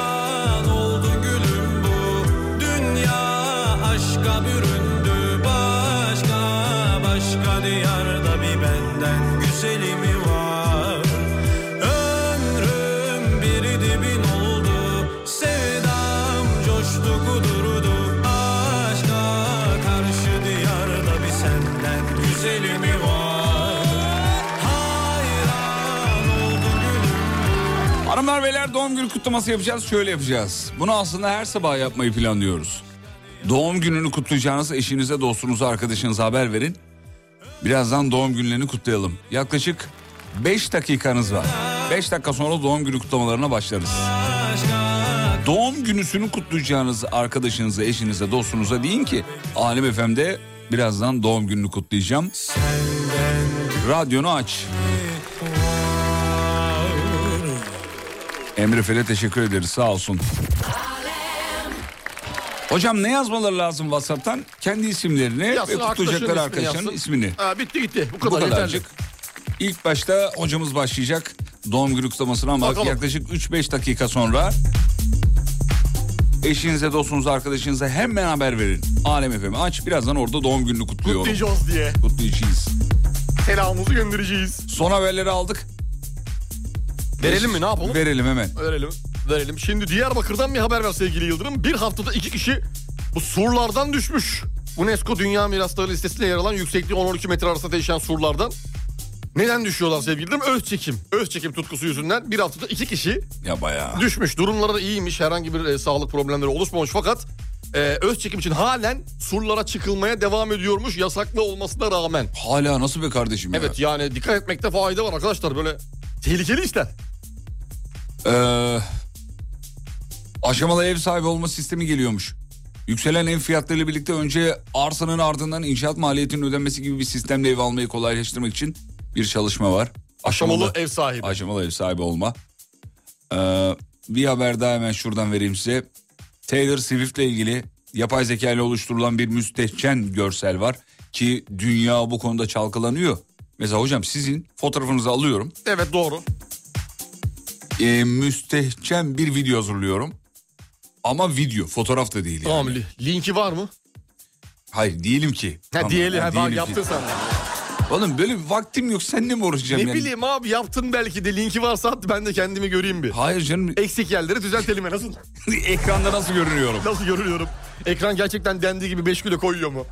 [SPEAKER 2] Hanımlar beyler doğum günü kutlaması yapacağız. Şöyle yapacağız. Bunu aslında her sabah yapmayı planlıyoruz. Doğum gününü kutlayacağınız eşinize, dostunuza, arkadaşınıza haber verin. Birazdan doğum günlerini kutlayalım. Yaklaşık 5 dakikanız var. 5 dakika sonra doğum günü kutlamalarına başlarız. Doğum günüsünü kutlayacağınız arkadaşınıza, eşinize, dostunuza deyin ki Alem FM'de birazdan doğum gününü kutlayacağım. Radyonu aç. Emre Fel'e teşekkür ederiz sağ olsun. Hocam ne yazmaları lazım WhatsApp'tan? Kendi isimlerini
[SPEAKER 3] Yazsın,
[SPEAKER 2] ve kutlayacakları
[SPEAKER 3] arkadaşının ismini yazsın.
[SPEAKER 2] arkadaşının
[SPEAKER 3] Ee,
[SPEAKER 2] ismini.
[SPEAKER 3] Ha, bitti gitti. Bu
[SPEAKER 2] Bu
[SPEAKER 3] kadar,
[SPEAKER 2] kadarcık.
[SPEAKER 3] yeterli.
[SPEAKER 2] İlk başta hocamız başlayacak doğum günü kutlamasına ama
[SPEAKER 3] Bakalım.
[SPEAKER 2] yaklaşık 3-5 dakika sonra eşinize, dostunuza, arkadaşınıza hemen haber verin. Alem FM aç birazdan orada doğum gününü kutluyorum.
[SPEAKER 3] Kutlayacağız diye.
[SPEAKER 2] Kutlayacağız.
[SPEAKER 3] Selamımızı göndereceğiz.
[SPEAKER 2] Son haberleri aldık.
[SPEAKER 3] Verelim mi ne yapalım?
[SPEAKER 2] Verelim hemen.
[SPEAKER 3] Verelim. Verelim. Şimdi Diyarbakır'dan bir haber var sevgili Yıldırım. Bir haftada iki kişi bu surlardan düşmüş. UNESCO Dünya Mirasları listesinde yer alan yüksekliği 10-12 metre arasında değişen surlardan. Neden düşüyorlar sevgili Yıldırım? Öz çekim. Öz çekim tutkusu yüzünden bir haftada iki kişi
[SPEAKER 2] Ya bayağı.
[SPEAKER 3] düşmüş. Durumları da iyiymiş. Herhangi bir e, sağlık problemleri oluşmamış fakat e, öz çekim için halen surlara çıkılmaya devam ediyormuş yasaklı olmasına rağmen.
[SPEAKER 2] Hala nasıl be kardeşim
[SPEAKER 3] Evet yani dikkat etmekte fayda var arkadaşlar böyle tehlikeli işler.
[SPEAKER 2] ya? Ee, aşamalı ev sahibi olma sistemi geliyormuş. Yükselen ev fiyatlarıyla birlikte önce arsanın ardından inşaat maliyetinin ödenmesi gibi bir sistemle ev almayı kolaylaştırmak için bir çalışma var.
[SPEAKER 3] Aşamalı ev sahibi.
[SPEAKER 2] Aşamalı ev sahibi olma. Ee, bir haber daha hemen şuradan vereyim size. Taylor Swift'le ilgili yapay zeka ile oluşturulan bir müstehcen görsel var. Ki dünya bu konuda çalkalanıyor. Mesela hocam sizin fotoğrafınızı alıyorum.
[SPEAKER 3] Evet doğru.
[SPEAKER 2] Ee, müstehcen bir video hazırlıyorum. Ama video, fotoğraf da değil yani.
[SPEAKER 3] Tamam li- linki var mı?
[SPEAKER 2] Hayır diyelim ki.
[SPEAKER 3] Ha
[SPEAKER 2] Tamam,
[SPEAKER 3] diyelim.
[SPEAKER 2] yani
[SPEAKER 3] Ha, bak
[SPEAKER 2] diyelim ki.
[SPEAKER 3] yaptın sen.
[SPEAKER 2] Oğlum böyle bir vaktim yok. Seninle mi
[SPEAKER 3] Ne
[SPEAKER 2] uğraşacağım yani?
[SPEAKER 3] bileyim abi yaptın belki de linki varsa at ben de kendimi göreyim bir.
[SPEAKER 2] Hayır canım.
[SPEAKER 3] Eksik yerleri düzeltelim en azından.
[SPEAKER 2] *laughs* Ekranda nasıl görünüyorum?
[SPEAKER 3] Nasıl görünüyorum? Ekran gerçekten dendiği gibi 5 kilo koyuyor
[SPEAKER 2] *laughs*
[SPEAKER 3] mu?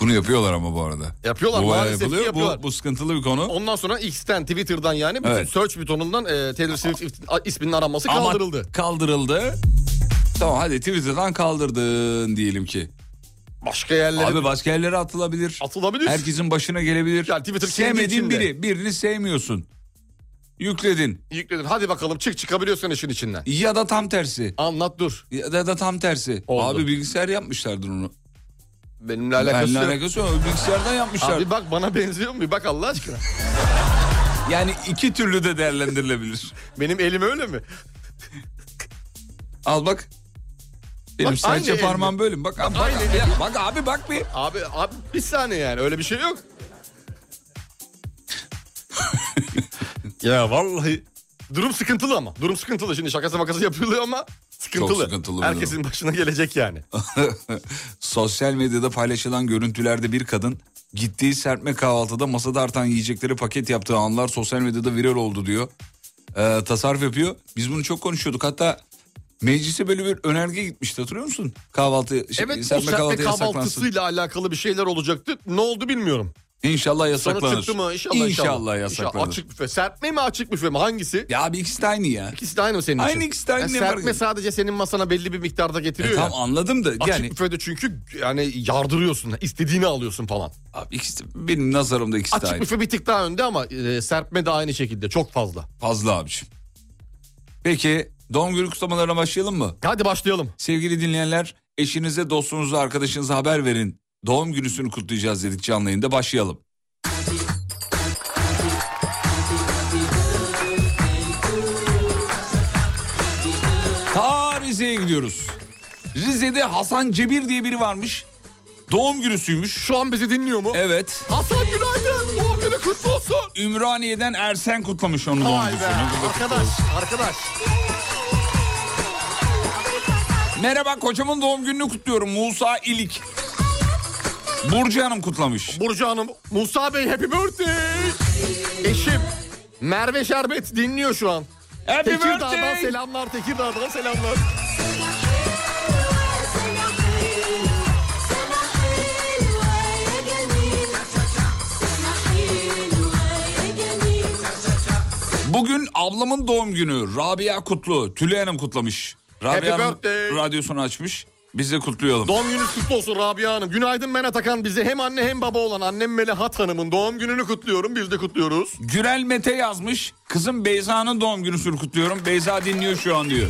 [SPEAKER 2] Bunu yapıyorlar ama bu arada.
[SPEAKER 3] Yapıyorlar,
[SPEAKER 2] bu bayağı
[SPEAKER 3] maalesef ki
[SPEAKER 2] yapılıyor. Bu-
[SPEAKER 3] yapıyorlar.
[SPEAKER 2] Bu, sıkıntılı bir konu.
[SPEAKER 3] Ondan sonra X'ten, Twitter'dan yani bütün
[SPEAKER 2] Evet.
[SPEAKER 3] search butonundan e, Taylor Swift isminin aranması
[SPEAKER 2] Ama
[SPEAKER 3] kaldırıldı.
[SPEAKER 2] kaldırıldı. Tamam hadi Twitter'dan kaldırdın diyelim ki.
[SPEAKER 3] Başka yerlere
[SPEAKER 2] Abi başka yerlere atılabilir.
[SPEAKER 3] atılabilir.
[SPEAKER 2] Herkesin başına gelebilir.
[SPEAKER 3] Ya Twitter kendi
[SPEAKER 2] Sevmediğin
[SPEAKER 3] içinde.
[SPEAKER 2] biri. Birini sevmiyorsun. Yükledin.
[SPEAKER 3] Yükledin. Hadi bakalım çık çıkabiliyorsan işin içinden.
[SPEAKER 2] Ya da tam tersi.
[SPEAKER 3] Anlat dur.
[SPEAKER 2] Ya da, da tam tersi.
[SPEAKER 3] Oldu.
[SPEAKER 2] Abi bilgisayar yapmışlardır onu.
[SPEAKER 3] Benimle alakası
[SPEAKER 2] Benimle
[SPEAKER 3] yok.
[SPEAKER 2] alakası yok. Bilgisayardan yapmışlar.
[SPEAKER 3] Abi bak bana benziyor mu? Bak Allah aşkına.
[SPEAKER 2] *laughs* Yani iki türlü de değerlendirilebilir.
[SPEAKER 3] Benim elim öyle mi?
[SPEAKER 2] Al bak. Benim
[SPEAKER 3] Bak, aynı
[SPEAKER 2] serçe
[SPEAKER 3] elini.
[SPEAKER 2] parmağım bölüm. Bak, bak,
[SPEAKER 3] aynı
[SPEAKER 2] bak,
[SPEAKER 3] elini.
[SPEAKER 2] ya, bak abi bak bir.
[SPEAKER 3] Abi, abi bir saniye yani öyle bir şey
[SPEAKER 2] *laughs*
[SPEAKER 3] yok. ya vallahi durum sıkıntılı ama. Durum sıkıntılı. Şimdi şakası makası yapılıyor ama sıkıntılı.
[SPEAKER 2] sıkıntılı bir
[SPEAKER 3] Herkesin başına gelecek yani.
[SPEAKER 2] *laughs* Sosyal medyada paylaşılan görüntülerde bir kadın gittiği serpme kahvaltıda masada artan yiyecekleri paket yaptığı anlar sosyal medyada viral oldu diyor. Ee, tasarruf yapıyor. Biz bunu çok konuşuyorduk. Hatta meclise böyle bir önerge gitmişti hatırlıyor musun? Kahvaltı, şey,
[SPEAKER 3] evet o
[SPEAKER 2] serpme
[SPEAKER 3] serpme
[SPEAKER 2] kahvaltı yasaklansın.
[SPEAKER 3] kahvaltısıyla alakalı bir şeyler olacaktı. Ne oldu bilmiyorum.
[SPEAKER 2] İnşallah
[SPEAKER 3] Sonra
[SPEAKER 2] yasaklanır.
[SPEAKER 3] çıktı mı? İnşallah
[SPEAKER 2] İnşallah,
[SPEAKER 3] İnşallah.
[SPEAKER 2] yasaklanır.
[SPEAKER 3] İnşallah. Açık büfe. Serpme mi açık büfe mi? Hangisi?
[SPEAKER 2] Ya abi ikisi de aynı ya.
[SPEAKER 3] İkisi de aynı mı senin
[SPEAKER 2] Aynı
[SPEAKER 3] için?
[SPEAKER 2] ikisi de aynı,
[SPEAKER 3] Yani
[SPEAKER 2] ne fark
[SPEAKER 3] serpme
[SPEAKER 2] ediyor?
[SPEAKER 3] sadece senin masana belli bir miktarda getiriyor
[SPEAKER 2] E,
[SPEAKER 3] ya.
[SPEAKER 2] tamam anladım da
[SPEAKER 3] Açık
[SPEAKER 2] yani
[SPEAKER 3] büfede çünkü yani yardırıyorsun. istediğini alıyorsun falan.
[SPEAKER 2] abi ikisi de- benim nazarımda ikisi de
[SPEAKER 3] Açık
[SPEAKER 2] aynı.
[SPEAKER 3] büfe bir tık daha önde ama e, serpme de aynı şekilde. Çok fazla.
[SPEAKER 2] Fazla abiciğim. Peki doğum günü kutlamalarına başlayalım mı?
[SPEAKER 3] Hadi başlayalım.
[SPEAKER 2] Sevgili dinleyenler eşinize, dostunuza, arkadaşınıza haber verin. Doğum günüsünü kutlayacağız dedik canlı yayında başlayalım. Ta Rize'ye gidiyoruz. Rize'de Hasan Cebir diye biri varmış. Doğum günüsüymüş.
[SPEAKER 3] Şu an bizi dinliyor mu?
[SPEAKER 2] Evet.
[SPEAKER 3] Hasan günaydın. Doğum günü kutlu olsun.
[SPEAKER 2] Ümraniye'den Ersen kutlamış onun doğum
[SPEAKER 3] Vay be.
[SPEAKER 2] günüsünü.
[SPEAKER 3] Arkadaş, arkadaş.
[SPEAKER 2] Merhaba kocamın doğum gününü kutluyorum. Musa İlik. Burcu Hanım kutlamış.
[SPEAKER 3] Burcu Hanım, Musa Bey happy birthday. Eşim Merve Şerbet dinliyor şu an.
[SPEAKER 2] Happy
[SPEAKER 3] Tekirdağ'dan
[SPEAKER 2] birthday.
[SPEAKER 3] selamlar, Tekirdağ'dan selamlar.
[SPEAKER 2] Bu Bugün ablamın doğum günü. Rabia Kutlu. Tülay Hanım kutlamış. Rabia
[SPEAKER 3] Happy
[SPEAKER 2] Hanım
[SPEAKER 3] birthday.
[SPEAKER 2] radyosunu açmış. Biz de kutlayalım.
[SPEAKER 3] Doğum gününüz kutlu olsun Rabia Hanım. Günaydın ben Atakan. Bizi hem anne hem baba olan annem Melahat Hanım'ın doğum gününü kutluyorum. Biz de kutluyoruz.
[SPEAKER 2] Gürel Mete yazmış. Kızım Beyza'nın doğum gününü kutluyorum. Beyza dinliyor şu an diyor.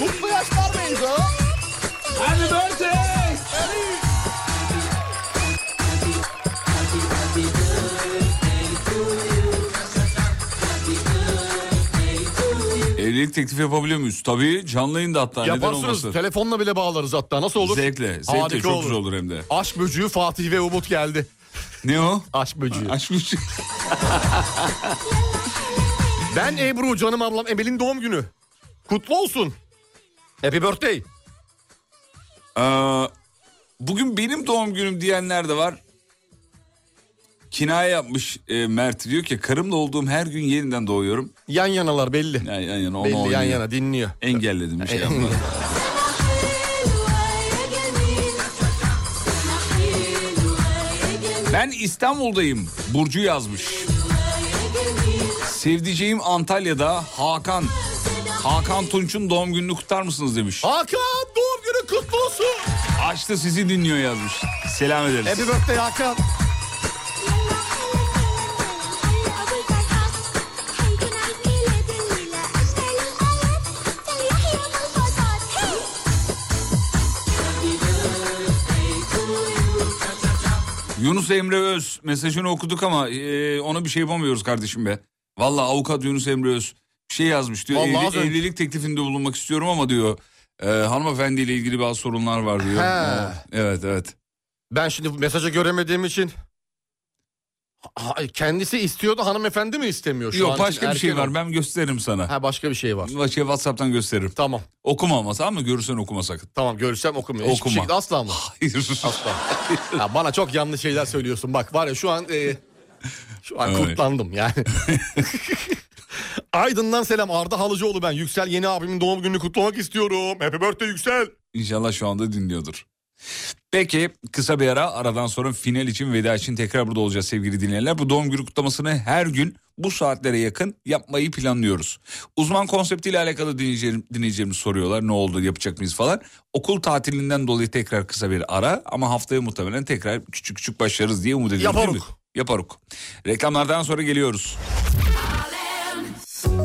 [SPEAKER 3] Mutlu yaşlar Beyza.
[SPEAKER 2] Evlilik teklifi yapabiliyor muyuz? Tabii canlı yayında hatta. neden
[SPEAKER 3] Yaparsınız.
[SPEAKER 2] olmasın?
[SPEAKER 3] Telefonla bile bağlarız hatta. Nasıl olur?
[SPEAKER 2] Zevkle. Zevkle
[SPEAKER 3] Harika
[SPEAKER 2] çok güzel olur hem de.
[SPEAKER 3] Aşk böcüğü Fatih ve Umut geldi.
[SPEAKER 2] Ne o?
[SPEAKER 3] Aşk böcüğü.
[SPEAKER 2] Açmış.
[SPEAKER 3] *laughs* Ben Ebru canım ablam Emel'in doğum günü. Kutlu olsun. Happy birthday.
[SPEAKER 2] Ee, bugün benim doğum günüm diyenler de var. Kinaye yapmış e, Mert diyor ki karımla olduğum her gün yeniden doğuyorum.
[SPEAKER 3] Yan yanalar belli.
[SPEAKER 2] Yani yan yana, ona
[SPEAKER 3] belli yan
[SPEAKER 2] oynuyor.
[SPEAKER 3] yana dinliyor.
[SPEAKER 2] Engelledim bir
[SPEAKER 3] *laughs*
[SPEAKER 2] şey yapmadım. Ben İstanbul'dayım. Burcu yazmış. Sevdiceğim Antalya'da Hakan. Hakan Tunç'un doğum gününü kutlar mısınız demiş.
[SPEAKER 3] Hakan doğum günü kutlu olsun.
[SPEAKER 2] Açtı sizi dinliyor yazmış. Selam ederiz.
[SPEAKER 3] Happy birthday Hakan.
[SPEAKER 2] Yunus Emre Öz mesajını okuduk ama e, ona bir şey yapamıyoruz kardeşim be. Vallahi avukat Yunus Emre Öz bir şey yazmış diyor.
[SPEAKER 3] Vallahi
[SPEAKER 2] "Evli-
[SPEAKER 3] az önce-
[SPEAKER 2] evlilik teklifinde bulunmak istiyorum ama diyor e, hanımefendiyle ilgili bazı sorunlar var diyor.
[SPEAKER 3] He.
[SPEAKER 2] Evet evet.
[SPEAKER 3] Ben şimdi bu mesajı göremediğim için Ha- kendisi istiyordu hanımefendi mi istemiyor şu an?
[SPEAKER 2] Yok
[SPEAKER 3] için?
[SPEAKER 2] başka bir şey
[SPEAKER 3] Erken
[SPEAKER 2] var
[SPEAKER 3] ol-
[SPEAKER 2] ben gösteririm sana.
[SPEAKER 3] Ha başka bir şey var.
[SPEAKER 2] Şey, Whatsapp'tan gösteririm.
[SPEAKER 3] Tamam.
[SPEAKER 2] Okuma ama tamam mı? Görürsen okuma sakın.
[SPEAKER 3] Tamam görsem okumuyor. Hiçbir
[SPEAKER 2] Okuma.
[SPEAKER 3] şekilde asla mı?
[SPEAKER 2] Hayır.
[SPEAKER 3] Asla. ya bana çok yanlış şeyler söylüyorsun. Bak var ya şu an e, şu an
[SPEAKER 2] Evet.
[SPEAKER 3] kurtlandım yani.
[SPEAKER 2] *laughs*
[SPEAKER 3] Aydın'dan selam Arda Halıcıoğlu ben. Yüksel yeni abimin doğum gününü kutlamak istiyorum. Happy birthday Yüksel.
[SPEAKER 2] İnşallah şu anda dinliyordur. Peki kısa bir ara aradan sonra final için veda için tekrar burada olacağız sevgili dinleyenler. Bu doğum günü kutlamasını her gün bu saatlere yakın yapmayı planlıyoruz. Uzman konseptiyle alakalı dinleyicilerim, dinleyicilerimiz soruyorlar ne oldu yapacak mıyız falan. Okul tatilinden dolayı tekrar kısa bir ara ama haftaya muhtemelen tekrar küçük küçük başlarız diye umut ediyoruz değil mi?
[SPEAKER 3] Yaparuk.
[SPEAKER 2] Yaparuk. Reklamlardan sonra geliyoruz.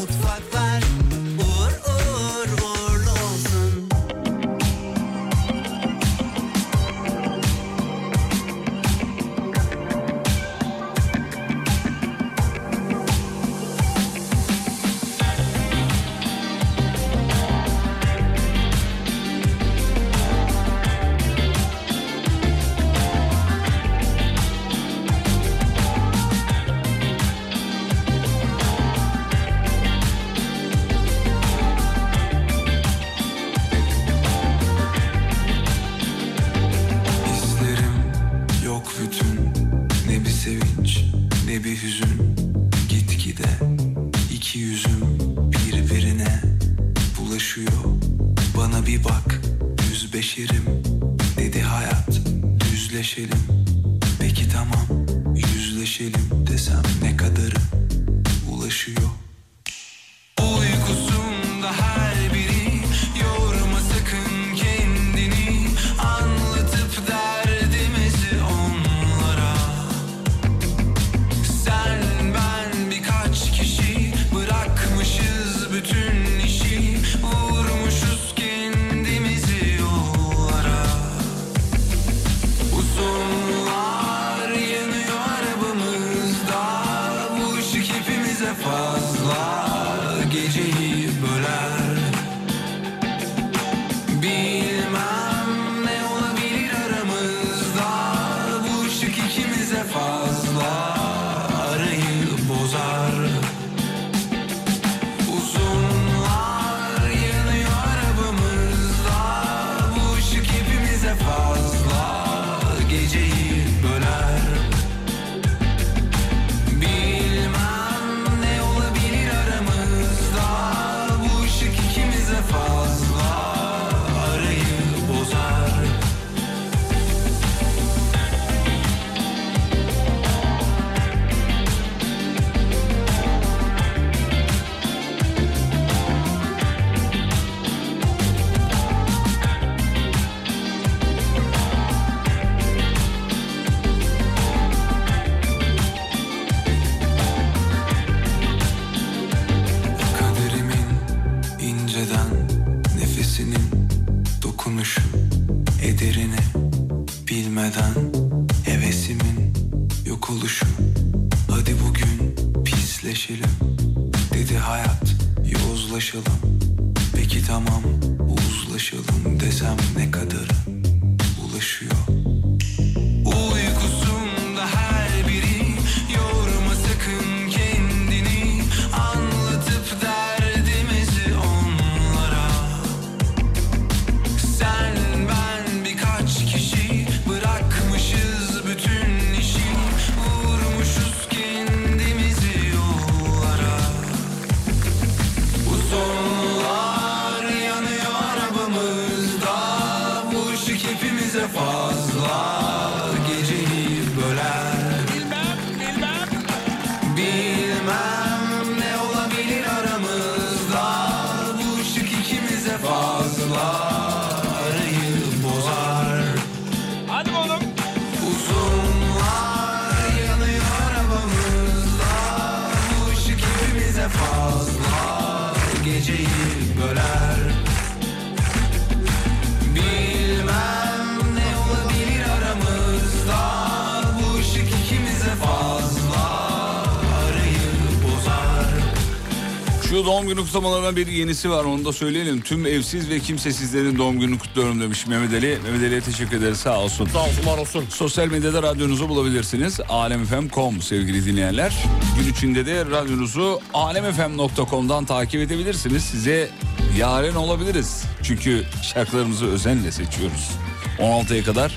[SPEAKER 5] mutfaklar uğur uğur uğurlu olsun.
[SPEAKER 11] İzlerim yok bütün Ne bir sevinç ne bir hüzün Gitgide iki yüzüm birbirine bulaşıyor Bana bir bak yüz beşerim Dedi hayat düzleşelim Peki tamam yüzleşelim desem ne kadarı ulaşıyor Uykusunda her biri yorma sakın kendini anlatıp derdimizi onlara Sen ben birkaç kişi bırakmışız bütün işi vurmuşuz kendimizi yollara Uzunlar yanıyor arabamızda bu ışık hepimize fazla bilmeden hevesimin yok oluşu Hadi bugün pisleşelim dedi hayat yozlaşalım Peki tamam uzlaşalım desem ne kadar ulaşıyor Uykusunda her biri yorma sakın kendini Anlatıp derdimizi onlara Sen ben birkaç kişi bırakmışız bütün işi Vurmuşuz kendimizi yollara Uzunlar yanıyor arabamızda Bu ışık hepimize fazla Geceyi böler Bilmem Bilmem ne olabilir aramızda Bu ışık ikimize fazla Arayı bozar
[SPEAKER 2] Hadi oğlum.
[SPEAKER 11] Uzunlar yanıyor arabamızda Bu ışık hepimize fazla Geceyi böler Bilmem ne olabilir aramızda Bu ışık ikimize fazla Arayı bozar
[SPEAKER 2] Şu doğum günü kutlamalarından bir yenisi var onu da söyleyelim. Tüm evsiz ve kimsesizlerin doğum gününü kutluyorum demiş Mehmet Ali. Mehmet Ali'ye teşekkür ederiz sağ olsun.
[SPEAKER 3] Sağ olsun var olsun.
[SPEAKER 2] Sosyal medyada radyonuzu bulabilirsiniz. Alemfm.com sevgili dinleyenler. Gün içinde de radyonuzu alemfm.com'dan takip edebilirsiniz. Size yaren olabiliriz. Çünkü şarkılarımızı özenle seçiyoruz. 16'ya kadar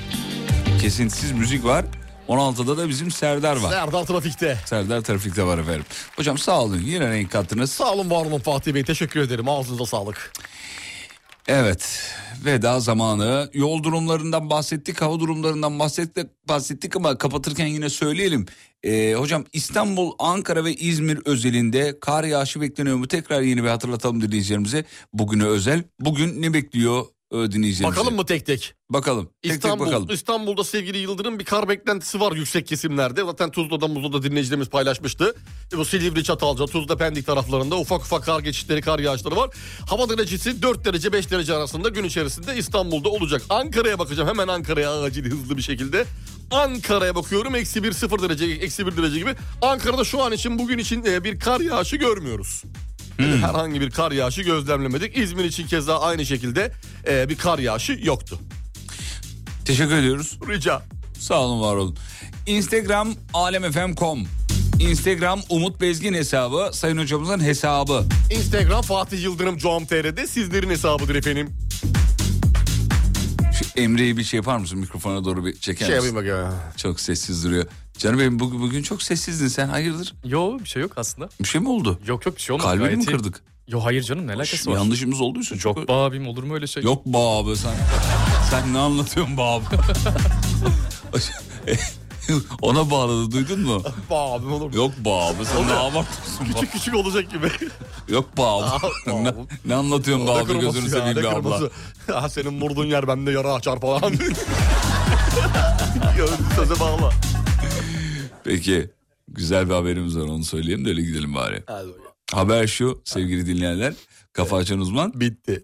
[SPEAKER 2] kesintisiz müzik var. 16'da da bizim Serdar var.
[SPEAKER 3] Serdar Trafik'te.
[SPEAKER 2] Serdar trafikte var efendim. Hocam sağ olun yine renk kattınız.
[SPEAKER 3] Sağ olun var olun Fatih Bey teşekkür ederim ağzınıza sağlık.
[SPEAKER 2] Evet veda zamanı. Yol durumlarından bahsettik, hava durumlarından bahsettik, bahsettik ama kapatırken yine söyleyelim. Ee, hocam İstanbul, Ankara ve İzmir özelinde kar yağışı bekleniyor mu? Tekrar yeni bir hatırlatalım dinleyicilerimize. Bugüne özel. Bugün ne bekliyor e, dinleyicilerimize?
[SPEAKER 3] Bakalım mı tek tek?
[SPEAKER 2] Bakalım. Tek
[SPEAKER 3] İstanbul,
[SPEAKER 2] tek bakalım.
[SPEAKER 3] İstanbul'da sevgili Yıldırım bir kar beklentisi var yüksek kesimlerde. Zaten Tuzla'da Muzla'da dinleyicilerimiz paylaşmıştı. E Bu Silivri, Çatalca, Tuzla, Pendik taraflarında ufak ufak kar geçişleri, kar yağışları var. Hava derecesi 4 derece 5 derece arasında gün içerisinde İstanbul'da olacak. Ankara'ya bakacağım hemen Ankara'ya acil hızlı bir şekilde. Ankara'ya bakıyorum eksi 1 0 derece eksi 1 derece gibi. Ankara'da şu an için bugün için e, bir kar yağışı görmüyoruz.
[SPEAKER 2] Hmm.
[SPEAKER 3] Yani Herhangi bir kar yağışı gözlemlemedik. İzmir için keza aynı şekilde e, bir kar yağışı yoktu.
[SPEAKER 2] Teşekkür ediyoruz.
[SPEAKER 3] Rica.
[SPEAKER 2] Sağ olun var olun. Instagram alemfm.com Instagram Umut Bezgin hesabı Sayın Hocamızın hesabı.
[SPEAKER 3] Instagram Fatih Yıldırım com.tr'de sizlerin hesabıdır efendim.
[SPEAKER 2] Şu Emre'yi bir şey yapar mısın? Mikrofona doğru bir çeker
[SPEAKER 3] Şey yapayım
[SPEAKER 2] misin?
[SPEAKER 3] bak ya.
[SPEAKER 2] Çok sessiz duruyor. Canım benim bugün, bugün çok sessizdin sen hayırdır?
[SPEAKER 16] Yo bir şey yok aslında.
[SPEAKER 2] Bir şey mi oldu?
[SPEAKER 16] Yok yok bir şey olmadı.
[SPEAKER 2] Kalbini
[SPEAKER 16] gayet
[SPEAKER 2] mi
[SPEAKER 16] iyi.
[SPEAKER 2] kırdık? *laughs*
[SPEAKER 16] Yo hayır canım ne alakası var.
[SPEAKER 2] Yanlışımız olduysa çok...
[SPEAKER 16] Yok be abim olur mu öyle şey?
[SPEAKER 2] Yok be abi sen. *laughs* sen ne anlatıyorsun be abi? Ona bağladı
[SPEAKER 3] *laughs*
[SPEAKER 2] duydun mu?
[SPEAKER 3] Babım *laughs* olur mu?
[SPEAKER 2] Yok be abi sen ne abartıyorsun? be?
[SPEAKER 3] Küçük küçük olacak
[SPEAKER 2] *laughs*
[SPEAKER 3] gibi.
[SPEAKER 2] Yok be abi. *laughs* ne, ne anlatıyorsun be
[SPEAKER 3] Ne
[SPEAKER 2] abi
[SPEAKER 3] kırmızı
[SPEAKER 2] gözünü
[SPEAKER 3] ya,
[SPEAKER 2] seveyim
[SPEAKER 3] ne
[SPEAKER 2] be abla.
[SPEAKER 3] *laughs* kırmızı. Ha, senin vurduğun yer bende yara açar falan. *laughs* Ya, Söze bağla.
[SPEAKER 2] Peki güzel bir haberimiz var onu söyleyeyim de öyle gidelim bari. Haber şu sevgili dinleyenler. Kafa açan uzman
[SPEAKER 3] Bitti.